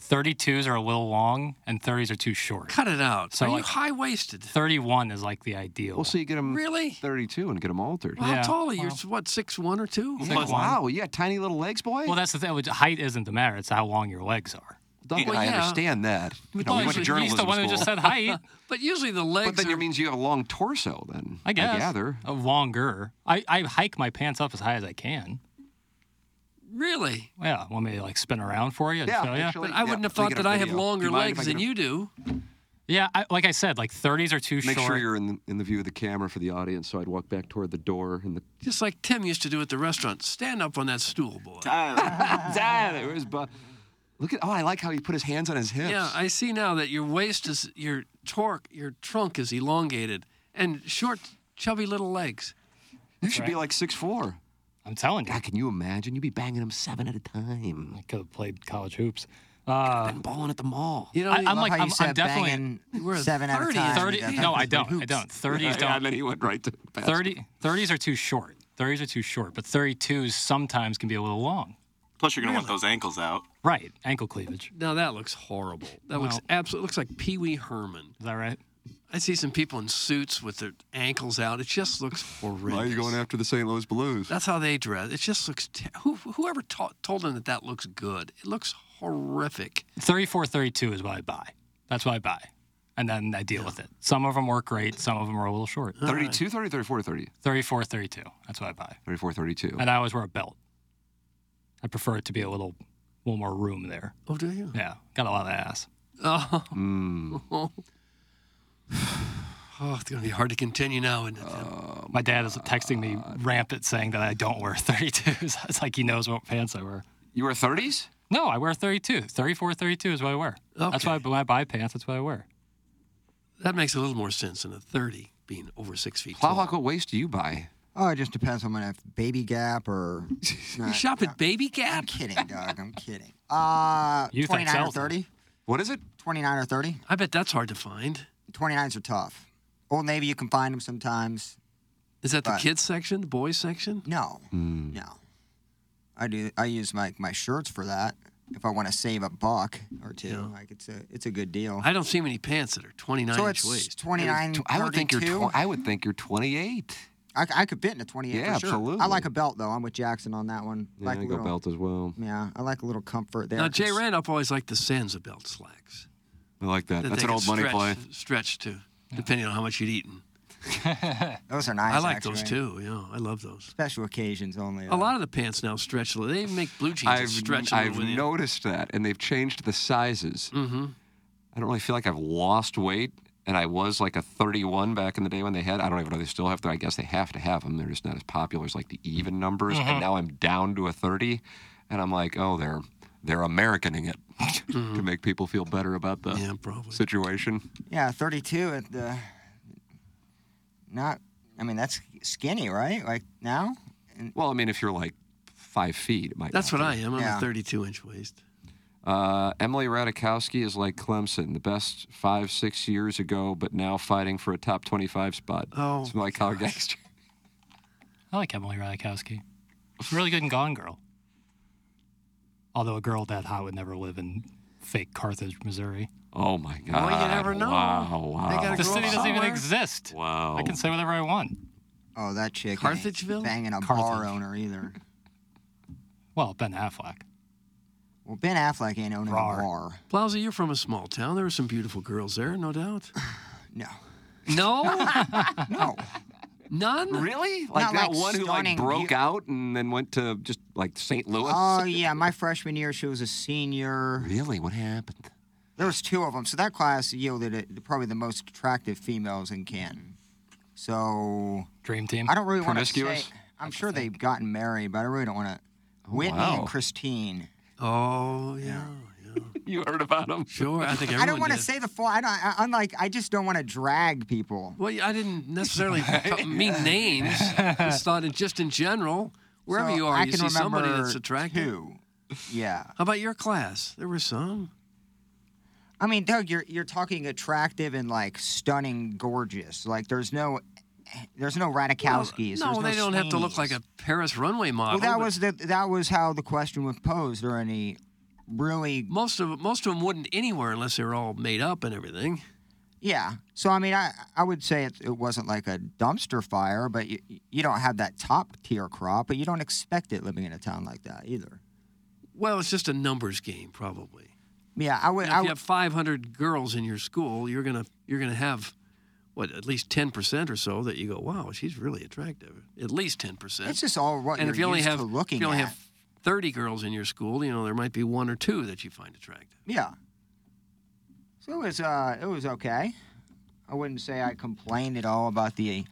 Speaker 4: 32s are a little long and 30s are too short.
Speaker 3: Cut it out.
Speaker 4: So
Speaker 3: Are you
Speaker 4: like
Speaker 3: high waisted?
Speaker 4: 31 is like the ideal.
Speaker 2: Well, so you get them
Speaker 3: Really?
Speaker 2: 32 and get them altered.
Speaker 3: Well, How tall are you? You're what, six one or two?
Speaker 2: wow, yeah, tiny little legs, boy.
Speaker 4: Well, that's the thing. which Height isn't the matter. It's how long your legs are.
Speaker 2: Doug and I understand that. You know, we went to journalism
Speaker 4: He's the one
Speaker 2: school.
Speaker 4: who just said height.
Speaker 3: but usually the legs.
Speaker 2: But then it means you have a long torso, then. [LAUGHS]
Speaker 4: I guess.
Speaker 2: gather.
Speaker 4: Uh, longer. I, I hike my pants up as high as I can.
Speaker 3: Really?
Speaker 4: Yeah. Want me to like spin around for you? and show you?
Speaker 3: but I wouldn't have thought that I have longer legs than you do.
Speaker 4: Yeah. I, like I said, like 30s are too
Speaker 2: Make
Speaker 4: short.
Speaker 2: sure you're in the, in the view of the camera for the audience, so I'd walk back toward the door and the
Speaker 3: Just like Tim used to do at the restaurant. Stand up on that stool, boy.
Speaker 2: Tyler. Tyler, where's Bob? Look at oh, I like how he put his hands on his hips.
Speaker 3: Yeah, I see now that your waist is your torque, your trunk is elongated and short, chubby little legs.
Speaker 2: you should be like six four.
Speaker 4: I'm telling you.
Speaker 2: God, can you imagine? You'd be banging them seven at a time. I
Speaker 4: could have played college hoops. Uh,
Speaker 2: been balling at the mall.
Speaker 3: You know,
Speaker 4: I, am
Speaker 6: love
Speaker 4: like,
Speaker 6: how you
Speaker 4: I'm,
Speaker 6: said
Speaker 4: I'm definitely
Speaker 6: banging We're at seven at a 30. time.
Speaker 4: 30
Speaker 6: Yeah,
Speaker 4: no,
Speaker 6: that
Speaker 4: I
Speaker 6: was
Speaker 4: don't. I
Speaker 6: hoops.
Speaker 2: [LAUGHS]
Speaker 4: don't. 30s
Speaker 2: Yeah,
Speaker 4: don't.
Speaker 2: and then he went right to
Speaker 4: 30, 30s are too short. 30s are too short, but 32s sometimes can be a little long.
Speaker 7: Plus, you're gonna want those ankles out.
Speaker 4: Right. Ankle cleavage.
Speaker 3: Now that looks horrible. That looks
Speaker 4: Well-
Speaker 3: absolutely looks like Pee Wee Herman.
Speaker 4: Is that right?
Speaker 3: I see some people in suits with their ankles out. It just looks horrific.
Speaker 2: Why are you going after the St. Louis Blues?
Speaker 3: That's how they dress. It just looks. Te- who, whoever ta- told them that that looks good? It looks horrific.
Speaker 4: 34, 32 is what I buy. That's what I buy. And then I deal with it. Some of them work great, some of them are a little short.
Speaker 2: 32, 30, 34, 30.
Speaker 4: 34, 32. That's what I buy.
Speaker 2: 34, 32.
Speaker 4: And I always wear a belt. I prefer it to be a little, little more room there.
Speaker 3: Oh, do you?
Speaker 4: Yeah. Got a lot of ass.
Speaker 3: Oh. oh, it's gonna be hard to continue now, isn't it? Tim?
Speaker 4: My dad is texting me rampant saying that I don't wear [LAUGHS] 32s. it's like he knows what pants I wear.
Speaker 2: You wear 30s?
Speaker 4: No, I wear 32. 34, 32 is what I wear. That's why I- when I buy pants, that's what I wear.
Speaker 3: that makes a little more sense than a thirty being over six feet.
Speaker 2: How like what waist do you buy?
Speaker 6: Oh, it just depends on when I have Baby Gap
Speaker 4: [LAUGHS]
Speaker 6: or.
Speaker 3: You shop at Baby Gap?
Speaker 6: I'm kidding, dog. I'm kidding. Uh,
Speaker 3: You think
Speaker 6: 29 or
Speaker 3: so.
Speaker 6: 30?
Speaker 2: What is it?
Speaker 6: 29 or 30.
Speaker 3: I bet that's hard to find.
Speaker 6: 29s are tough. Old Navy, you can find them sometimes.
Speaker 3: Is that the
Speaker 6: Right.
Speaker 3: kids section, the boys section?
Speaker 6: No,
Speaker 2: Hmm.
Speaker 6: no. I do. I use my, my shirts for that. If I want to save a buck or two, like it's a it's a good deal.
Speaker 3: I don't see many pants that are 29
Speaker 6: Oh. So
Speaker 3: inch
Speaker 6: it's
Speaker 3: waist.
Speaker 6: 29,
Speaker 2: I would think you're.
Speaker 6: 32?
Speaker 2: Tw- I would think you're 28.
Speaker 6: I, I could fit in a 28
Speaker 2: Yeah,
Speaker 6: for sure. I
Speaker 2: absolutely.
Speaker 6: like a belt though. I'm with Jackson on that one.
Speaker 2: Yeah,
Speaker 6: like
Speaker 2: I
Speaker 6: a
Speaker 2: go
Speaker 6: little,
Speaker 2: belt as well.
Speaker 6: Yeah, I like a little comfort there.
Speaker 3: Now, Jay
Speaker 6: 'cause-
Speaker 3: Randolph always liked the Sansa belt slacks.
Speaker 2: I like that.
Speaker 3: that
Speaker 2: That's
Speaker 3: they
Speaker 2: an old
Speaker 3: could
Speaker 2: money
Speaker 3: stretch,
Speaker 2: play.
Speaker 3: Stretch to, depending on how much you'd eaten.
Speaker 6: those are nice.
Speaker 3: I like
Speaker 6: actually.
Speaker 3: those too. Yeah, I love those.
Speaker 6: Special occasions only.
Speaker 3: A lot of the pants now stretch. a little. They make blue jeans that
Speaker 2: I've
Speaker 3: stretch a little
Speaker 2: I've
Speaker 3: with you.
Speaker 2: noticed that, and they've changed the sizes.
Speaker 3: Mm-hmm.
Speaker 2: I don't really feel like I've lost weight, and I was like a 31 back in the day when they had. I don't even know they still have. Them. I guess they have to have them. They're just not as popular as like the even numbers.
Speaker 3: Mhm.
Speaker 2: And now I'm down to a 30, and I'm like, oh, they're they're Americaning it
Speaker 3: Mm-hmm.
Speaker 2: [LAUGHS] to make people feel better about the situation.
Speaker 6: Yeah, 32 at the. Not. I mean, that's skinny, right? Like now.
Speaker 2: Well, I mean, if you're like five feet, it might.
Speaker 3: That's
Speaker 2: not
Speaker 3: what I
Speaker 2: be.
Speaker 3: am. I'm a 32 inch waist.
Speaker 2: Uh, Emily Radikowski is like Clemson, the best five, six years ago, but now fighting for a top 25 spot.
Speaker 4: Oh,
Speaker 2: It's like how gangster.
Speaker 4: I like Emily Radikowski. She's really good in Gone Girl. Although a girl that hot would never live in fake Carthage, Missouri.
Speaker 2: Oh my God.
Speaker 4: Well, you never know.
Speaker 2: Wow, wow.
Speaker 4: They gotta The grow up city doesn't even somewhere. exist.
Speaker 2: Wow.
Speaker 4: I can say whatever I want.
Speaker 6: Oh, that chick. ain't
Speaker 4: Carthageville?
Speaker 6: Banging a bar
Speaker 4: Carthage.
Speaker 6: owner either.
Speaker 4: Well, Ben Affleck.
Speaker 6: Well, Ben Affleck ain't owning
Speaker 3: Rar.
Speaker 6: a bar.
Speaker 3: Blousy, you're from a small town. There were some beautiful girls there, no doubt.
Speaker 6: [LAUGHS]
Speaker 3: [LAUGHS]
Speaker 6: No.
Speaker 3: No?
Speaker 6: no.
Speaker 3: None?
Speaker 2: Really? Like
Speaker 6: Not
Speaker 2: that
Speaker 6: like
Speaker 2: one who like
Speaker 6: stunning
Speaker 2: broke
Speaker 6: beau-
Speaker 2: out and then went to just like St. Louis?
Speaker 4: Uh,
Speaker 6: Oh yeah, my freshman year she was a senior.
Speaker 2: Really? What happened? [LAUGHS]
Speaker 6: There was two of them, so that class yielded it, probably the most attractive females in Canton. So
Speaker 4: dream team.
Speaker 6: I don't really want to say.
Speaker 2: Promiscuous?
Speaker 6: I'm sure they've gotten married, but I really don't want to. Whitney
Speaker 2: wow.
Speaker 6: and Christine.
Speaker 3: Oh yeah. yeah.
Speaker 2: you heard about him?
Speaker 3: Sure, I think
Speaker 6: I don't want to say the full. I don't. I, I'm like, I just don't want to drag people.
Speaker 3: Well, I didn't necessarily
Speaker 6: [LAUGHS]
Speaker 3: t- mean names. Just thought in, just in general, wherever
Speaker 6: So
Speaker 3: you are,
Speaker 6: I
Speaker 3: you
Speaker 6: can
Speaker 3: see somebody
Speaker 6: remember
Speaker 3: that's attractive.
Speaker 6: two. Yeah.
Speaker 3: How about your class? There were some.
Speaker 6: I mean, Doug, you're you're talking attractive and like stunning, gorgeous. Like there's no, there's no Radikowskis.
Speaker 3: no,
Speaker 6: there's
Speaker 3: they don't have to look
Speaker 6: Sweeneys.
Speaker 3: like a Paris runway model.
Speaker 6: Well, that
Speaker 3: but
Speaker 6: was the that was how the question was posed, or any really
Speaker 3: most of most of them wouldn't anywhere unless they were all made up and everything.
Speaker 6: yeah. So I mean, I I would say it, it wasn't like a dumpster fire, but you you don't have that top tier crop, but you don't expect it living in a town like that either.
Speaker 3: Well, it's just a numbers game, probably.
Speaker 6: Yeah, I would.
Speaker 3: Now,
Speaker 6: I
Speaker 3: if you have
Speaker 6: would
Speaker 3: 500 girls in your school, you're gonna you're gonna have what at least 10% or so that you go, wow, she's really attractive. At least 10%.
Speaker 6: it's just all what
Speaker 3: and
Speaker 6: you're
Speaker 3: if you only
Speaker 6: used
Speaker 3: have
Speaker 6: to looking
Speaker 3: if you only
Speaker 6: at.
Speaker 3: have 30 girls in your school, you know there might be one or two that you find attractive.
Speaker 6: Yeah. So it was uh it was okay. I wouldn't say I complained at all about the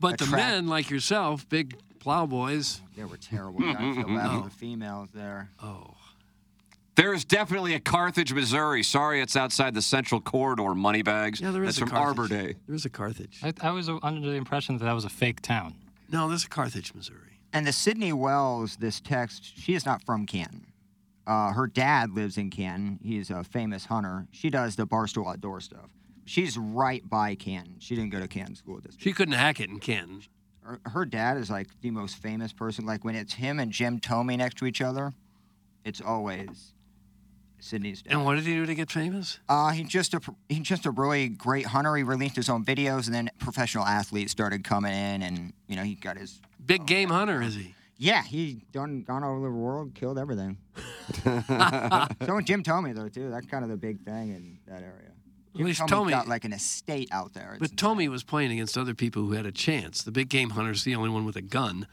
Speaker 3: But the
Speaker 6: attract-
Speaker 3: men like yourself, big plowboys,
Speaker 6: they were terrible.
Speaker 3: [LAUGHS]
Speaker 6: I feel bad for the females there.
Speaker 3: Oh.
Speaker 2: There is definitely a Carthage, Missouri. Sorry, it's outside the Central Corridor, moneybags.
Speaker 3: Yeah, there
Speaker 2: That's
Speaker 3: is a
Speaker 2: from
Speaker 3: Carthage.
Speaker 2: Arbor Day.
Speaker 3: There was a Carthage.
Speaker 4: I, I was under the impression that that was a fake town.
Speaker 3: No, this is Carthage, Missouri.
Speaker 6: And the Sydney Wells, this text, she is not from Canton. Uh, her dad lives in Canton. He's a famous hunter. She does the barstool outdoor stuff. She's right by Canton. She didn't go to Canton school district.
Speaker 3: She couldn't hack it in Canton.
Speaker 6: Her, her dad is like the most famous person. Like when it's him and Jim Tomey next to each other, it's always Sydney's dad.
Speaker 3: And what did he do to get famous?
Speaker 6: Uh, he just a he just a really great hunter. He released his own videos, and then professional athletes started coming in, and you know he got his
Speaker 3: Big game hunter is he?
Speaker 6: Oh, yeah he done gone all over the world,
Speaker 3: [LAUGHS]
Speaker 6: killed everything. so when Jim told me though too, that's kind of the big thing in that area.
Speaker 3: At least
Speaker 6: Tomey's
Speaker 3: Tomey-
Speaker 6: got like an estate out there. It's-
Speaker 3: But Tommy was playing against other people who had a chance. The big game hunter's the only one with a gun.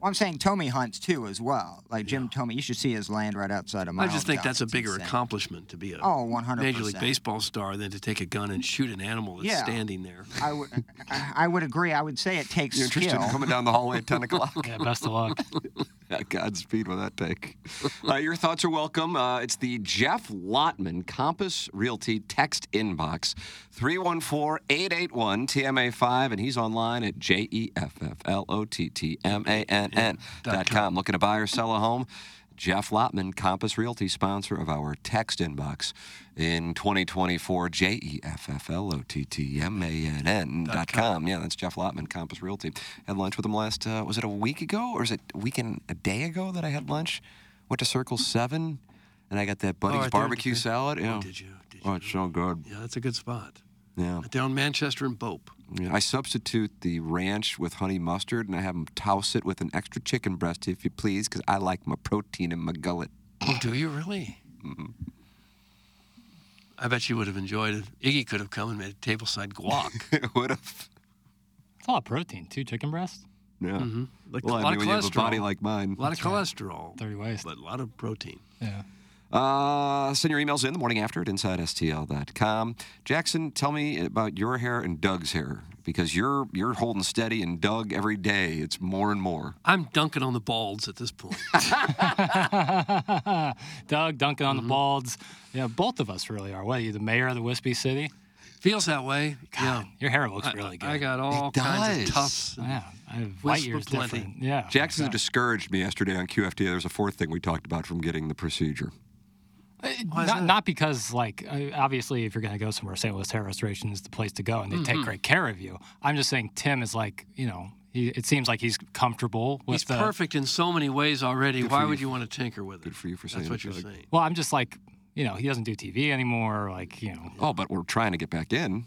Speaker 6: well, I'm saying Tommy hunts too as well. Like Jim Tomey, you should see his land right outside of my.
Speaker 3: I just think
Speaker 6: hometown.
Speaker 3: that's a
Speaker 6: It's
Speaker 3: bigger
Speaker 6: insane.
Speaker 3: accomplishment to be a
Speaker 6: Oh, 100%.
Speaker 3: major league baseball star than to take a gun and shoot an animal that's
Speaker 6: Yeah.
Speaker 3: standing there.
Speaker 6: I would I I would agree. I would say it takes
Speaker 2: You're interested
Speaker 6: skill.
Speaker 2: in coming down the hallway at [LAUGHS] 10 o'clock?
Speaker 4: Yeah, best
Speaker 3: [LAUGHS]
Speaker 4: of luck.
Speaker 2: Yeah, Godspeed with that [LAUGHS] take. Uh, your thoughts are welcome. Uh, it's the Jeff Lotman Compass Realty text inbox 314 881 TMA5, and he's online at J E F F L O T T M A N N dot com. Looking to buy or sell a home? Jeff Lotman, Compass Realty, sponsor of our text inbox in 2024, J E F F L O T T M A N N dot com. Yeah, that's Jeff Lotman, Compass Realty. Had lunch with him last, uh, was it a week ago or is it a week and a day ago that I had lunch? Went to Circle 7 and I got that
Speaker 3: Oh, I
Speaker 2: Buddy's
Speaker 3: did-
Speaker 2: barbecue salad. Yeah.
Speaker 3: Oh, did you? Did
Speaker 2: Oh, it's so good.
Speaker 3: Yeah, that's a good spot.
Speaker 2: Yeah.
Speaker 3: Down Manchester and Bope.
Speaker 2: Yeah, I substitute the ranch with honey mustard and I have them toss it with an extra chicken breast, if you please, because I like my protein in my gullet. [LAUGHS]
Speaker 3: Oh, do you really? Mm-hmm. I bet you would have enjoyed it. Iggy could have come and made a tableside
Speaker 2: [LAUGHS]
Speaker 3: guac.
Speaker 2: would have.
Speaker 4: It's a lot of protein, too. Chicken breast.
Speaker 2: Yeah.
Speaker 3: Mhm. Like
Speaker 2: well,
Speaker 3: a
Speaker 2: I
Speaker 3: lot
Speaker 2: mean,
Speaker 3: of
Speaker 2: when you have a body
Speaker 3: cholesterol.
Speaker 2: like mine.
Speaker 3: A lot of cholesterol.
Speaker 4: 30 ways.
Speaker 3: But a lot of protein.
Speaker 4: Yeah.
Speaker 2: Uh, send your emails in the morning after at InsideSTL.com. Jackson, tell me about your hair and Doug's hair because you're you're holding steady, and Doug every day it's more and more.
Speaker 3: I'm dunking on the balds at
Speaker 2: [LAUGHS]
Speaker 3: this point.
Speaker 4: [LAUGHS] Doug dunking
Speaker 3: Mm-hmm.
Speaker 4: on the Balds. Yeah, both of us really are. What are you, the mayor of the Wispy City?
Speaker 3: Feels that way. yeah.
Speaker 4: Your hair looks
Speaker 3: I-
Speaker 4: really good.
Speaker 3: I got all kinds of tufts. and
Speaker 4: Yeah, I have
Speaker 3: wisps
Speaker 4: light
Speaker 3: of
Speaker 4: years
Speaker 3: plenty.
Speaker 4: different. Yeah.
Speaker 2: Jackson discouraged me yesterday on QFT. There's a fourth thing we talked about from getting the procedure.
Speaker 4: Uh, Not, not because, like, uh, obviously, if you're going to go somewhere, St. Louis Hair Restoration is the place to go, and they take
Speaker 3: Mhm.
Speaker 4: great care of you. I'm just saying, Tim is like, you know, he, it seems like he's comfortable with
Speaker 3: He's
Speaker 4: the.
Speaker 3: perfect in so many ways already.
Speaker 4: Good for
Speaker 3: Why
Speaker 4: you
Speaker 3: would
Speaker 4: for-
Speaker 3: you want to tinker with it? Good
Speaker 2: for you for
Speaker 3: That's
Speaker 2: saying
Speaker 3: what
Speaker 2: it,
Speaker 3: you're
Speaker 2: Doug.
Speaker 3: saying.
Speaker 4: Well, I'm just like, you know, he doesn't do TV anymore. Like, you know,
Speaker 2: Oh, but we're trying to get back in.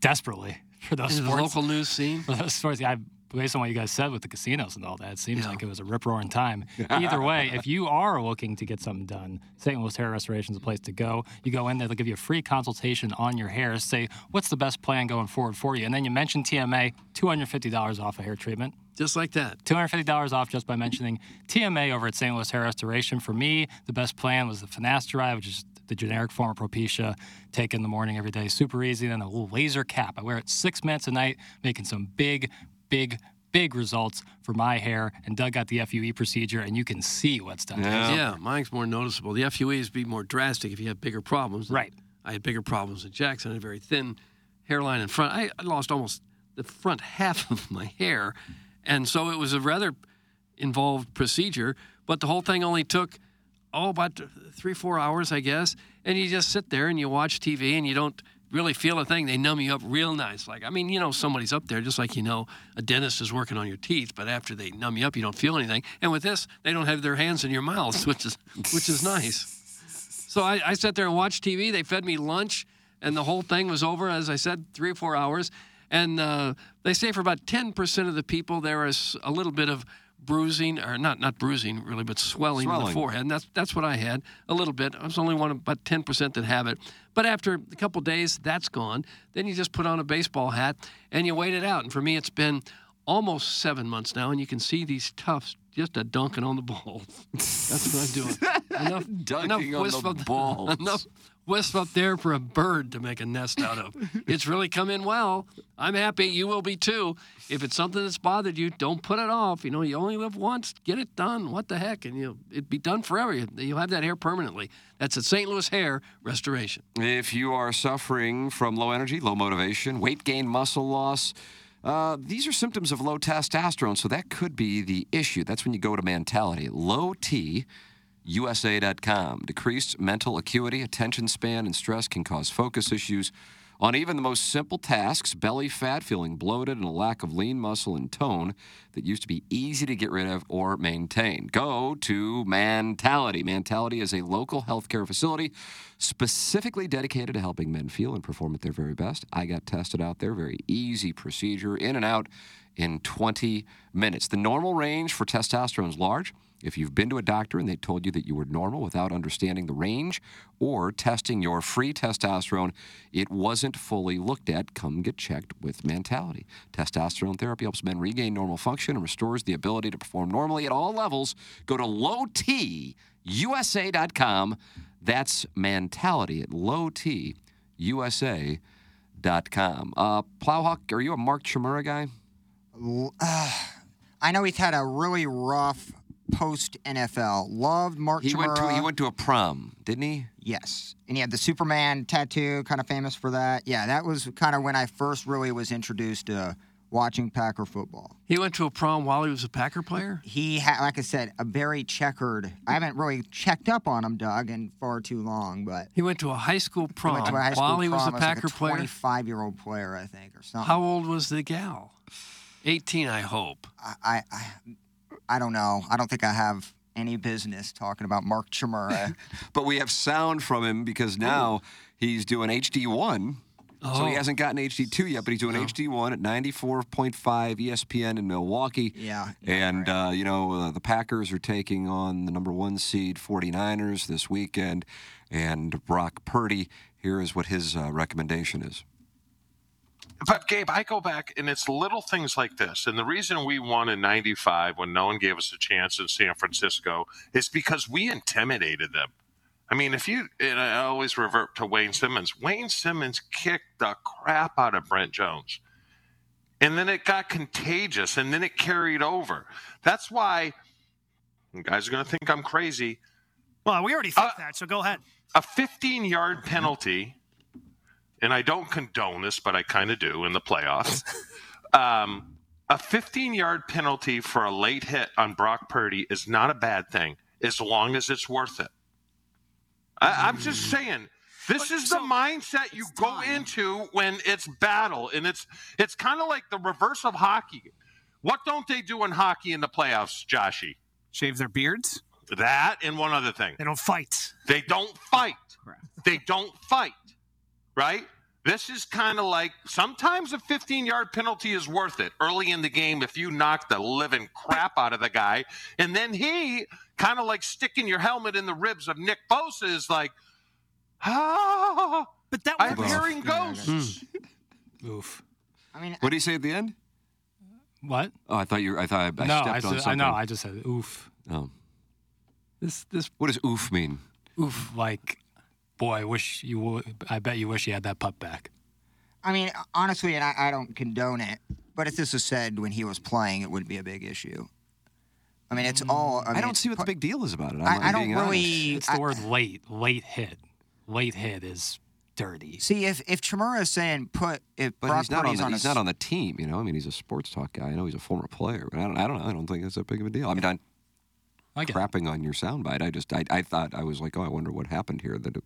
Speaker 4: desperately for those
Speaker 3: In the
Speaker 4: sports.
Speaker 3: local news
Speaker 4: [LAUGHS]
Speaker 3: scene.
Speaker 4: for those sports. I, based on what you guys said with the casinos and all that, it seems like it was a rip roaring time. Either way, if you are looking to get something done, St. Louis Hair Restoration is a place to go. You go in there, they'll give you a free consultation on your hair, say what's the best plan going forward for you, and then you mention TMA, two hundred fifty dollars off a hair treatment.
Speaker 3: Just like that.
Speaker 4: $250 off just by mentioning TMA over at St. Louis Hair Restoration. For me, the best plan was the finasteride, which is the generic form of Propecia. Take in the morning every day, super easy. Then a little laser cap. I wear it six minutes a night, making some big, big, big results for my hair. And Doug got the FUE procedure, and you can see what's done. to
Speaker 2: Uh,
Speaker 3: Yeah.
Speaker 4: his-
Speaker 3: mine's more noticeable. The FUEs be more drastic if you have bigger problems. Right. I had bigger problems in Jackson. I had a very thin hairline in front. I, I lost almost the front half of my hair, and so it was a rather involved procedure. But the whole thing only took oh about three four hours, I guess. And you just sit there and you watch TV and you don't really feel a thing. They numb you up real nice. Like I mean, you know, somebody's up there just like you know a dentist is working on your teeth. But after they numb you up, you don't feel anything. And with this, they don't have their hands in your mouths, which is which is nice. So I, I sat there and watched TV. They fed me lunch, and the whole thing was over, as I said, three or four hours. And uh, they say for about 10% of the people, there is a little bit of bruising, or not not bruising really, but swelling, in the
Speaker 2: Swelling.
Speaker 3: forehead. And that's, that's what I had, a little bit. I was only one of about 10% that have it. But after a couple days, that's gone. Then you just put on a baseball hat and you wait it out. And for me, it's been almost seven months now, and you can see these tufts just a dunking on the [LAUGHS] ball. That's what I'm doing. Enough,
Speaker 2: [LAUGHS] Dunking on
Speaker 3: wisp
Speaker 2: the
Speaker 3: up-
Speaker 2: balls.
Speaker 3: [LAUGHS] Enough wisp up there for a bird to make a nest out of. It's really come in well. I'm happy. You will be too. If it's something that's bothered you, don't put it off. You know, you only live once. Get it done. What the heck? And you'll it'd be done forever. You- You'll have that hair permanently. That's at St. Louis Hair Restoration.
Speaker 2: If you are suffering from low energy, low motivation, weight gain, muscle loss, uh, these are symptoms of low testosterone, so that could be the issue. That's when you go to mentality. Low T. USA.com. Decreased mental acuity, attention span, and stress can cause focus issues on even the most simple tasks belly fat, feeling bloated, and a lack of lean muscle and tone that used to be easy to get rid of or maintain. Go to Mantality. Mantality is a local healthcare facility specifically dedicated to helping men feel and perform at their very best. I got tested out there, very easy procedure, in and out in 20 minutes. The normal range for testosterone is large. If you've been to a doctor and they told you that you were normal without understanding the range or testing your free testosterone, it wasn't fully looked at, come get checked with mentality. Testosterone therapy helps men regain normal function and restores the ability to perform normally at all levels. Go to lowtusa.com. That's mentality at lowtusa.com. Uh, Plowhawk, are you a Mark Chimura guy?
Speaker 6: Uh, I know he's had a really rough post NFL. Loved Mark
Speaker 2: He went, to,
Speaker 6: Chmura.
Speaker 2: he went to a prom, didn't he?
Speaker 6: Yes. And he had the Superman tattoo, kind of famous for that. Yeah, that was kind of when I first really was introduced to watching Packer football.
Speaker 3: He went to a prom while he was a Packer player?
Speaker 6: He had, like I said, a very checkered. I haven't really checked up on him, Doug, in far too long, but
Speaker 3: He went to a high school
Speaker 6: he went
Speaker 3: prom
Speaker 6: to a high school
Speaker 3: while he was a
Speaker 6: prom as, like,
Speaker 3: Packer player.
Speaker 6: 25-year-old player, I think, or something.
Speaker 3: How old was the gal? 18, I hope.
Speaker 6: I, I, I, I don't know. I don't think I have any business talking about
Speaker 3: [LAUGHS]
Speaker 6: Mark Chimura.
Speaker 2: but we have sound from him because now he's doing HD1. So he
Speaker 6: Oh.
Speaker 2: hasn't gotten HD2 yet, but he's doing
Speaker 4: Oh.
Speaker 2: HD1 at 94.5 E ESPN in Milwaukee.
Speaker 6: Yeah.
Speaker 2: And, uh, you know, uh, the Packers are taking on the number one seed 49ers this weekend. And Brock Purdy, here is what his uh, recommendation is.
Speaker 11: But Gabe, I go back and it's little things like this. And the reason we won in 95 when no one gave us a chance in San Francisco is because we intimidated them. I mean, if you, and I always revert to Wayne Simmons, Wayne Simmons kicked the crap out of Brent Jones. And then it got contagious and then it carried over. That's why you guys are going to think I'm crazy.
Speaker 14: Well, we already think that, so go ahead.
Speaker 11: a 15 yard penalty, and I don't condone this, but I kind of do in the playoffs. um, a 15 yard penalty for a late hit on Brock Purdy is not a bad thing as long as it's worth it. I, I'm
Speaker 3: Mm.
Speaker 11: just saying. This is the mindset you go into when it's battle, and it's it's kind of like the reverse of hockey. What don't they do in hockey in the playoffs, Joshy?
Speaker 14: Shave their beards.
Speaker 11: That and one other thing.
Speaker 14: They don't fight.
Speaker 11: They don't fight. They don't fight. Right? This is kind of like sometimes a 15 yard penalty is worth it early in the game if you knock the living crap out of the guy. And then he, kind of like sticking your helmet in the ribs of Nick Bosa, is like, ah.
Speaker 14: But that
Speaker 11: I'm
Speaker 4: was-
Speaker 11: hearing
Speaker 4: Yeah,
Speaker 11: ghosts.
Speaker 4: Oof.
Speaker 6: I mean,
Speaker 2: What do you say at the end?
Speaker 4: What?
Speaker 2: Oh, I thought you. Were, I thought I, I
Speaker 4: no,
Speaker 2: stepped
Speaker 4: I
Speaker 2: on
Speaker 4: said,
Speaker 2: something.
Speaker 4: I know. I just said oof.
Speaker 2: Oh.
Speaker 3: This this.
Speaker 2: What does oof mean?
Speaker 4: Oof. Like, boy, I wish you. Would, I bet you wish you had that putt back.
Speaker 6: I mean, honestly, and I, I don't condone it, but if this was said when he was playing, it wouldn't be a big issue. I mean, it's all.
Speaker 2: Mm,
Speaker 6: I,
Speaker 2: I
Speaker 6: mean,
Speaker 2: don't
Speaker 6: it's
Speaker 2: see what the
Speaker 6: par-
Speaker 2: big deal is about it. I'm,
Speaker 6: I-
Speaker 2: I'm
Speaker 6: I don't
Speaker 2: being
Speaker 6: really-
Speaker 2: honest.
Speaker 4: It's the word late. Late hit. Late hit is dirty.
Speaker 6: See, if if Chimura is saying put if
Speaker 2: But
Speaker 6: Brock
Speaker 2: he's not on
Speaker 6: Purdy's
Speaker 2: the,
Speaker 6: on,
Speaker 2: he's
Speaker 6: a,
Speaker 2: not on the team, you know. I mean, he's a sports talk guy. I know he's a former player, but I don't. I don't. know. I don't think that's that big of a deal. I'm done crapping on your soundbite. I just. I, I thought I was like, oh, I wonder what happened here. That, it,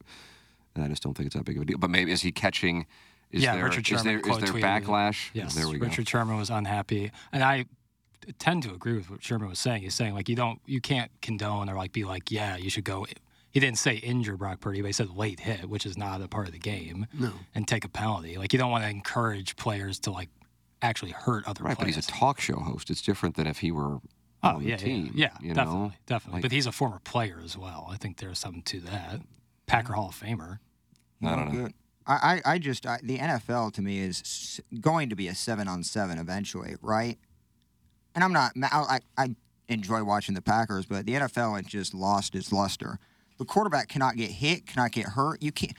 Speaker 2: and I just don't think it's that big of a deal. But maybe is he catching? Is
Speaker 4: yeah,
Speaker 2: there,
Speaker 4: Richard
Speaker 2: is
Speaker 4: Sherman
Speaker 2: there, is
Speaker 4: quote
Speaker 2: there
Speaker 4: tweeted it.
Speaker 2: backlash?
Speaker 4: Yes,
Speaker 2: there we go.
Speaker 4: Richard Sherman was unhappy, and I tend to agree with what Sherman was saying. He's saying like you don't, you can't condone or like be like, yeah, you should go. He didn't say injure Brock Purdy, but he said late hit, which is not a part of the game,
Speaker 15: No.
Speaker 4: and take a penalty. Like you don't want to encourage players to like actually hurt other
Speaker 2: Right, but
Speaker 4: players.
Speaker 2: he's a talk show host. It's different than if he were
Speaker 4: Oh
Speaker 2: on
Speaker 4: yeah,
Speaker 2: the team.
Speaker 4: yeah, yeah
Speaker 2: you
Speaker 4: definitely,
Speaker 2: know?
Speaker 4: definitely.
Speaker 2: Like,
Speaker 4: but he's a former player as well. I think there's something to that. Packer Hall of Famer.
Speaker 2: I don't know.
Speaker 6: Good. I, I I just I, the NFL to me is s- going to be a seven on seven eventually, right? And I'm not. ma- I, I I enjoy watching the Packers, but the NFL it just lost its luster. The quarterback cannot get hit, cannot get hurt. You can't.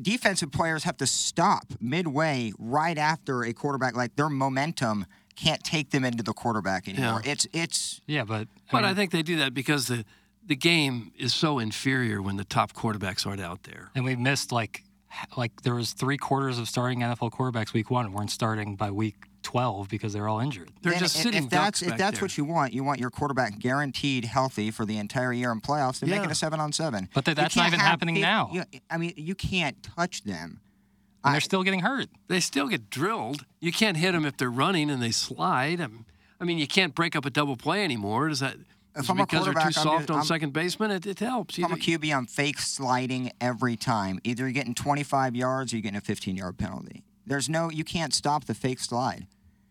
Speaker 6: Defensive players have to stop midway, right after a quarterback. Like their momentum can't take them into the quarterback anymore. It's it's
Speaker 4: Yeah, but
Speaker 3: But I think they do that because the the game is so inferior when the top quarterbacks aren't out there.
Speaker 4: and we missed like h- like there was three quarters of starting NFL quarterbacks week one weren't starting by week twelve because they're all injured.
Speaker 3: They're
Speaker 6: And
Speaker 3: just
Speaker 6: if-
Speaker 3: sitting
Speaker 6: If that's
Speaker 3: ducks
Speaker 6: if
Speaker 3: back
Speaker 6: that's
Speaker 3: there.
Speaker 6: what you want, you want your quarterback guaranteed healthy for the entire year in playoffs. They make
Speaker 4: Yeah.
Speaker 6: it a seven on seven.
Speaker 4: But that-
Speaker 6: You
Speaker 4: that's not
Speaker 6: can't
Speaker 4: even
Speaker 6: have
Speaker 4: happening
Speaker 6: fif-
Speaker 4: now.
Speaker 6: you- I mean, you can't touch them.
Speaker 4: And they're still getting hurt.
Speaker 3: They still get drilled. You can't hit them if they're running and they slide. I'm- I mean, you can't break up a double play anymore. Is that is it
Speaker 6: I'm a
Speaker 3: because they're too
Speaker 6: quarterback, I'm
Speaker 3: soft
Speaker 6: just-
Speaker 3: on
Speaker 6: I'm-
Speaker 3: second baseman? It, it helps.
Speaker 6: If I'm a QB. I'm fake sliding every time. Either you're getting 25 yards or you're getting a 15 yard penalty. There's no you can't stop the fake slide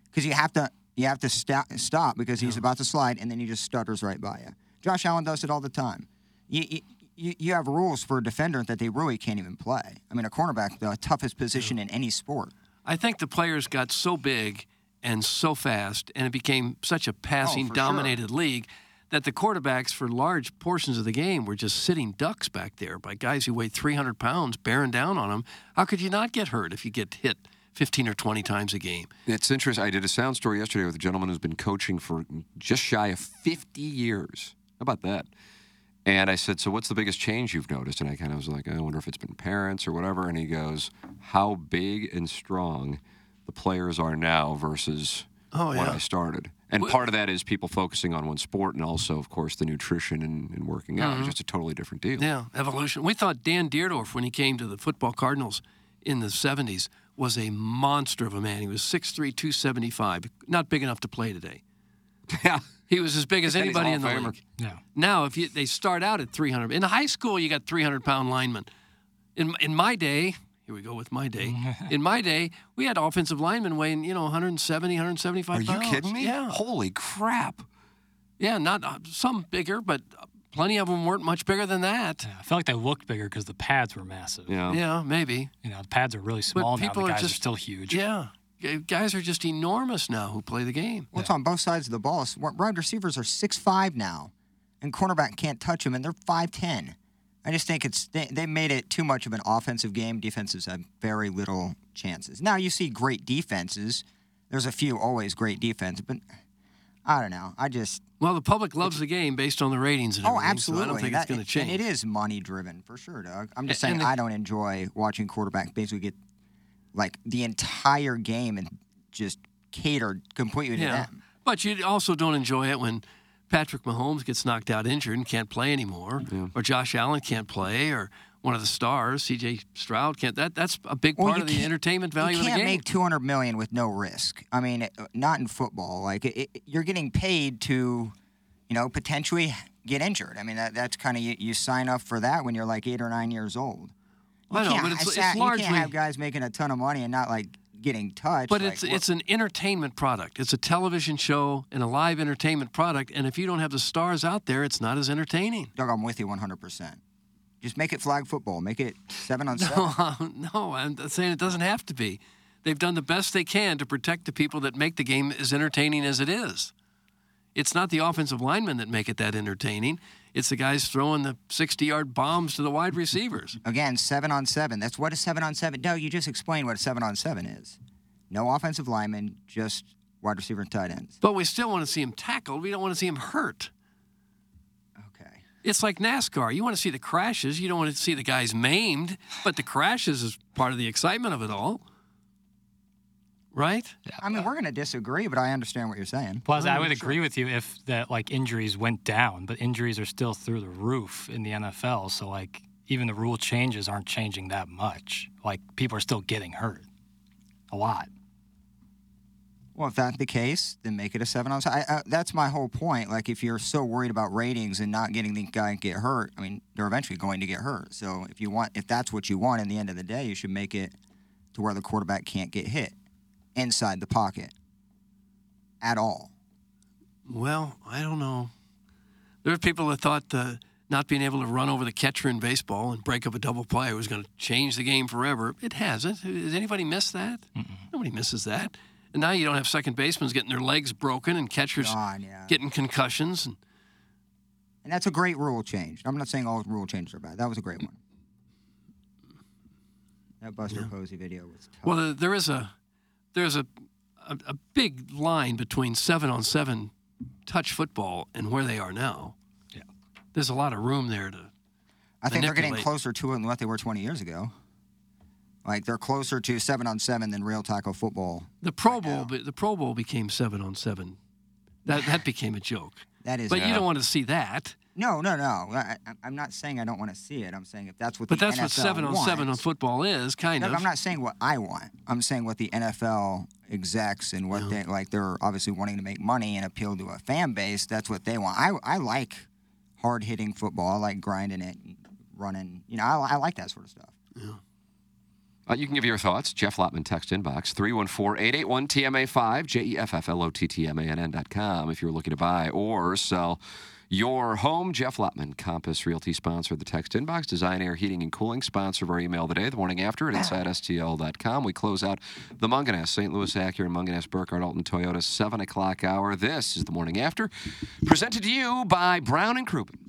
Speaker 6: because you have to you have to sta- stop because he's about to slide and then he just stutters right by you. Josh Allen does it all the time. You, you- you, you have rules for a defender that they really can't even play. I mean, a cornerback, the toughest position in any sport.
Speaker 3: I think the players got so big and so fast, and it became such a
Speaker 6: for
Speaker 3: passing
Speaker 2: Oh,
Speaker 6: sure.
Speaker 3: dominated league that the quarterbacks for large portions of the game were just sitting ducks back there by guys who weighed 300 pounds bearing down on them. How could you not get hurt if you get hit 15 or 20 times a game?
Speaker 2: It's interesting. I did a sound story yesterday with a gentleman who's been coaching for just shy of 50 years. How about that? And I said, So what's the biggest change you've noticed? And I kind of was like, I wonder if it's been parents or whatever. And he goes, How big and strong the players are now versus
Speaker 3: Oh,
Speaker 2: when
Speaker 3: yeah.
Speaker 2: I started. And part of that is people focusing on one sport and also, of course, the nutrition and, and working out. It's
Speaker 3: Mhm.
Speaker 2: just a totally different deal.
Speaker 3: Yeah, evolution. We thought Dan Deerdorf, when he came to the football Cardinals in the 70s, was a monster of a man. He was 6'3, 275, not big enough to play today.
Speaker 2: [LAUGHS] Yeah.
Speaker 3: He was as big as
Speaker 2: And he's
Speaker 3: anybody
Speaker 2: Hall
Speaker 3: in the
Speaker 2: of Famer.
Speaker 3: league. Now, if you, they start out at 300, in high school, you got 300 pound linemen. In, in my day, here we go with my
Speaker 6: [LAUGHS]
Speaker 3: day. in my day, we had offensive linemen weighing, you know, 170, 175
Speaker 2: Are you
Speaker 3: pounds.
Speaker 2: kidding me?
Speaker 3: Yeah.
Speaker 2: Holy crap.
Speaker 3: Yeah, not uh, some bigger, but plenty of them weren't much bigger than that.
Speaker 4: I felt like they looked bigger because the pads were massive.
Speaker 2: Yeah.
Speaker 3: Yeah, maybe.
Speaker 4: You know, the pads are really small now. The
Speaker 3: people are
Speaker 4: guys are
Speaker 3: just-
Speaker 4: still huge.
Speaker 3: Yeah. G- Guys are just enormous now who play the game.
Speaker 6: Well, it's on both sides of the ball. So what- Wide receivers are 6'5 now, and cornerback can't touch them, and they're 5'10. I just think it's they, they made it too much of an offensive game. Defenses have very little chances. Now you see great defenses. There's a few always great defense, but I don't know. I just
Speaker 3: Well, the public loves the game based on the ratings and
Speaker 6: oh,
Speaker 3: everything, so
Speaker 6: absolutely.
Speaker 3: I don't think
Speaker 6: That-
Speaker 3: it's going to change.
Speaker 6: And it is money driven for sure, Doug. I'm just
Speaker 3: A-
Speaker 6: saying
Speaker 3: and the-
Speaker 6: I don't enjoy watching quarterback basically get like the entire game and just catered completely to them.
Speaker 3: But you also don't enjoy it when Patrick Mahomes gets knocked out injured and can't play anymore, or Josh Allen can't play, or one of the stars, C.J. Stroud can't. That that's a big
Speaker 6: Well,
Speaker 3: part
Speaker 6: you
Speaker 3: of the
Speaker 6: can't-
Speaker 3: entertainment value
Speaker 6: you
Speaker 3: of the
Speaker 6: can't
Speaker 3: game.
Speaker 6: make 200 million with no risk i mean uh, not in football like it, it, you're getting paid to you know potentially get injured i mean that, that's kind of you, you sign up for that when you're like eight or nine years old you
Speaker 3: I know,
Speaker 6: can't-
Speaker 3: but it's-
Speaker 6: I
Speaker 3: it's
Speaker 6: sat- you
Speaker 3: largely-
Speaker 6: can't have guys making a ton of money and not like getting touched
Speaker 3: but
Speaker 6: like,
Speaker 3: it's
Speaker 6: what-
Speaker 3: it's an entertainment product. It's a television show and a live entertainment product. And if you don't have the stars out there, it's not as entertaining.
Speaker 6: Doug, I'm with you 100%. just make it flag football make it seven on seven
Speaker 3: [LAUGHS] No, no, I'm not saying it doesn't have to be. They've done the best they can to protect the people that make the game as entertaining as it is. It's not the offensive linemen that make it that entertaining. It's the guys throwing the 60 yard bombs to the wide receivers.
Speaker 6: Again, seven on seven. That's what a seven on seven. No, you just explained what a seven on seven is. No offensive linemen, just wide receiver and tight ends.
Speaker 3: But we still want to see him tackled. We don't want to see him hurt. Okay. It's like NASCAR. You want to see the crashes. You don't want to see the guys maimed, but the crashes is part of the excitement of it all. Right?
Speaker 6: I mean, we're going to disagree, but I understand what you're saying.
Speaker 4: Plus, I would agree with you if that like injuries went down, but injuries are still through the roof in the NFL. So like even the rule changes aren't changing that much. Like people are still getting hurt a lot.
Speaker 6: Well, if that's the case, then make it a seven on seven. I, I, that's my whole point. Like, if you're so worried about ratings and not getting the guy get hurt, I mean, they're eventually going to get hurt. So if you want, if that's what you want, in the end of the day, you should make it to where the quarterback can't get hit inside the pocket at all.
Speaker 3: Well, I don't know. There were people that thought uh, not being able to run over the catcher in baseball and break up a double play was going to change the game forever. It hasn't. Has anybody missed that? Nobody misses that. And now you don't have second basemen getting their legs broken and catchers
Speaker 6: God,
Speaker 3: getting concussions. And
Speaker 6: And that's a great rule change. I'm not saying all rule changes are bad. That was a great one. That Buster Posey video was
Speaker 3: Well, there- there is a there's a, a a big line between seven on seven touch football and where they are now. Yeah, there's a lot of room there to.
Speaker 6: I think they're getting
Speaker 3: manipulate.
Speaker 6: closer to it than what they were 20 years ago. Like they're closer to seven on seven than real tackle football.
Speaker 3: The Pro Bowl, be- the Pro Bowl became seven on seven. That that became a
Speaker 6: [LAUGHS]
Speaker 3: joke.
Speaker 6: That is-
Speaker 3: But you
Speaker 6: Yeah.
Speaker 3: don't want to see that.
Speaker 6: No, no, no. I, I- I'm not saying I don't want to see it. I'm saying if that's what
Speaker 3: But
Speaker 6: the
Speaker 3: that's what
Speaker 6: NFL
Speaker 3: seven on
Speaker 6: wants-
Speaker 3: seven on football is, kind
Speaker 6: No,
Speaker 3: of.
Speaker 6: I'm not saying what I want. I'm saying what the NFL execs and what they like. They're obviously wanting to make money and appeal to a fan base. That's what they want. I, I like hard hitting football. I like grinding it, and running. You know, I, I like that sort of stuff.
Speaker 2: Uh, you can give your thoughts. Jeff Lotman text inbox 314 881 TMA5, J E F F L O T T M A N N dot com if you're looking to buy or sell your home. Jeff Lotman, Compass Realty sponsor of the text inbox, Design Air Heating and Cooling, sponsor of our email today, the morning after at InsideSTL.com. We close out the Munganess, St. Louis Acura, Munganess, Burkhardt, Alton, Toyota, 7 o'clock hour. This is the morning after, presented to you by Brown and Crouppen.